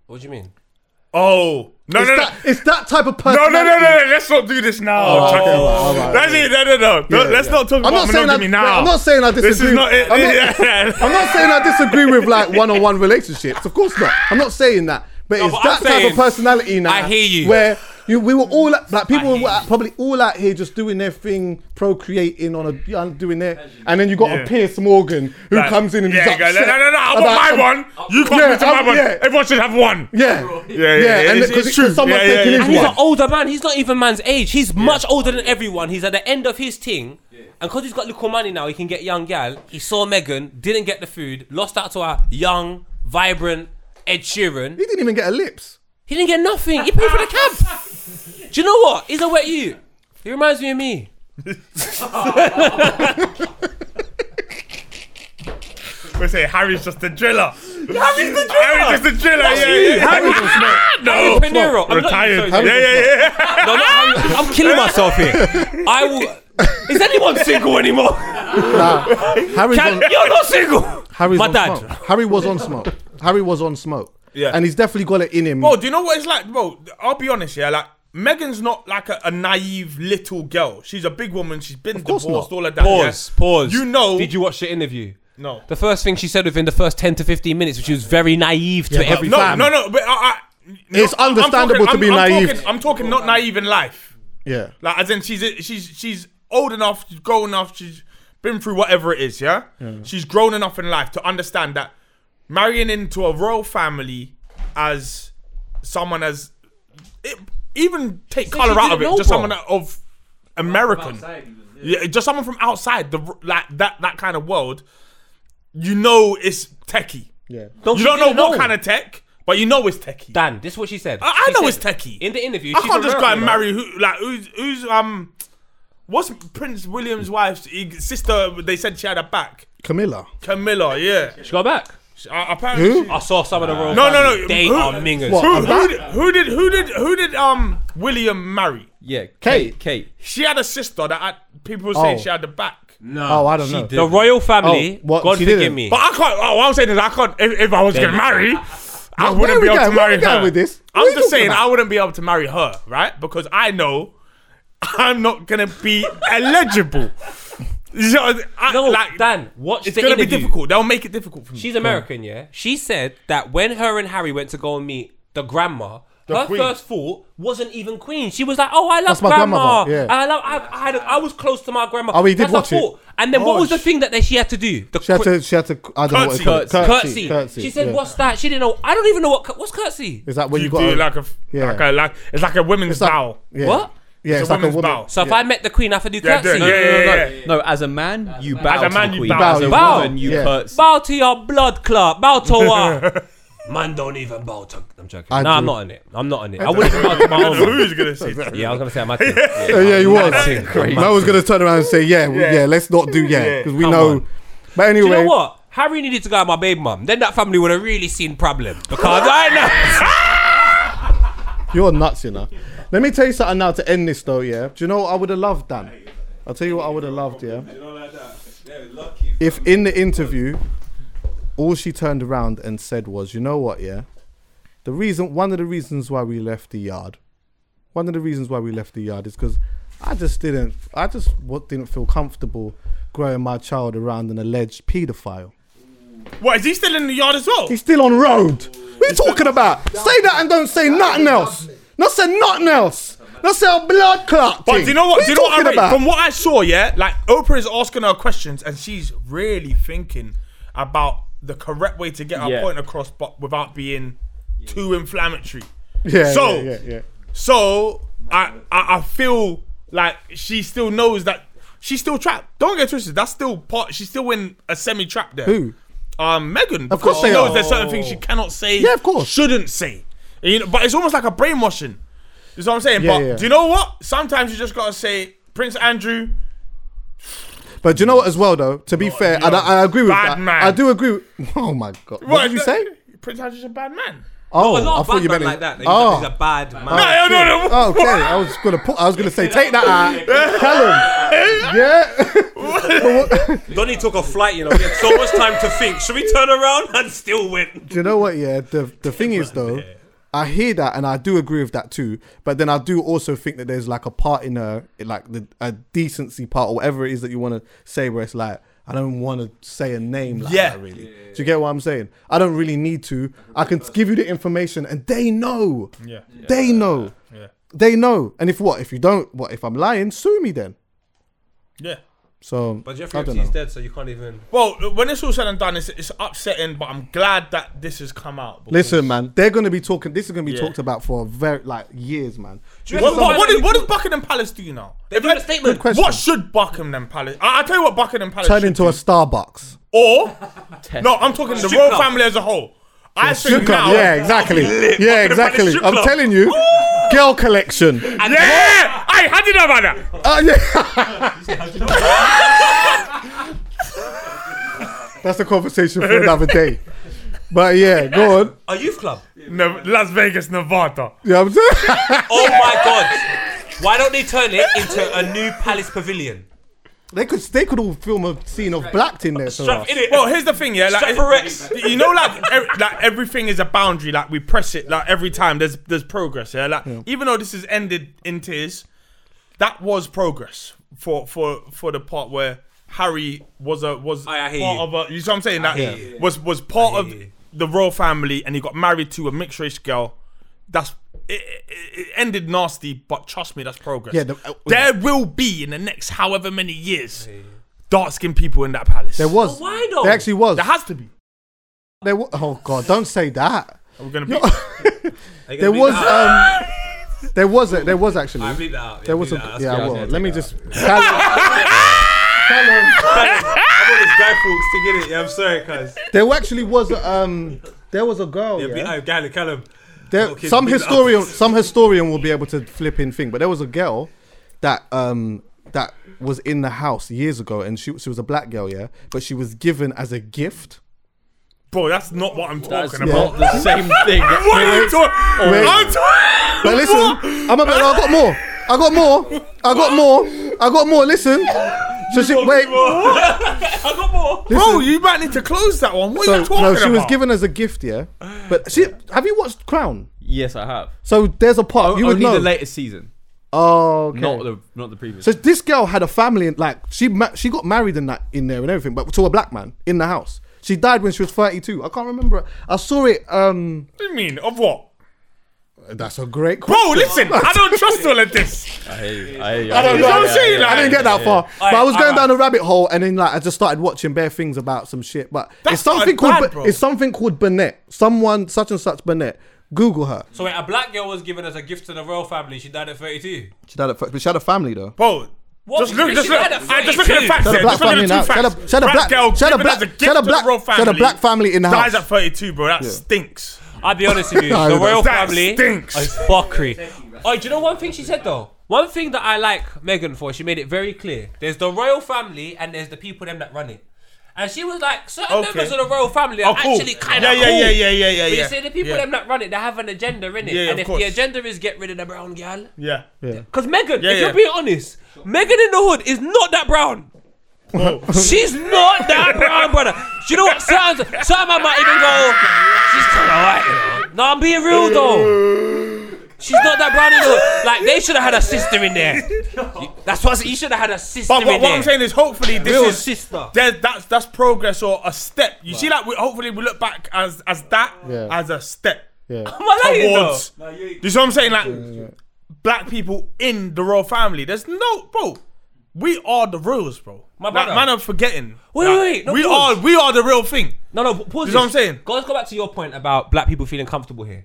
[SPEAKER 1] What do you mean?
[SPEAKER 4] Oh no,
[SPEAKER 2] It's,
[SPEAKER 4] no, no.
[SPEAKER 2] that, it's that type of person.
[SPEAKER 4] No, no, no, no, no, let's not do this now.
[SPEAKER 2] right,
[SPEAKER 4] Chucky.
[SPEAKER 2] okay, all right, all right.
[SPEAKER 4] Let's see, no, no, no. no
[SPEAKER 2] Yeah,
[SPEAKER 4] let's
[SPEAKER 2] yeah.
[SPEAKER 4] not talk about monogamy
[SPEAKER 2] I,
[SPEAKER 4] now.
[SPEAKER 2] I'm not saying I disagree.
[SPEAKER 4] This is not it.
[SPEAKER 2] I'm, not, I'm not saying I disagree with like one-on-one relationships. Of course not. I'm not saying that. But it's
[SPEAKER 1] but
[SPEAKER 2] that
[SPEAKER 1] I'm
[SPEAKER 2] type
[SPEAKER 1] saying-
[SPEAKER 2] of personality now.
[SPEAKER 1] I hear you.
[SPEAKER 2] Where you, we were all at- like people
[SPEAKER 1] I hear
[SPEAKER 2] were out-
[SPEAKER 1] you.
[SPEAKER 2] probably all out here just doing their thing, procreating on a uh, doing their, and then you got
[SPEAKER 4] Yeah.
[SPEAKER 2] a Pierce Morgan who
[SPEAKER 4] Like,
[SPEAKER 2] comes in and
[SPEAKER 4] yeah,
[SPEAKER 2] he's
[SPEAKER 4] you go,
[SPEAKER 2] upset
[SPEAKER 4] no, no, no, I
[SPEAKER 2] about
[SPEAKER 4] want
[SPEAKER 2] some-
[SPEAKER 4] my one. You can't
[SPEAKER 2] Yeah,
[SPEAKER 4] give to
[SPEAKER 2] I'm-
[SPEAKER 4] my one.
[SPEAKER 2] yeah.
[SPEAKER 4] Everyone should have one.
[SPEAKER 2] Yeah,
[SPEAKER 4] yeah, yeah,
[SPEAKER 2] and
[SPEAKER 4] it's-
[SPEAKER 2] because
[SPEAKER 4] it's true.
[SPEAKER 2] someone's
[SPEAKER 4] Yeah, yeah,
[SPEAKER 2] taking
[SPEAKER 4] yeah.
[SPEAKER 2] his
[SPEAKER 1] And he's
[SPEAKER 2] one.
[SPEAKER 1] an older man. He's not even man's age. He's much older than everyone. He's at the end of his thing. And because he's got little money now, he can get young gal. He saw Megan, didn't get the food, lost out to our young, vibrant Ed Sheeran.
[SPEAKER 2] He didn't even get a lips.
[SPEAKER 1] He didn't get nothing. He paid for the cab. Do you know what? He's a wet you. He reminds me of me.
[SPEAKER 4] We say Harry's just a driller. Harry's the driller. Harry's just a driller. yeah, yeah, yeah. no.
[SPEAKER 1] Harry Pinero. I'm not-
[SPEAKER 4] Retired.
[SPEAKER 1] sorry,
[SPEAKER 4] yeah, yeah, yeah.
[SPEAKER 1] No, no, I'm, I'm killing myself here. I will. Is anyone single anymore?
[SPEAKER 2] Harry's
[SPEAKER 1] Can,
[SPEAKER 2] on,
[SPEAKER 1] you're not single.
[SPEAKER 2] Harry's
[SPEAKER 1] My
[SPEAKER 2] on
[SPEAKER 1] dad.
[SPEAKER 2] smoke. Harry was on smoke. Harry was on smoke.
[SPEAKER 4] Yeah.
[SPEAKER 2] and he's definitely got it in him.
[SPEAKER 4] Bro, Oh, do you know what it's like, bro? I'll be honest, yeah. Like Megan's not like a, a naive little girl. She's a big woman. She's been
[SPEAKER 2] course
[SPEAKER 4] divorced,
[SPEAKER 2] not.
[SPEAKER 4] all of that.
[SPEAKER 1] Pause.
[SPEAKER 4] yeah.
[SPEAKER 1] Pause.
[SPEAKER 4] You know.
[SPEAKER 1] Did you watch the interview?
[SPEAKER 4] No.
[SPEAKER 1] The first thing she said within the first ten to fifteen minutes, which she was very naive to
[SPEAKER 2] Yeah, but
[SPEAKER 1] every.
[SPEAKER 4] No,
[SPEAKER 2] fam.
[SPEAKER 4] no, no. But I, I, no,
[SPEAKER 2] It's
[SPEAKER 4] I'm- I'm
[SPEAKER 2] understandable
[SPEAKER 4] talking-
[SPEAKER 2] to be
[SPEAKER 4] I'm- I'm
[SPEAKER 2] naive.
[SPEAKER 4] talking- I'm talking not naive in life.
[SPEAKER 2] yeah,
[SPEAKER 4] Like as in she's she's she's old enough, she's grown enough, she's been through whatever it is, yeah? She's grown enough in life to understand that marrying into a royal family as someone as it, even take color
[SPEAKER 1] she
[SPEAKER 4] out of it,
[SPEAKER 1] didn't know,
[SPEAKER 4] just
[SPEAKER 1] bro.
[SPEAKER 4] someone of American. Yeah, just someone from outside the r- like that that kind of world, you know it's techie.
[SPEAKER 2] yeah.
[SPEAKER 4] you don't know
[SPEAKER 1] didn't
[SPEAKER 4] what kind of tech, but you know it's techie.
[SPEAKER 1] Dan, this is what she said.
[SPEAKER 4] I, I
[SPEAKER 1] She
[SPEAKER 4] know
[SPEAKER 1] said
[SPEAKER 4] it's techie.
[SPEAKER 1] In the interview,
[SPEAKER 4] I
[SPEAKER 1] she's
[SPEAKER 4] can't just go and
[SPEAKER 1] American,
[SPEAKER 4] marry who like who's who's um what's Prince William's wife's e- sister? They said she had a back.
[SPEAKER 2] Camilla.
[SPEAKER 4] Camilla, yeah.
[SPEAKER 1] She got back.
[SPEAKER 4] She- uh, apparently,
[SPEAKER 2] Who?
[SPEAKER 4] she-
[SPEAKER 1] I saw some of the royal.
[SPEAKER 4] No, no,
[SPEAKER 1] family.
[SPEAKER 4] no,
[SPEAKER 1] They
[SPEAKER 4] who-
[SPEAKER 1] are mingers.
[SPEAKER 2] What?
[SPEAKER 4] who,
[SPEAKER 2] a
[SPEAKER 4] who,
[SPEAKER 2] back?
[SPEAKER 4] did, who did who did who did um William marry?
[SPEAKER 5] Yeah,
[SPEAKER 2] Kate.
[SPEAKER 5] Kate. Kate.
[SPEAKER 4] She had a sister that had, people saying
[SPEAKER 2] Oh.
[SPEAKER 4] she had a back.
[SPEAKER 2] No, oh, I don't know.
[SPEAKER 1] The royal family.
[SPEAKER 2] Oh, what?
[SPEAKER 1] God
[SPEAKER 2] She
[SPEAKER 1] forgive
[SPEAKER 2] didn't?
[SPEAKER 1] me.
[SPEAKER 4] But I can't. Oh, what I'm saying is I can't. If, if I was gonna marry, I
[SPEAKER 2] where
[SPEAKER 4] wouldn't
[SPEAKER 2] we
[SPEAKER 4] be able
[SPEAKER 2] going?
[SPEAKER 4] to
[SPEAKER 2] Where
[SPEAKER 4] marry
[SPEAKER 2] we going
[SPEAKER 4] her.
[SPEAKER 2] with this? What are
[SPEAKER 4] I'm
[SPEAKER 2] you talking
[SPEAKER 4] just saying
[SPEAKER 2] about?
[SPEAKER 4] I wouldn't be able to marry her, right? Because I know I'm not gonna be eligible. You know, I,
[SPEAKER 1] no,
[SPEAKER 4] like,
[SPEAKER 1] Dan, watch
[SPEAKER 4] it's
[SPEAKER 1] the
[SPEAKER 4] gonna
[SPEAKER 1] interview.
[SPEAKER 4] be difficult. They'll make it difficult for me.
[SPEAKER 1] She's American, yeah. She said that when her and Harry went to go and meet the grandma, her
[SPEAKER 2] queen.
[SPEAKER 1] first thought wasn't even Queen. She was like, "Oh, I love
[SPEAKER 2] That's my
[SPEAKER 1] grandma.
[SPEAKER 2] grandmother, yeah.
[SPEAKER 1] I love. I, I, had a, I was close to my grandma.
[SPEAKER 2] Oh, we did
[SPEAKER 1] That's her
[SPEAKER 2] watch it.
[SPEAKER 1] thought. And then what
[SPEAKER 4] Oh,
[SPEAKER 1] was the
[SPEAKER 4] sh-
[SPEAKER 1] thing that they, she had to do? The
[SPEAKER 2] She had
[SPEAKER 1] quick-
[SPEAKER 2] to. She had to. I don't know what it's
[SPEAKER 4] Curtsy.
[SPEAKER 2] called.
[SPEAKER 1] curtsy.
[SPEAKER 2] curtsy,
[SPEAKER 1] She said,
[SPEAKER 2] yeah.
[SPEAKER 1] "What's that?" She didn't know. I don't even know what cu- what's curtsy.
[SPEAKER 2] Is that when
[SPEAKER 4] you,
[SPEAKER 2] you, got? a-
[SPEAKER 4] do like a f-
[SPEAKER 2] yeah.
[SPEAKER 4] like a like it's like a women's
[SPEAKER 2] like-
[SPEAKER 4] bow.
[SPEAKER 2] yeah.
[SPEAKER 1] What?
[SPEAKER 2] Yeah,
[SPEAKER 4] It's
[SPEAKER 2] it's,
[SPEAKER 4] a
[SPEAKER 2] like a
[SPEAKER 4] women's
[SPEAKER 2] woman.
[SPEAKER 4] bow.
[SPEAKER 1] So if I met the Queen, I have to do
[SPEAKER 4] Yeah,
[SPEAKER 1] curtsy.
[SPEAKER 4] yeah, yeah, yeah, yeah.
[SPEAKER 5] No, as a man, you bow
[SPEAKER 4] a
[SPEAKER 5] to
[SPEAKER 4] man,
[SPEAKER 5] the
[SPEAKER 4] you
[SPEAKER 5] queen.
[SPEAKER 4] bow.
[SPEAKER 5] As a
[SPEAKER 2] You bow.
[SPEAKER 5] woman, you
[SPEAKER 2] Yeah.
[SPEAKER 5] curtsy.
[SPEAKER 1] Bow to your blood clot. Bow to her. Man, don't even bow to. I'm joking.
[SPEAKER 2] I
[SPEAKER 1] no,
[SPEAKER 2] do.
[SPEAKER 1] I'm not on it. I'm not on it. I wouldn't even bow to my own.
[SPEAKER 4] Who's gonna say that?
[SPEAKER 1] Yeah, I was gonna say I'm acting.
[SPEAKER 2] Yeah, yeah, you was.
[SPEAKER 1] That's crazy.
[SPEAKER 2] Man was gonna turn around and say, yeah, well, yeah,
[SPEAKER 4] Yeah.
[SPEAKER 2] let's not do yeah,
[SPEAKER 4] Yeah.
[SPEAKER 2] because we
[SPEAKER 1] Come
[SPEAKER 2] know.
[SPEAKER 1] on.
[SPEAKER 2] But anyway,
[SPEAKER 1] You know what? Harry needed to go out with my baby mum. Then that family would have really seen problem because I know.
[SPEAKER 2] You're nuts, you know. Let me tell you something now to end this though, yeah. Do you know what I would have loved, Dan? I'll tell you what I would have loved, yeah.
[SPEAKER 3] You know like that. They're lucky.
[SPEAKER 2] If in the interview, all she turned around and said was, you know what, yeah? The reason one of the reasons why we left the yard, one of the reasons why we left the yard is because I just didn't I just what didn't feel comfortable growing my child around an alleged paedophile.
[SPEAKER 4] What is he still in the yard as well?
[SPEAKER 2] He's still on road. What are you talking about? Say that and don't say nothing else. Not say nothing else. Not say a blood clot.
[SPEAKER 4] But
[SPEAKER 2] thing.
[SPEAKER 4] do you know what?
[SPEAKER 2] are
[SPEAKER 4] do you know what I
[SPEAKER 2] talking
[SPEAKER 4] read?
[SPEAKER 2] about?
[SPEAKER 4] From what I saw, yeah, like Oprah is asking her questions and she's really thinking about the correct way to get her
[SPEAKER 5] Yeah.
[SPEAKER 4] point across, but without being too inflammatory.
[SPEAKER 2] Yeah,
[SPEAKER 4] So-
[SPEAKER 2] yeah, yeah, yeah.
[SPEAKER 4] So I, I I feel like she still knows that she's still trapped. Don't get twisted. That's still part. She's still in a semi trap there.
[SPEAKER 2] Who?
[SPEAKER 4] Um, Megan. Of
[SPEAKER 2] course
[SPEAKER 4] she
[SPEAKER 2] they
[SPEAKER 4] knows
[SPEAKER 2] are.
[SPEAKER 4] there's certain things she cannot say.
[SPEAKER 2] Yeah, of course.
[SPEAKER 4] Shouldn't say. You know, but it's almost like a brainwashing. You know what I'm saying?
[SPEAKER 2] Yeah,
[SPEAKER 4] but
[SPEAKER 2] yeah.
[SPEAKER 4] do you know what? Sometimes you just gotta say Prince Andrew.
[SPEAKER 2] But do you know what? As well, though, to be fair, and I, I agree with
[SPEAKER 4] Oh, Bad
[SPEAKER 2] that.
[SPEAKER 4] man.
[SPEAKER 2] I do agree. With, oh my god, what, did you
[SPEAKER 4] the-
[SPEAKER 2] say?
[SPEAKER 4] Prince Andrew's a bad man.
[SPEAKER 2] Oh,
[SPEAKER 6] Well, not
[SPEAKER 2] I
[SPEAKER 6] a bad
[SPEAKER 2] thought you meant
[SPEAKER 6] man
[SPEAKER 2] it-
[SPEAKER 6] like that. He's,
[SPEAKER 2] oh,
[SPEAKER 6] a, he's a bad man.
[SPEAKER 4] No, no, no.
[SPEAKER 2] Oh, okay. I was gonna put. I was gonna say, take that out. Tell him. Yeah.
[SPEAKER 6] Donny took a flight, you know. He had so much time to think. Should we turn around and still win?
[SPEAKER 2] do you know what? Yeah. The the thing is though. I hear that and I do agree with that too, but then I do also think that there's like a part in a like the, a decency part or whatever it is that you want to say where it's like I don't want to say a name like
[SPEAKER 4] Yeah.
[SPEAKER 2] that really. Do you get what I'm saying? I don't really need to. I can give you the information and they know.
[SPEAKER 4] Yeah.
[SPEAKER 2] They know.
[SPEAKER 4] Yeah.
[SPEAKER 2] They know. And if what? If you don't, what? If I'm lying, sue me then.
[SPEAKER 4] Yeah.
[SPEAKER 2] So
[SPEAKER 6] But
[SPEAKER 2] I
[SPEAKER 6] Jeffrey
[SPEAKER 2] don't
[SPEAKER 6] Epstein's
[SPEAKER 2] know.
[SPEAKER 6] dead, so you can't even.
[SPEAKER 4] Well, when it's all said and done, it's, it's upsetting, but I'm glad that this has come out. because-
[SPEAKER 2] Listen, man, they're gonna be talking. This is gonna be
[SPEAKER 4] Yeah.
[SPEAKER 2] talked about for a very like years, man.
[SPEAKER 4] What, what, what, is, what does Buckingham Palace do now? If
[SPEAKER 1] doing
[SPEAKER 4] I-
[SPEAKER 1] a statement.
[SPEAKER 2] Good question.
[SPEAKER 4] What should Buckingham Palace? I, I'll tell you what Buckingham Palace
[SPEAKER 2] Turn
[SPEAKER 4] should
[SPEAKER 2] into a Starbucks.
[SPEAKER 4] do. or no, I'm talking the royal family as a whole. I
[SPEAKER 2] Strip
[SPEAKER 4] think
[SPEAKER 2] club,
[SPEAKER 4] now,
[SPEAKER 2] yeah, exactly. Yeah, exactly.
[SPEAKER 4] strip
[SPEAKER 2] I'm
[SPEAKER 4] club.
[SPEAKER 2] telling you, girl collection.
[SPEAKER 4] yeah, I had it about that.
[SPEAKER 2] Uh, yeah. That's a conversation for another day. But yeah, go on.
[SPEAKER 6] A youth club.
[SPEAKER 4] No, Las Vegas, Nevada.
[SPEAKER 2] You know what I'm saying?
[SPEAKER 6] Oh my god. Why don't they turn it into a new palace pavilion?
[SPEAKER 2] They could they could all film a scene of blacked in there. for
[SPEAKER 6] Strap
[SPEAKER 2] us.
[SPEAKER 6] in it.
[SPEAKER 4] Well, here's the thing, yeah. Like,
[SPEAKER 6] Strapperettes.
[SPEAKER 4] it- you know, like, ev- like everything is a boundary. Like we press it. Like every time there's there's progress. Yeah. Like even though this has ended in tears, that was progress for for for the part where Harry was a was
[SPEAKER 6] I- I hear
[SPEAKER 4] part
[SPEAKER 6] you.
[SPEAKER 4] of a. You see what I'm saying? That
[SPEAKER 6] hear you.
[SPEAKER 4] was was part of
[SPEAKER 6] you.
[SPEAKER 4] the royal family, and he got married to a mixed race girl. That's. It, it, it ended nasty, but trust me, that's progress.
[SPEAKER 2] Yeah, the- uh,
[SPEAKER 4] there will be in the next however many years dark skinned people in that palace.
[SPEAKER 2] There was.
[SPEAKER 6] But why though?
[SPEAKER 2] There actually was.
[SPEAKER 4] There has to be.
[SPEAKER 2] There wa- oh god, don't say that.
[SPEAKER 4] Are we gonna be?
[SPEAKER 2] No. there was um there was a, there was actually
[SPEAKER 6] I bleep that out. Yeah,
[SPEAKER 2] there was
[SPEAKER 6] bleep
[SPEAKER 2] a
[SPEAKER 6] that out.
[SPEAKER 2] yeah,
[SPEAKER 5] good.
[SPEAKER 2] well,
[SPEAKER 5] Yeah,
[SPEAKER 2] let me just Callum, Callum,
[SPEAKER 6] I want this guy folks to get it. Yeah, I'm sorry, cuz.
[SPEAKER 2] there actually was a, um there was a girl yeah,
[SPEAKER 6] Be-
[SPEAKER 4] uh,
[SPEAKER 6] oh, Callum, Callum.
[SPEAKER 2] there,
[SPEAKER 6] okay,
[SPEAKER 2] some
[SPEAKER 6] bleep it out.
[SPEAKER 2] historian some historian will be able to flip in thing but there was a girl that um that was in the house years ago and she she was a black girl yeah but she was given as a gift
[SPEAKER 4] Bro, that's not what I'm
[SPEAKER 5] That's
[SPEAKER 4] talking about.
[SPEAKER 5] not the same thing.
[SPEAKER 4] What are you talking?
[SPEAKER 2] wait.
[SPEAKER 4] I'm talking.
[SPEAKER 2] But listen, I'm about. I got more. I got more. I got more. I got more. Listen. So she wait.
[SPEAKER 4] bro, you might need to close that one. What are
[SPEAKER 2] So
[SPEAKER 4] you talking
[SPEAKER 2] no, she
[SPEAKER 4] about?
[SPEAKER 2] was given as a gift, yeah. But she have you watched Crown?
[SPEAKER 5] Yes, I have.
[SPEAKER 2] So there's a part you would
[SPEAKER 5] Only
[SPEAKER 2] know.
[SPEAKER 5] the latest season,
[SPEAKER 2] oh, okay.
[SPEAKER 5] not the not the previous.
[SPEAKER 2] so this girl had a family, and like she ma- she got married in that in there and everything, but to a black man in the house. She died when she was 32. I can't remember. I saw it. Um,
[SPEAKER 4] What do you mean? Of what?
[SPEAKER 2] That's a great
[SPEAKER 4] Bro,
[SPEAKER 2] question.
[SPEAKER 4] listen, I don't trust all of this.
[SPEAKER 5] I hear you. I hear you.
[SPEAKER 2] I don't
[SPEAKER 4] You
[SPEAKER 2] know.
[SPEAKER 4] know what I'm saying?
[SPEAKER 2] I didn't get that far, but I was going
[SPEAKER 4] alright.
[SPEAKER 2] down a rabbit hole, and then like I just started watching bare things about some shit. But it's
[SPEAKER 4] That's not
[SPEAKER 2] something
[SPEAKER 4] bad,
[SPEAKER 2] called
[SPEAKER 4] bro.
[SPEAKER 2] it's something called Burnett. Someone such and such Burnett. Google her.
[SPEAKER 1] So wait, a black girl was given as a gift to the royal family. She died at 32.
[SPEAKER 2] She had a, fa- but she had a family though.
[SPEAKER 4] Bro, just look,
[SPEAKER 1] She
[SPEAKER 4] just look.
[SPEAKER 1] died at
[SPEAKER 4] I just look at
[SPEAKER 1] 32.
[SPEAKER 4] the facts.
[SPEAKER 2] She had
[SPEAKER 4] there.
[SPEAKER 2] a black family
[SPEAKER 4] Just look at the
[SPEAKER 2] now.
[SPEAKER 4] two
[SPEAKER 2] She had a,
[SPEAKER 4] facts.
[SPEAKER 2] she had a black,
[SPEAKER 4] girl
[SPEAKER 2] she had a
[SPEAKER 4] given
[SPEAKER 2] black,
[SPEAKER 4] as
[SPEAKER 2] she had
[SPEAKER 4] gift
[SPEAKER 2] a
[SPEAKER 4] to the royal
[SPEAKER 2] black, she had a
[SPEAKER 4] family
[SPEAKER 2] black family in the
[SPEAKER 4] Dies
[SPEAKER 2] house.
[SPEAKER 4] at 32, bro. That stinks.
[SPEAKER 1] I'll be honest with you,
[SPEAKER 2] I
[SPEAKER 1] the
[SPEAKER 2] know.
[SPEAKER 1] royal
[SPEAKER 4] That
[SPEAKER 1] family
[SPEAKER 4] stinks.
[SPEAKER 1] is fuckery. Oh, do you know one thing she said though? One thing that I like Megan for, she made it very clear. There's the royal family and there's the people them that run it. And she was like, certain
[SPEAKER 4] Okay.
[SPEAKER 1] members of the royal family
[SPEAKER 4] Oh,
[SPEAKER 1] are
[SPEAKER 4] cool.
[SPEAKER 1] actually kind of
[SPEAKER 4] yeah,
[SPEAKER 1] cool.
[SPEAKER 4] yeah, yeah, yeah, yeah,
[SPEAKER 1] But
[SPEAKER 4] yeah.
[SPEAKER 1] you see, the people
[SPEAKER 4] yeah.
[SPEAKER 1] them that run it, they have an agenda in it.
[SPEAKER 4] Yeah, yeah,
[SPEAKER 1] and
[SPEAKER 4] of
[SPEAKER 1] if
[SPEAKER 4] course.
[SPEAKER 1] the agenda is get rid of the brown girl,
[SPEAKER 4] Yeah.
[SPEAKER 1] because Megan,
[SPEAKER 4] Yeah,
[SPEAKER 1] if
[SPEAKER 4] yeah.
[SPEAKER 1] you're being honest, Megan in the hood is not that brown. She's not that brown, brother. Do you know what? Sometimes, sometimes I might even go, she's kind of white, you know. No, I'm being real though. She's not that brown in the hood. Like they should have had a sister in there. That's what I said. You should have had a sister
[SPEAKER 4] But what,
[SPEAKER 1] in
[SPEAKER 4] what
[SPEAKER 1] there.
[SPEAKER 4] I'm saying is, hopefully, this
[SPEAKER 1] Real
[SPEAKER 4] is
[SPEAKER 1] sister.
[SPEAKER 4] there- that's that's progress or a step. You see, like we hopefully we look back as as that
[SPEAKER 2] Yeah.
[SPEAKER 4] as a step
[SPEAKER 2] yeah.
[SPEAKER 1] Am I lying, though?
[SPEAKER 4] towards.
[SPEAKER 8] No, you ain't
[SPEAKER 4] You see what I'm saying? Like black people in the royal family. There's no bro. We are the royals, bro. My
[SPEAKER 1] brother.
[SPEAKER 4] man, I'm forgetting.
[SPEAKER 1] Wait, wait,
[SPEAKER 4] Like,
[SPEAKER 1] wait, no,
[SPEAKER 4] we
[SPEAKER 1] pause.
[SPEAKER 4] are we are the real thing.
[SPEAKER 1] No, no, pause.
[SPEAKER 4] You know what
[SPEAKER 1] this.
[SPEAKER 4] I'm saying?
[SPEAKER 1] Go, let's go back to your point about black people feeling comfortable here.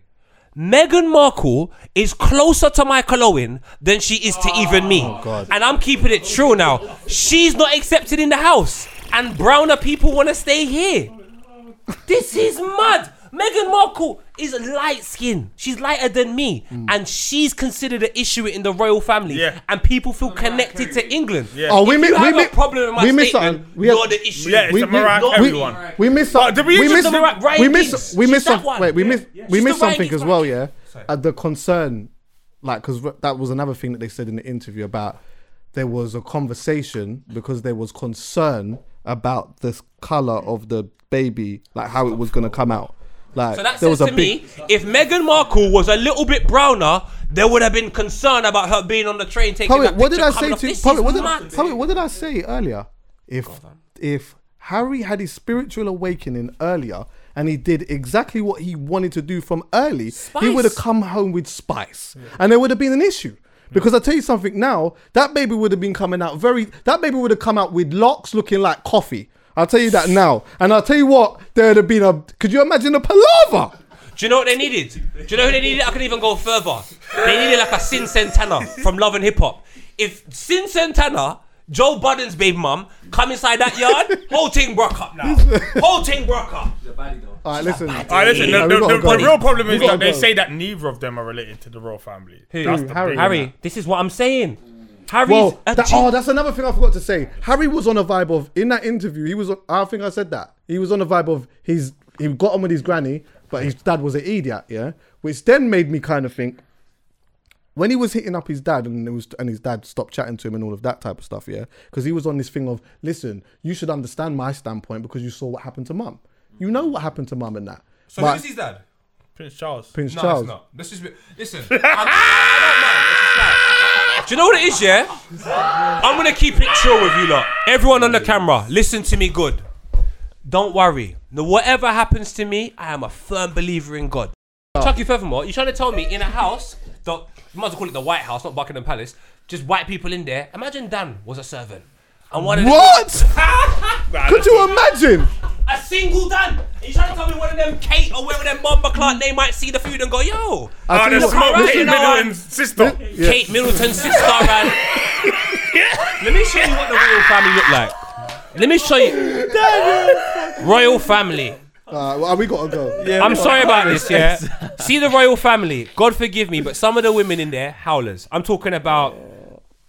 [SPEAKER 1] Meghan Markle is closer to Michael Owen than she is to even me.
[SPEAKER 2] Oh, God.
[SPEAKER 1] And I'm keeping it true now. She's not accepted in the house. And browner people want to stay here. This is mad. Meghan Markle is light skinned. She's lighter than me.
[SPEAKER 2] Mm.
[SPEAKER 1] And she's considered an issue in the royal family.
[SPEAKER 4] Yeah.
[SPEAKER 1] And people feel connected to England. Yeah.
[SPEAKER 2] Oh, we
[SPEAKER 1] if
[SPEAKER 2] mi-
[SPEAKER 1] you
[SPEAKER 2] we
[SPEAKER 1] have
[SPEAKER 2] mi-
[SPEAKER 1] a problem with my
[SPEAKER 2] we miss
[SPEAKER 1] statement,
[SPEAKER 2] something. We
[SPEAKER 1] you're
[SPEAKER 2] have-
[SPEAKER 1] the issue.
[SPEAKER 4] Yeah, it's
[SPEAKER 2] We-
[SPEAKER 4] a
[SPEAKER 2] we-
[SPEAKER 4] Mariah
[SPEAKER 2] no,
[SPEAKER 4] Carey
[SPEAKER 2] we-
[SPEAKER 4] one.
[SPEAKER 2] We miss some.
[SPEAKER 4] did
[SPEAKER 2] we
[SPEAKER 4] we
[SPEAKER 2] miss
[SPEAKER 4] just-
[SPEAKER 2] some.
[SPEAKER 1] Ryan Giggs.
[SPEAKER 2] We miss. We
[SPEAKER 1] She's
[SPEAKER 2] miss
[SPEAKER 1] that
[SPEAKER 2] some.
[SPEAKER 1] one.
[SPEAKER 2] Wait, we miss. We
[SPEAKER 1] She's the
[SPEAKER 2] miss
[SPEAKER 1] Ryan
[SPEAKER 2] something
[SPEAKER 1] Giggs
[SPEAKER 2] as well.
[SPEAKER 1] one.
[SPEAKER 2] Yeah. At the concern, like, because that was another thing that they said in the interview about there was a conversation because there was concern about this color of the baby, like how it was gonna come out. Like
[SPEAKER 1] So that
[SPEAKER 2] there
[SPEAKER 1] says
[SPEAKER 2] was a
[SPEAKER 1] to
[SPEAKER 2] big.
[SPEAKER 1] me, if Meghan Markle was a little bit browner, there would have been concern about her being on the train taking
[SPEAKER 2] Poet,
[SPEAKER 1] that
[SPEAKER 2] what did
[SPEAKER 1] picture
[SPEAKER 2] I say
[SPEAKER 1] coming off.
[SPEAKER 2] to you?
[SPEAKER 1] This
[SPEAKER 2] Poet,
[SPEAKER 1] is
[SPEAKER 2] what did,
[SPEAKER 1] mad.
[SPEAKER 2] Poet, what did I say earlier? If if Harry had his spiritual awakening earlier and he did exactly what he wanted to do from early, he would have
[SPEAKER 1] Spice.
[SPEAKER 2] come home with spice, and there would have been an issue.
[SPEAKER 4] Hmm.
[SPEAKER 2] Because I tell you something now, that baby would have been coming out very. That baby would have come out with locks looking like coffee. I'll tell you that now, and I'll tell you what, there would have been a. Could you imagine a palaver?
[SPEAKER 1] Do you know what they needed? Do you know who they needed? I could even go further. They needed like a Sin Santana from Love and Hip Hop. If Sin Santana, Joe Budden's baby mum, come inside that yard, whole thing broke up now. Whole thing broke up.
[SPEAKER 8] the baddie though.
[SPEAKER 2] All right, listen. All
[SPEAKER 4] All right, listen.
[SPEAKER 2] Yeah,
[SPEAKER 4] the,
[SPEAKER 2] we
[SPEAKER 4] the-
[SPEAKER 2] gotta
[SPEAKER 4] the-
[SPEAKER 2] go.
[SPEAKER 4] the real problem
[SPEAKER 2] We
[SPEAKER 4] is
[SPEAKER 2] gotta
[SPEAKER 4] that they
[SPEAKER 2] go.
[SPEAKER 4] say that neither of them are related to the royal family. That's the
[SPEAKER 2] Harry.
[SPEAKER 4] big-
[SPEAKER 1] Harry, this is what I'm saying. Harry's
[SPEAKER 2] Well,
[SPEAKER 1] a
[SPEAKER 2] that,
[SPEAKER 1] G-
[SPEAKER 2] oh, that's another thing I forgot to say. Harry was on a vibe of in that interview. He was. I think I said that he was on a vibe of he's he got on with his granny, but his dad was an idiot. Yeah, which then made me kind of think when he was hitting up his dad and it was and his dad stopped chatting to him and all of that type of stuff, yeah, because he was on this thing of listen, you should understand my standpoint because you saw what happened to mum. You know what happened to mum and that. So
[SPEAKER 1] Who's his dad?
[SPEAKER 4] Prince Charles.
[SPEAKER 2] Prince
[SPEAKER 1] No,
[SPEAKER 2] Charles.
[SPEAKER 1] it's not. Let's just be, listen. I'm, I do not mind. Let's just not. Do you know what it is, yeah? I'm gonna keep it chill with you lot. Everyone on the camera, listen to me good. Don't worry. No, whatever happens to me, I am a firm believer in God. Chucky, furthermore, you're trying to tell me in a house, the, you might as well call it the White House, not Buckingham Palace, just white people in there. Imagine Dan was a servant. And one of them-
[SPEAKER 2] What? Could you imagine?
[SPEAKER 1] a single Dan. You trying to tell me one of them Kate or whatever them Bomber Clark they might see the food and go, yo,
[SPEAKER 4] Ah,
[SPEAKER 2] tell you
[SPEAKER 4] the
[SPEAKER 2] what-
[SPEAKER 4] smoke
[SPEAKER 1] Right
[SPEAKER 4] Kate
[SPEAKER 1] now,
[SPEAKER 4] Middleton's sister.
[SPEAKER 1] Kate Middleton's sister ran. Let me show you what the royal family look like. Let me show you. royal family.
[SPEAKER 2] Uh, well, we gotta go.
[SPEAKER 1] I'm sorry about this, yeah. See the royal family. God forgive me, but some of the women in there, howlers. I'm talking about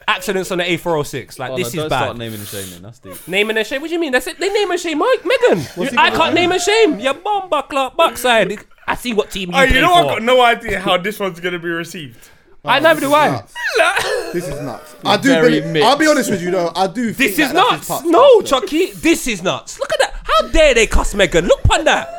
[SPEAKER 1] accidents on the A406. Like,
[SPEAKER 5] Oh, no,
[SPEAKER 1] this
[SPEAKER 5] don't
[SPEAKER 1] is bad.
[SPEAKER 5] start naming and shaming. That's deep.
[SPEAKER 1] Naming and shame. What do you mean? That's it. They name and shame Mike Megan. I can't name and shame. Your bomb buckler backside. I see what team you
[SPEAKER 4] Oh,
[SPEAKER 1] play
[SPEAKER 4] you know, I've
[SPEAKER 1] for.
[SPEAKER 4] got no idea how this one's gonna be received.
[SPEAKER 1] I neither do I.
[SPEAKER 2] This is nuts. I do
[SPEAKER 5] Very
[SPEAKER 2] believe.
[SPEAKER 5] mixed.
[SPEAKER 2] I'll be honest with you though. I do.
[SPEAKER 1] This
[SPEAKER 2] Think that
[SPEAKER 1] is
[SPEAKER 2] that's his
[SPEAKER 1] nuts.
[SPEAKER 2] part.
[SPEAKER 1] No, Chucky, this is nuts. Look at that. How dare they cuss Megan? Look upon that.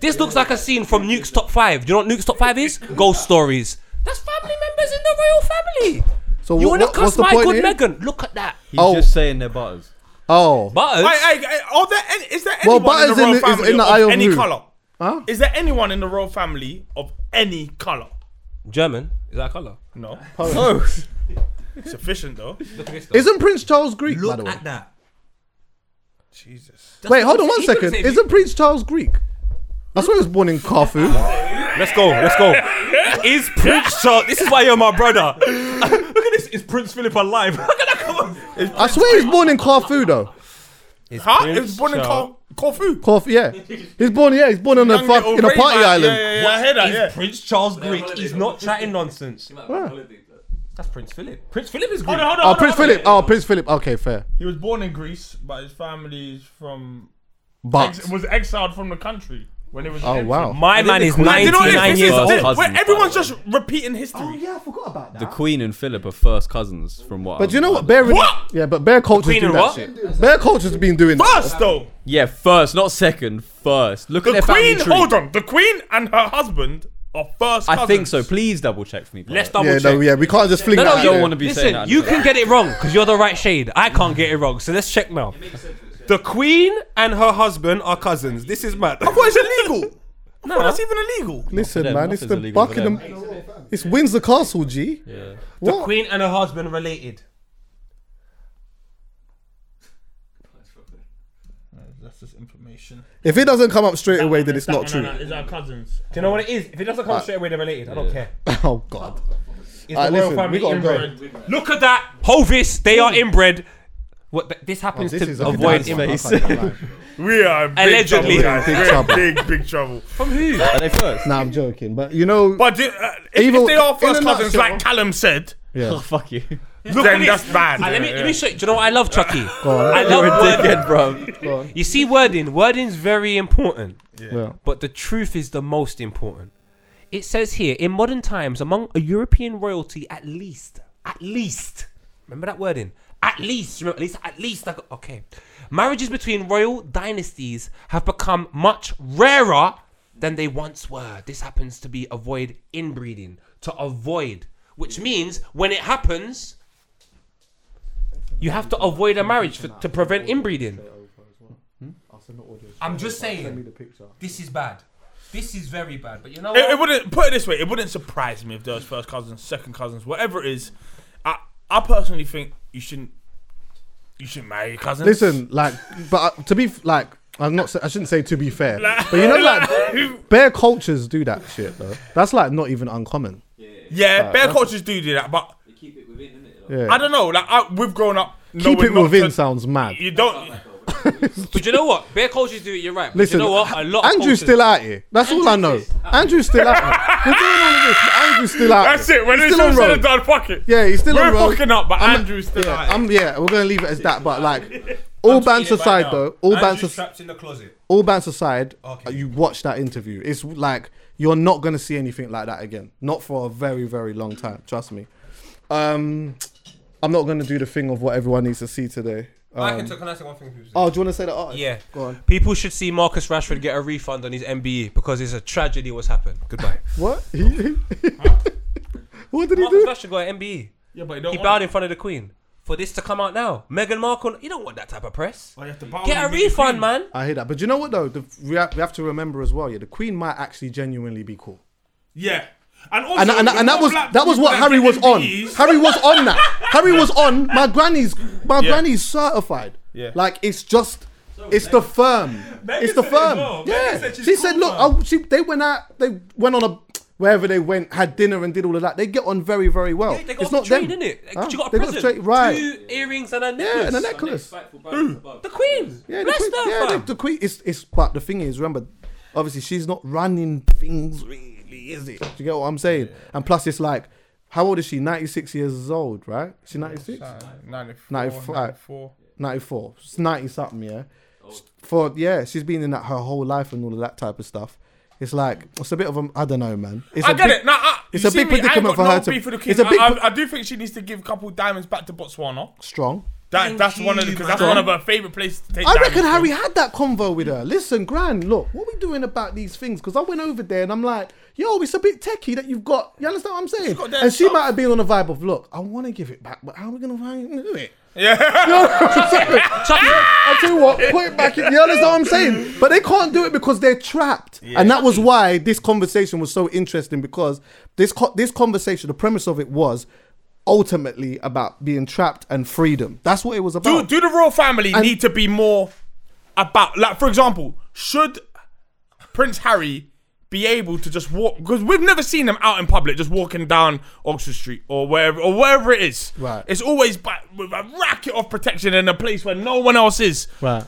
[SPEAKER 1] This looks like a scene from Nuke's Top 5. Do you know what Nuke's Top 5 is? Ghost stories. That's family members in the royal family.
[SPEAKER 2] So
[SPEAKER 1] you
[SPEAKER 2] what-
[SPEAKER 1] want to
[SPEAKER 2] what- what's
[SPEAKER 1] cuss
[SPEAKER 2] the
[SPEAKER 1] my
[SPEAKER 2] point
[SPEAKER 1] good
[SPEAKER 2] here?
[SPEAKER 1] Megan? Look at that.
[SPEAKER 5] He's
[SPEAKER 2] Oh.
[SPEAKER 5] just saying their butters.
[SPEAKER 2] Oh,
[SPEAKER 1] Butters.
[SPEAKER 4] I, I, I, are there any, is there
[SPEAKER 2] Well,
[SPEAKER 4] anyone in
[SPEAKER 2] Butters
[SPEAKER 4] the royal
[SPEAKER 2] in the- is
[SPEAKER 4] family
[SPEAKER 2] in the
[SPEAKER 4] of
[SPEAKER 2] Iron
[SPEAKER 4] any
[SPEAKER 2] Room.
[SPEAKER 4] color?
[SPEAKER 2] Huh?
[SPEAKER 4] Is there anyone in the royal family of any color?
[SPEAKER 1] German is that a color?
[SPEAKER 4] No.
[SPEAKER 2] Poland.
[SPEAKER 4] Sufficient though.
[SPEAKER 1] Look at this. Though.
[SPEAKER 2] Isn't Prince Charles Greek, by the
[SPEAKER 1] Look
[SPEAKER 2] way?
[SPEAKER 1] at that.
[SPEAKER 4] Jesus.
[SPEAKER 1] That's
[SPEAKER 2] Wait,
[SPEAKER 1] what
[SPEAKER 2] hold on
[SPEAKER 1] he
[SPEAKER 2] one
[SPEAKER 1] could've
[SPEAKER 2] second.
[SPEAKER 1] said. He-
[SPEAKER 2] Isn't Prince Charles Greek? I swear he was born in Corfu.
[SPEAKER 6] Let's go. Let's go. Is Prince Charles? This is why you're my brother. Look at this. Is Prince Philip alive? Look at that. Come on.
[SPEAKER 2] I swear he was born in Corfu, though.
[SPEAKER 4] Huh? It was born in
[SPEAKER 1] Charles-
[SPEAKER 4] Cor- Corfu.
[SPEAKER 2] Corfu, yeah. He's born, yeah, he's born on a,
[SPEAKER 4] Young
[SPEAKER 2] fuck,
[SPEAKER 4] little
[SPEAKER 2] in a
[SPEAKER 4] Ray
[SPEAKER 2] party
[SPEAKER 4] Man.
[SPEAKER 2] island.
[SPEAKER 4] Yeah, yeah, yeah. I hear that. Yeah.
[SPEAKER 6] Prince Charles Greek. He's not chatting nonsense. That's Prince Philip. Prince Philip is Greek.
[SPEAKER 4] Hold on, hold on,
[SPEAKER 2] Oh,
[SPEAKER 4] hold on,
[SPEAKER 2] Prince
[SPEAKER 4] hold on.
[SPEAKER 2] Philip. Oh, Prince Philip. Okay, fair.
[SPEAKER 4] He was born in Greece, but his family is from
[SPEAKER 2] But
[SPEAKER 4] ex- was exiled from the country when it was.
[SPEAKER 2] oh
[SPEAKER 4] entered.
[SPEAKER 2] wow.
[SPEAKER 1] My man is 99 years
[SPEAKER 5] Well,
[SPEAKER 1] old.
[SPEAKER 5] cousins,
[SPEAKER 4] Where
[SPEAKER 5] by
[SPEAKER 4] everyone's
[SPEAKER 5] the way.
[SPEAKER 4] just repeating history.
[SPEAKER 2] yeah, I forgot about that.
[SPEAKER 5] The Queen and Philip are first cousins, from what.
[SPEAKER 2] but
[SPEAKER 5] I
[SPEAKER 2] you know what?
[SPEAKER 5] understand.
[SPEAKER 2] Bear really-
[SPEAKER 4] What?
[SPEAKER 2] Yeah, but bear cultures
[SPEAKER 1] Queen
[SPEAKER 2] do
[SPEAKER 1] and
[SPEAKER 2] that
[SPEAKER 1] what?
[SPEAKER 2] shit. Bear cultures been doing that.
[SPEAKER 4] First though,
[SPEAKER 5] Yeah, first, not second. First, look
[SPEAKER 4] the
[SPEAKER 5] at their
[SPEAKER 4] Queen.
[SPEAKER 5] family tree.
[SPEAKER 4] Hold on, the Queen and her husband are first.
[SPEAKER 5] I think so.
[SPEAKER 4] cousins.
[SPEAKER 5] Please double check for me. bro.
[SPEAKER 1] Let's double
[SPEAKER 2] Yeah,
[SPEAKER 1] check.
[SPEAKER 2] no, yeah, we can't just fling
[SPEAKER 1] No, no,
[SPEAKER 2] that out
[SPEAKER 5] I don't
[SPEAKER 2] there.
[SPEAKER 5] want to be
[SPEAKER 1] Listen,
[SPEAKER 5] saying that.
[SPEAKER 1] you can get it wrong because you're the right shade. I can't get it wrong, so let's check now.
[SPEAKER 6] The Queen and her husband are cousins. This is mad.
[SPEAKER 4] What is illegal? no, that's even illegal.
[SPEAKER 2] Listen,
[SPEAKER 5] them,
[SPEAKER 2] man,
[SPEAKER 5] nothing's
[SPEAKER 2] it's the
[SPEAKER 5] illegal for
[SPEAKER 2] Buckingham. It's Windsor Castle, G. Yeah. What?
[SPEAKER 1] Queen and her husband related.
[SPEAKER 4] That's just information.
[SPEAKER 2] If it doesn't come up straight away, then it's not true.
[SPEAKER 4] Is our cousins?
[SPEAKER 1] Do you know what it is? If it doesn't come straight away, they're related. I don't care.
[SPEAKER 2] Oh God.
[SPEAKER 1] It's
[SPEAKER 2] Alright,
[SPEAKER 1] the royal
[SPEAKER 2] listen,
[SPEAKER 1] family
[SPEAKER 2] we gotta go.
[SPEAKER 1] inbred. Look at that, Hovis. They are inbred. What? th- This happens
[SPEAKER 2] Oh, This is
[SPEAKER 1] to
[SPEAKER 2] a
[SPEAKER 1] avoid
[SPEAKER 2] bad
[SPEAKER 1] inbred.
[SPEAKER 2] sign, I can't lie.
[SPEAKER 4] We are in big
[SPEAKER 1] Allegedly.
[SPEAKER 4] trouble, guys.
[SPEAKER 2] Big
[SPEAKER 4] We're
[SPEAKER 2] trouble.
[SPEAKER 4] in big, big trouble.
[SPEAKER 1] From who?
[SPEAKER 5] Are they first?
[SPEAKER 2] Nah, I'm joking, but you know,
[SPEAKER 4] But do- uh, if,
[SPEAKER 2] Evil-
[SPEAKER 4] if they are
[SPEAKER 2] in
[SPEAKER 4] first
[SPEAKER 2] a
[SPEAKER 4] cousins,
[SPEAKER 2] nutshell-
[SPEAKER 4] like Callum said,
[SPEAKER 5] Oh,
[SPEAKER 2] yeah.
[SPEAKER 5] fuck you.
[SPEAKER 4] then that's bad.
[SPEAKER 1] Ah, let me
[SPEAKER 4] Yeah,
[SPEAKER 1] let me show you. Do you know what I love, Chucky?
[SPEAKER 2] on.
[SPEAKER 1] I love
[SPEAKER 5] You're a
[SPEAKER 1] wording.
[SPEAKER 5] dickhead, bro.
[SPEAKER 2] Go on.
[SPEAKER 1] You see, wording. Wording's very important.
[SPEAKER 2] Yeah.
[SPEAKER 1] but the truth is the most important. It says here in modern times, among a European royalty, at least, at least, remember that wording, at least, remember, at least, at least, like, okay, marriages between royal dynasties have become much rarer than they once were. This happens to be avoid inbreeding, to avoid, which means when it happens, you have to avoid a marriage for, to prevent inbreeding. I'm just saying. This is bad. This is very bad. But you know
[SPEAKER 4] It, it wouldn't put it this way. It wouldn't surprise me if there was first cousins, second cousins, whatever it is. I, I personally think you shouldn't, you shouldn't marry your cousins.
[SPEAKER 2] Listen, like, but uh, to be f- like, I'm not. sa- I shouldn't say to be fair, but you know, like,
[SPEAKER 4] Like-
[SPEAKER 2] bear cultures do that shit though. That's like not even uncommon.
[SPEAKER 4] yeah, bear cultures do do that, but
[SPEAKER 3] They keep it within, innit?
[SPEAKER 2] Yeah.
[SPEAKER 4] I don't know. Like I, we've grown up.
[SPEAKER 2] Keep
[SPEAKER 4] knowing
[SPEAKER 2] it
[SPEAKER 4] not
[SPEAKER 2] within
[SPEAKER 4] to-
[SPEAKER 2] sounds mad.
[SPEAKER 4] You don't.
[SPEAKER 1] but you know what? Bear cultures do it. You're right. But
[SPEAKER 2] Listen,
[SPEAKER 1] you know what? A lot. of cultures-
[SPEAKER 2] Andrew's still out here. That's all I know. Andrew's still out here. We're doing all of this, but Andrew's still out.
[SPEAKER 4] That's
[SPEAKER 2] here.
[SPEAKER 4] it. When
[SPEAKER 2] He's
[SPEAKER 4] it's
[SPEAKER 2] still
[SPEAKER 4] all
[SPEAKER 2] on
[SPEAKER 4] said and
[SPEAKER 2] road.
[SPEAKER 4] done, fuck it.
[SPEAKER 2] Yeah, he's still
[SPEAKER 4] We're
[SPEAKER 2] on road.
[SPEAKER 4] fucking up, but
[SPEAKER 2] I'm-
[SPEAKER 4] Andrew's still
[SPEAKER 2] yeah,
[SPEAKER 4] out.
[SPEAKER 2] I'm, yeah, we're gonna leave it as that. But like, all bands aside, though, all bands aside.
[SPEAKER 6] trapped in the closet.
[SPEAKER 2] all bands aside,
[SPEAKER 6] Okay.
[SPEAKER 2] uh, you watch that interview. It's like you're not gonna see anything like that again. Not for a very, very long time. Trust me. Um, I'm not gonna do the thing of what everyone needs to see today.
[SPEAKER 6] I
[SPEAKER 2] Um,
[SPEAKER 6] can, can I say one thing? People
[SPEAKER 2] oh, do you wanna say that? artist?
[SPEAKER 1] Yeah.
[SPEAKER 2] Go on.
[SPEAKER 1] People should see Marcus Rashford get a refund on his MBE because it's a tragedy what's happened. Goodbye.
[SPEAKER 2] What? what did he
[SPEAKER 1] Marcus
[SPEAKER 2] do?
[SPEAKER 1] Rashford got an MBE.
[SPEAKER 4] yeah, but you don't.
[SPEAKER 1] He bowed in front of the Queen. For this to come out now, Meghan Markle, you don't want that type of press.
[SPEAKER 4] you have to bow
[SPEAKER 1] Get a
[SPEAKER 4] and meet the
[SPEAKER 1] refund,
[SPEAKER 4] queen.
[SPEAKER 1] man.
[SPEAKER 2] I hear that, but you know what though? The, we, ha- we have to remember as well. Yeah, the Queen might actually genuinely be cool,
[SPEAKER 4] Yeah. And also,
[SPEAKER 2] and and, and,
[SPEAKER 4] the
[SPEAKER 2] that
[SPEAKER 4] more
[SPEAKER 2] was
[SPEAKER 4] black
[SPEAKER 2] that was
[SPEAKER 4] people
[SPEAKER 2] what Harry
[SPEAKER 4] get
[SPEAKER 2] was on.
[SPEAKER 4] MBEs,
[SPEAKER 2] Harry was on that. Harry was on. My granny's my
[SPEAKER 4] Yeah.
[SPEAKER 2] granny's certified.
[SPEAKER 4] Yeah.
[SPEAKER 2] Like it's just. It's the firm.
[SPEAKER 4] Megan
[SPEAKER 2] it's the
[SPEAKER 4] said it as
[SPEAKER 2] firm.
[SPEAKER 4] well. Megan
[SPEAKER 2] Yeah,
[SPEAKER 4] said she's
[SPEAKER 2] she said,
[SPEAKER 4] cool,
[SPEAKER 2] "Look,
[SPEAKER 4] fam."
[SPEAKER 2] I, she, they went out. They went on a wherever they went, had dinner and did all of that. They get on very, very well.
[SPEAKER 1] They got
[SPEAKER 2] it's
[SPEAKER 1] off the
[SPEAKER 2] not
[SPEAKER 1] train,
[SPEAKER 2] them.
[SPEAKER 1] innit?
[SPEAKER 2] Huh?
[SPEAKER 1] She got a
[SPEAKER 2] they got
[SPEAKER 1] present.
[SPEAKER 2] straight right.
[SPEAKER 1] Two earrings and a necklace.
[SPEAKER 2] Yeah, and a necklace.
[SPEAKER 1] The Queen.
[SPEAKER 2] Yeah, the
[SPEAKER 1] Bless
[SPEAKER 2] queen,
[SPEAKER 1] her,
[SPEAKER 2] yeah,
[SPEAKER 1] fam.
[SPEAKER 2] the, the queen. It's, it's but the thing is, remember, obviously she's not running things really, is it? Do you get what I'm saying? And plus, it's like, how old is she? 96 years old, right? She 96, Ninety
[SPEAKER 4] 94,
[SPEAKER 2] five.
[SPEAKER 4] 94.
[SPEAKER 2] 94, She's 90 something, yeah. For yeah, she's been in that her whole life and all of that type of stuff. It's like it's a bit of a I don't know, man. It's
[SPEAKER 4] I
[SPEAKER 2] a
[SPEAKER 4] get
[SPEAKER 2] big-
[SPEAKER 4] it. Nah, I,
[SPEAKER 2] it's
[SPEAKER 4] you
[SPEAKER 2] a
[SPEAKER 4] see
[SPEAKER 2] big
[SPEAKER 4] me, I ain't
[SPEAKER 2] predicament
[SPEAKER 4] got
[SPEAKER 2] for her
[SPEAKER 4] no
[SPEAKER 2] to-
[SPEAKER 4] beef with the Queen.
[SPEAKER 2] it's a big
[SPEAKER 4] I,
[SPEAKER 2] pre-
[SPEAKER 4] I, I do think she needs to give a couple diamonds back to Botswana.
[SPEAKER 2] Strong.
[SPEAKER 4] That, that's one of the because that's one of her favorite places to take.
[SPEAKER 2] I reckon
[SPEAKER 4] diamonds
[SPEAKER 2] Harry
[SPEAKER 4] from.
[SPEAKER 2] had that convo with her. Listen, Gran, look, what we doing about these things? Because I went over there and I'm like, yo, it's a bit techie that you've got. You understand what I'm saying?
[SPEAKER 4] got
[SPEAKER 2] And
[SPEAKER 4] that
[SPEAKER 2] she
[SPEAKER 4] stuff.
[SPEAKER 2] might have been on the vibe of, look, I want to give it back, but how are we gonna find do it?
[SPEAKER 4] Yeah.
[SPEAKER 2] I tell you what, put it back. In, you understand what I'm saying? But they can't do it because they're trapped, and that was why this conversation was so interesting because this co- this conversation, the premise of it was ultimately about being trapped and freedom. That's what it was
[SPEAKER 4] do
[SPEAKER 2] about.
[SPEAKER 4] do the royal family
[SPEAKER 2] And-
[SPEAKER 4] need to be more about like for example should prince harry be able to just walk because we've never seen him out in public just walking down oxford street or wherever or wherever it is
[SPEAKER 2] Right.
[SPEAKER 4] it's always by, with a racket of protection in a place where no one else is
[SPEAKER 7] Right.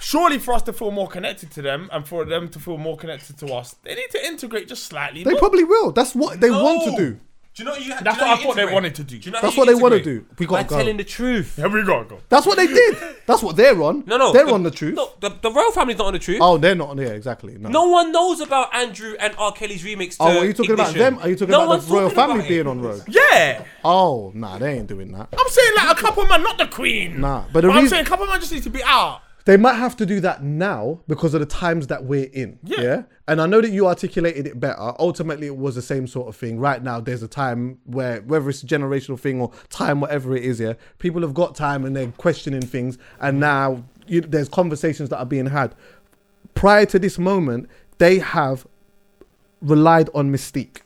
[SPEAKER 4] surely for us to feel more connected to them and for them to feel more connected to us they need to integrate just slightly
[SPEAKER 2] They
[SPEAKER 4] not-
[SPEAKER 2] probably will. That's what they want to
[SPEAKER 4] No.
[SPEAKER 2] do.
[SPEAKER 6] Do you know what you That's
[SPEAKER 4] that's what i thought they wanted to do,
[SPEAKER 2] That's what they want to do. We
[SPEAKER 1] By
[SPEAKER 2] got to go.
[SPEAKER 1] telling the truth.
[SPEAKER 4] here we go go
[SPEAKER 2] That's what they did. That's what they're on.
[SPEAKER 1] No, no.
[SPEAKER 2] they're
[SPEAKER 1] the-
[SPEAKER 2] on the truth.
[SPEAKER 1] No, the, the royal family's not on the truth.
[SPEAKER 2] Oh, they're not on there exactly. No.
[SPEAKER 1] No one knows about Andrew and R. Kelly's remix. To
[SPEAKER 2] Oh, are you talking about
[SPEAKER 1] Ignition.
[SPEAKER 2] them? Are you talking
[SPEAKER 1] No
[SPEAKER 2] about
[SPEAKER 1] one's
[SPEAKER 2] the royal
[SPEAKER 1] talking about
[SPEAKER 2] family
[SPEAKER 1] it.
[SPEAKER 2] being on road?
[SPEAKER 4] yeah
[SPEAKER 2] Oh, nah, they ain't doing that.
[SPEAKER 4] I'm saying like a couple man, not the queen.
[SPEAKER 2] Nah, but the
[SPEAKER 4] I'm
[SPEAKER 2] reason-
[SPEAKER 4] saying a couple man just need to be out.
[SPEAKER 2] They might have to do that now because of the times that we're in. Yeah. And I know that you articulated it better. Ultimately, it was the same sort of thing. Right now, there's a time where, whether it's a generational thing or time, whatever it is, yeah, people have got time and they're questioning things. And now you, there's conversations that are being had. Prior to this moment, they have relied on mystique.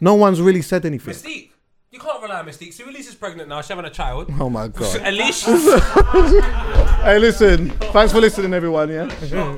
[SPEAKER 2] No one's really said anything.
[SPEAKER 6] Mystique. You can't rely on Mystique. So Elise is pregnant now. She's having a child.
[SPEAKER 2] Oh my God.
[SPEAKER 6] Elise,
[SPEAKER 2] hey, listen. Thanks for listening, everyone, yeah?